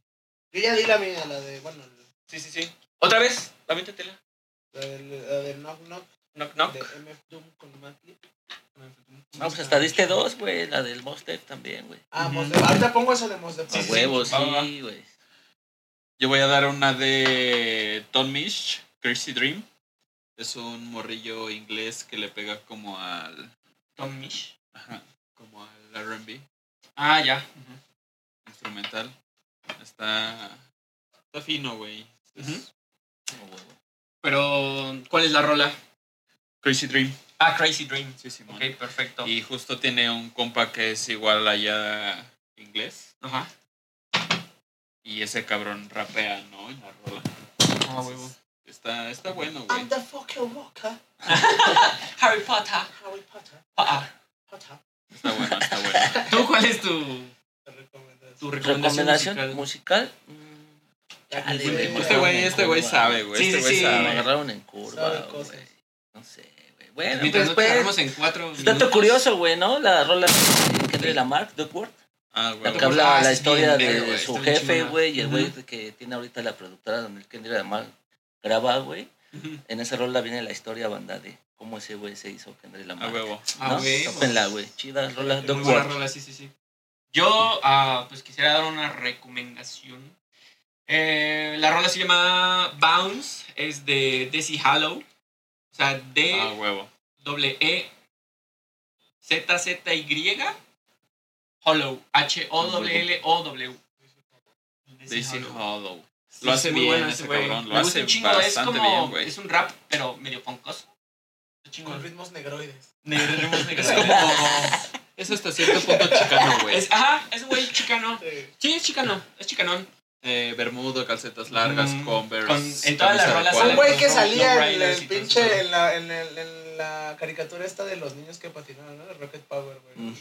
[SPEAKER 3] Yo ya di la mía, la de, bueno,
[SPEAKER 1] Sí, sí, sí. ¿Otra vez? Lamentatela.
[SPEAKER 3] La del, la del Knock Knock
[SPEAKER 1] Knock, knock.
[SPEAKER 3] de MF Doom con Matli.
[SPEAKER 7] No, pues hasta diste dos, güey. La del Monster también, güey.
[SPEAKER 3] Ah, Mos Def. Ahorita pongo esa de Mos Def.
[SPEAKER 7] A
[SPEAKER 1] Sí, sí,
[SPEAKER 7] huevos,
[SPEAKER 1] va, va.
[SPEAKER 7] sí, güey.
[SPEAKER 2] Yo voy a dar una de Tom Misch, Crazy Dream. Es un morrillo inglés que le pega como al.
[SPEAKER 1] Tom Misch.
[SPEAKER 2] ajá, como al RB
[SPEAKER 1] Ah, ya.
[SPEAKER 2] instrumental. Está. Está fino, güey. Es
[SPEAKER 1] Ujú. Oh, Pero, ¿cuál es la rola?
[SPEAKER 2] Crazy Dream.
[SPEAKER 1] Ah, Crazy Dream.
[SPEAKER 2] Sí, Simón.
[SPEAKER 1] Ok, perfecto.
[SPEAKER 2] Y justo tiene un compa que es igual allá inglés.
[SPEAKER 1] Ajá.
[SPEAKER 2] Y ese cabrón rapea, ¿no? En la rola.
[SPEAKER 1] Ah, huevo.
[SPEAKER 2] Está, está bueno, güey.
[SPEAKER 3] I'm the fucking walker.
[SPEAKER 1] Harry Potter.
[SPEAKER 3] Harry Potter.
[SPEAKER 1] Ah,
[SPEAKER 3] Potter.
[SPEAKER 2] Está bueno, está bueno.
[SPEAKER 1] ah. ¿Tú cuál es tu,
[SPEAKER 3] Te recomiendas.
[SPEAKER 1] tu recomendación,
[SPEAKER 7] ¿Recomendación musical?
[SPEAKER 1] musical?
[SPEAKER 7] Mm,
[SPEAKER 3] Ya
[SPEAKER 7] Dale,
[SPEAKER 3] que
[SPEAKER 7] güey,
[SPEAKER 3] sé.
[SPEAKER 7] pues,
[SPEAKER 2] Este güey, este güey sabe, güey.
[SPEAKER 1] Sí,
[SPEAKER 2] Este
[SPEAKER 1] sí,
[SPEAKER 2] güey
[SPEAKER 1] sí.
[SPEAKER 7] ah, me
[SPEAKER 2] sabe.
[SPEAKER 7] agarraron en
[SPEAKER 3] Sabe
[SPEAKER 7] curva,
[SPEAKER 3] cosas.
[SPEAKER 7] güey. No sé, güey. Bueno, pues,
[SPEAKER 1] Mientras no te
[SPEAKER 7] pues,
[SPEAKER 1] agarramos en cuatro
[SPEAKER 7] Es dato
[SPEAKER 1] minutos.
[SPEAKER 7] curioso, güey, ¿no? La rola de Kendrick Lamar, Duckworth,
[SPEAKER 2] Ah, güey.
[SPEAKER 7] la que habla
[SPEAKER 1] Ah,
[SPEAKER 7] la
[SPEAKER 1] sí,
[SPEAKER 7] historia
[SPEAKER 1] bien,
[SPEAKER 7] de
[SPEAKER 1] güey,
[SPEAKER 7] su
[SPEAKER 1] está bien
[SPEAKER 7] jefe,
[SPEAKER 1] chingona.
[SPEAKER 7] güey, y el güey
[SPEAKER 1] Ujú.
[SPEAKER 7] que tiene ahorita la productora donde Kendrick Lamar graba, güey.
[SPEAKER 1] Ujú.
[SPEAKER 7] En esa rola viene la historia, banda, de cómo ese güey se hizo Kendrick
[SPEAKER 2] A
[SPEAKER 7] Lamar.
[SPEAKER 2] huevo.
[SPEAKER 1] Ah,
[SPEAKER 7] ¿no?
[SPEAKER 1] güey.
[SPEAKER 7] Tópenla, güey. Chida rola,
[SPEAKER 1] Muy buena
[SPEAKER 7] Duckworth.
[SPEAKER 1] rola, sí, sí, sí. Yo, ah, pues quisiera dar una recomendación. Eh, la rola se llama Bounce, es de Desi Hallow. O sea,
[SPEAKER 2] A
[SPEAKER 1] D,
[SPEAKER 2] Ah, huevo.
[SPEAKER 1] W E, Z, Z, Y, Hollow, H, O, W, L, O, W.
[SPEAKER 2] Daisy
[SPEAKER 1] E. Hollow.
[SPEAKER 2] Hollow.
[SPEAKER 1] Sí,
[SPEAKER 2] Lo
[SPEAKER 1] es
[SPEAKER 2] hace
[SPEAKER 1] muy
[SPEAKER 2] bien
[SPEAKER 1] bueno
[SPEAKER 2] ese
[SPEAKER 1] güey.
[SPEAKER 2] cabrón, lo
[SPEAKER 1] Me gusta
[SPEAKER 2] hace
[SPEAKER 1] un chingo, es
[SPEAKER 2] bastante
[SPEAKER 1] como,
[SPEAKER 2] bien, güey.
[SPEAKER 1] Es un rap, pero medio poncoso. Está chingón.
[SPEAKER 3] Con ritmos negroides.
[SPEAKER 1] Negro, negro, negro.
[SPEAKER 2] Es como. pues. Es hasta cierto punto chicano, güey.
[SPEAKER 1] Es- Pues, ajá, es un güey chicano.
[SPEAKER 3] Sí.
[SPEAKER 1] Sí, es chicano, es chicanón.
[SPEAKER 2] Eh, bermudo, calcetas largas,
[SPEAKER 1] Mm,
[SPEAKER 2] Converse.
[SPEAKER 1] con- en todas las
[SPEAKER 2] camisa de
[SPEAKER 1] rolas
[SPEAKER 2] cuadros.
[SPEAKER 1] sale
[SPEAKER 3] Un güey que
[SPEAKER 1] Los
[SPEAKER 3] salía en
[SPEAKER 1] Riders y
[SPEAKER 3] el
[SPEAKER 1] todo
[SPEAKER 3] pinche,
[SPEAKER 1] eso.
[SPEAKER 3] en la, en, el, en la caricatura esta de los niños que patinaban, ¿no? De Rocket Power, güey.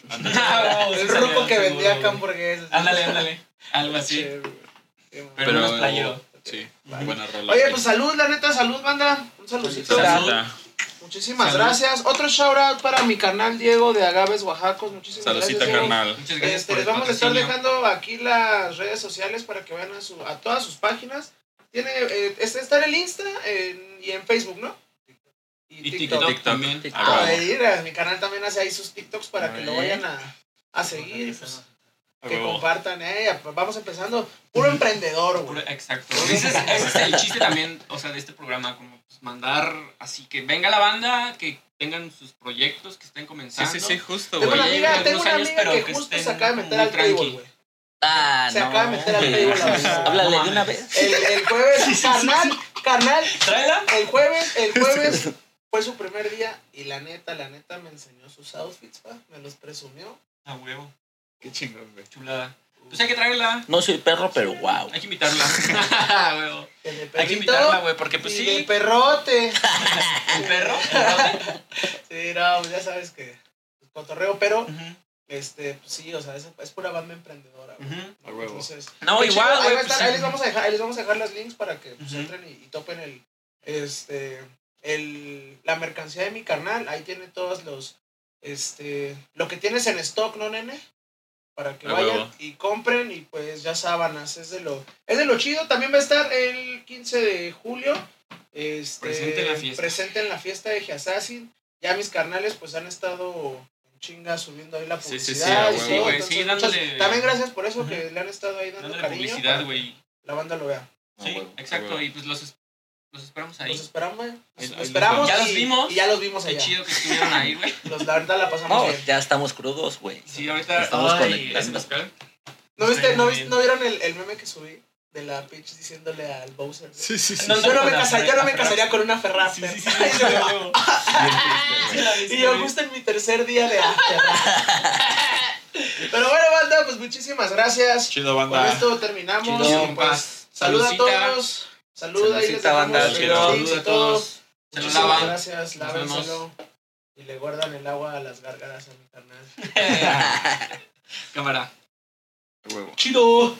[SPEAKER 3] El ruco que vendía acá hamburguesas.
[SPEAKER 1] Ándale, ándale. Algo así.
[SPEAKER 3] Chévere, güey. Sí, man.
[SPEAKER 1] Pero
[SPEAKER 2] Pero.
[SPEAKER 1] más playero.
[SPEAKER 2] Sí, buena rola.
[SPEAKER 3] Oye,
[SPEAKER 2] güey.
[SPEAKER 3] pues salud, la neta, salud, banda. Un saludcito.
[SPEAKER 7] Salud.
[SPEAKER 3] Muchísimas
[SPEAKER 1] Salud.
[SPEAKER 3] gracias. Otro shout out para mi canal Diego de Agaves Oaxacos. Muchísimas
[SPEAKER 2] Saludcita,
[SPEAKER 3] gracias. Diego.
[SPEAKER 2] carnal.
[SPEAKER 1] Muchas gracias
[SPEAKER 3] Este,
[SPEAKER 1] por
[SPEAKER 3] les
[SPEAKER 1] el
[SPEAKER 3] vamos a estar
[SPEAKER 1] patrocinio.
[SPEAKER 3] dejando aquí las redes sociales para que vayan a, su, a todas sus páginas. Tiene, eh, es- está en el Insta en- y en Facebook, ¿no?
[SPEAKER 1] Y TikTok,
[SPEAKER 2] TikTok
[SPEAKER 1] también.
[SPEAKER 7] TikTok.
[SPEAKER 2] Ah,
[SPEAKER 3] Ah,
[SPEAKER 2] huevo.
[SPEAKER 3] ahí, mira, mi canal también hace ahí sus TikToks para que lo
[SPEAKER 7] Eh.
[SPEAKER 3] vayan a, a seguir, pues,
[SPEAKER 2] A
[SPEAKER 3] que
[SPEAKER 2] huevo.
[SPEAKER 3] compartan. eh, vamos empezando. Puro emprendedor,
[SPEAKER 1] Puro-
[SPEAKER 3] güey.
[SPEAKER 1] Exacto. Pues Ese es, ese es el chiste también, o sea, de este programa, como pues, mandar, así que venga la banda, que tengan sus proyectos, que estén
[SPEAKER 2] Sí,
[SPEAKER 1] comenzando.
[SPEAKER 2] sí, sí, justo,
[SPEAKER 3] Tengo una
[SPEAKER 1] güey,
[SPEAKER 2] güey.
[SPEAKER 1] ya
[SPEAKER 3] amiga,
[SPEAKER 1] llevan
[SPEAKER 3] tengo
[SPEAKER 1] unos
[SPEAKER 3] una
[SPEAKER 1] años,
[SPEAKER 3] amiga
[SPEAKER 1] pero
[SPEAKER 3] que
[SPEAKER 1] que
[SPEAKER 3] justo
[SPEAKER 1] estén
[SPEAKER 3] se acaba de meter
[SPEAKER 1] muy
[SPEAKER 3] al table,
[SPEAKER 1] tranqui.
[SPEAKER 3] güey.
[SPEAKER 7] Ah,
[SPEAKER 3] Se
[SPEAKER 7] no.
[SPEAKER 3] acaba de meter al
[SPEAKER 7] güey.
[SPEAKER 3] table la vez.
[SPEAKER 7] Háblale
[SPEAKER 1] No
[SPEAKER 7] de una
[SPEAKER 1] mames.
[SPEAKER 7] vez.
[SPEAKER 3] El, el jueves, carnal, carnal,
[SPEAKER 1] Tráela.
[SPEAKER 3] el jueves, el jueves fue su primer día y la neta, la neta me enseñó sus outfits, pa, me los presumió.
[SPEAKER 1] A Ah, huevo,
[SPEAKER 2] Qué chingón, güey.
[SPEAKER 1] chulada. Pues hay que traerla.
[SPEAKER 7] No soy perro, pero wow.
[SPEAKER 1] Hay que invitarla. A huevo.
[SPEAKER 3] El de
[SPEAKER 1] Hay que
[SPEAKER 3] perrito
[SPEAKER 1] invitarla, güey, porque pues
[SPEAKER 3] y de
[SPEAKER 1] sí,
[SPEAKER 3] perrote.
[SPEAKER 1] el perro.
[SPEAKER 3] Sí, no, pues ya sabes que pues, cotorreo, pero
[SPEAKER 1] Ujú,
[SPEAKER 3] este, pues sí, o sea, es, es pura banda emprendedora. güey.
[SPEAKER 1] ujú.
[SPEAKER 2] A huevo.
[SPEAKER 3] Entonces,
[SPEAKER 1] No,
[SPEAKER 3] qué chido,
[SPEAKER 1] igual,
[SPEAKER 3] ahí,
[SPEAKER 1] güey.
[SPEAKER 3] va a
[SPEAKER 1] pues,
[SPEAKER 3] estar, ahí les
[SPEAKER 1] sí.
[SPEAKER 3] vamos a dejar, ahí les vamos a dejar los links para que pues,
[SPEAKER 1] Ujú.
[SPEAKER 3] entren y, y topen el, este, el, la mercancía de mi carnal. Ahí tiene todos los, este, lo que tienes en stock, ¿no, nene? Para que
[SPEAKER 2] A
[SPEAKER 3] vayan
[SPEAKER 2] huevo.
[SPEAKER 3] y compren y pues ya sábanas, es de lo, es de lo chido. También va a estar el 15 de julio. Este,
[SPEAKER 1] Presente en la fiesta.
[SPEAKER 3] presente en la fiesta de Giasasin. Ya mis carnales pues han estado en chinga subiendo ahí la
[SPEAKER 2] Sí, sí, sí,
[SPEAKER 3] publicidad.
[SPEAKER 2] a
[SPEAKER 3] y
[SPEAKER 2] huevo.
[SPEAKER 3] todo,
[SPEAKER 2] Sí,
[SPEAKER 1] güey, sí,
[SPEAKER 3] entonces, muchas-
[SPEAKER 1] dándole-
[SPEAKER 3] También gracias por eso que
[SPEAKER 1] Ujú.
[SPEAKER 3] le han estado ahí dando
[SPEAKER 1] Dándole
[SPEAKER 3] cariño.
[SPEAKER 1] publicidad,
[SPEAKER 3] para
[SPEAKER 1] güey.
[SPEAKER 3] que La banda lo vea.
[SPEAKER 7] Ah,
[SPEAKER 1] Sí,
[SPEAKER 7] huevo.
[SPEAKER 1] exacto.
[SPEAKER 2] huevo.
[SPEAKER 1] Y pues los, es- los esperamos ahí.
[SPEAKER 3] Los esperamos, los
[SPEAKER 2] Ahí- ahí los vemos.
[SPEAKER 3] esperamos.
[SPEAKER 1] Ya los
[SPEAKER 3] y-
[SPEAKER 1] vimos.
[SPEAKER 3] Y ya los vimos
[SPEAKER 1] Qué
[SPEAKER 3] allá.
[SPEAKER 1] chido que estuvieron ahí, güey.
[SPEAKER 3] Los, la verdad la pasamos
[SPEAKER 7] No,
[SPEAKER 3] bien.
[SPEAKER 7] ya estamos crudos, güey.
[SPEAKER 1] Sí, ahorita
[SPEAKER 7] Estamos
[SPEAKER 1] ay,
[SPEAKER 7] conectando.
[SPEAKER 1] ese Pascal.
[SPEAKER 3] ¿No, viste,
[SPEAKER 1] Sí,
[SPEAKER 3] no,
[SPEAKER 1] muy
[SPEAKER 3] viste-
[SPEAKER 1] bien.
[SPEAKER 3] ¿No vieron el, el meme que subí? De la Peach diciéndole al Bowser. güey?
[SPEAKER 2] Sí, sí, sí.
[SPEAKER 1] No,
[SPEAKER 3] Yo no, me
[SPEAKER 1] con la
[SPEAKER 3] casaría, yo no me
[SPEAKER 1] Ferrari.
[SPEAKER 3] casaría con una Ferrari.
[SPEAKER 1] Sí, sí, sí, sí, sí, huevo.
[SPEAKER 3] Y yo justo en mi tercer día de after. Pero bueno, banda, pues muchísimas gracias.
[SPEAKER 2] Chido,
[SPEAKER 3] Con
[SPEAKER 2] banda.
[SPEAKER 3] esto terminamos.
[SPEAKER 1] Chido,
[SPEAKER 3] Y, pues,
[SPEAKER 1] compas.
[SPEAKER 3] salud a
[SPEAKER 1] Saludcita.
[SPEAKER 3] todos. Salud ahí les
[SPEAKER 7] Saludcita, banda.
[SPEAKER 3] dejamos
[SPEAKER 2] Chido.
[SPEAKER 3] los links
[SPEAKER 1] Saludos
[SPEAKER 3] y
[SPEAKER 1] a
[SPEAKER 3] todo.
[SPEAKER 1] todos. Se lo
[SPEAKER 3] Muchísimas
[SPEAKER 1] lavan.
[SPEAKER 3] gracias,
[SPEAKER 1] Nos vemos.
[SPEAKER 3] lávenselo. Y le guardan el agua a las gárgaras a mi carnal.
[SPEAKER 1] Cámara.
[SPEAKER 2] A huevo.
[SPEAKER 3] Chido.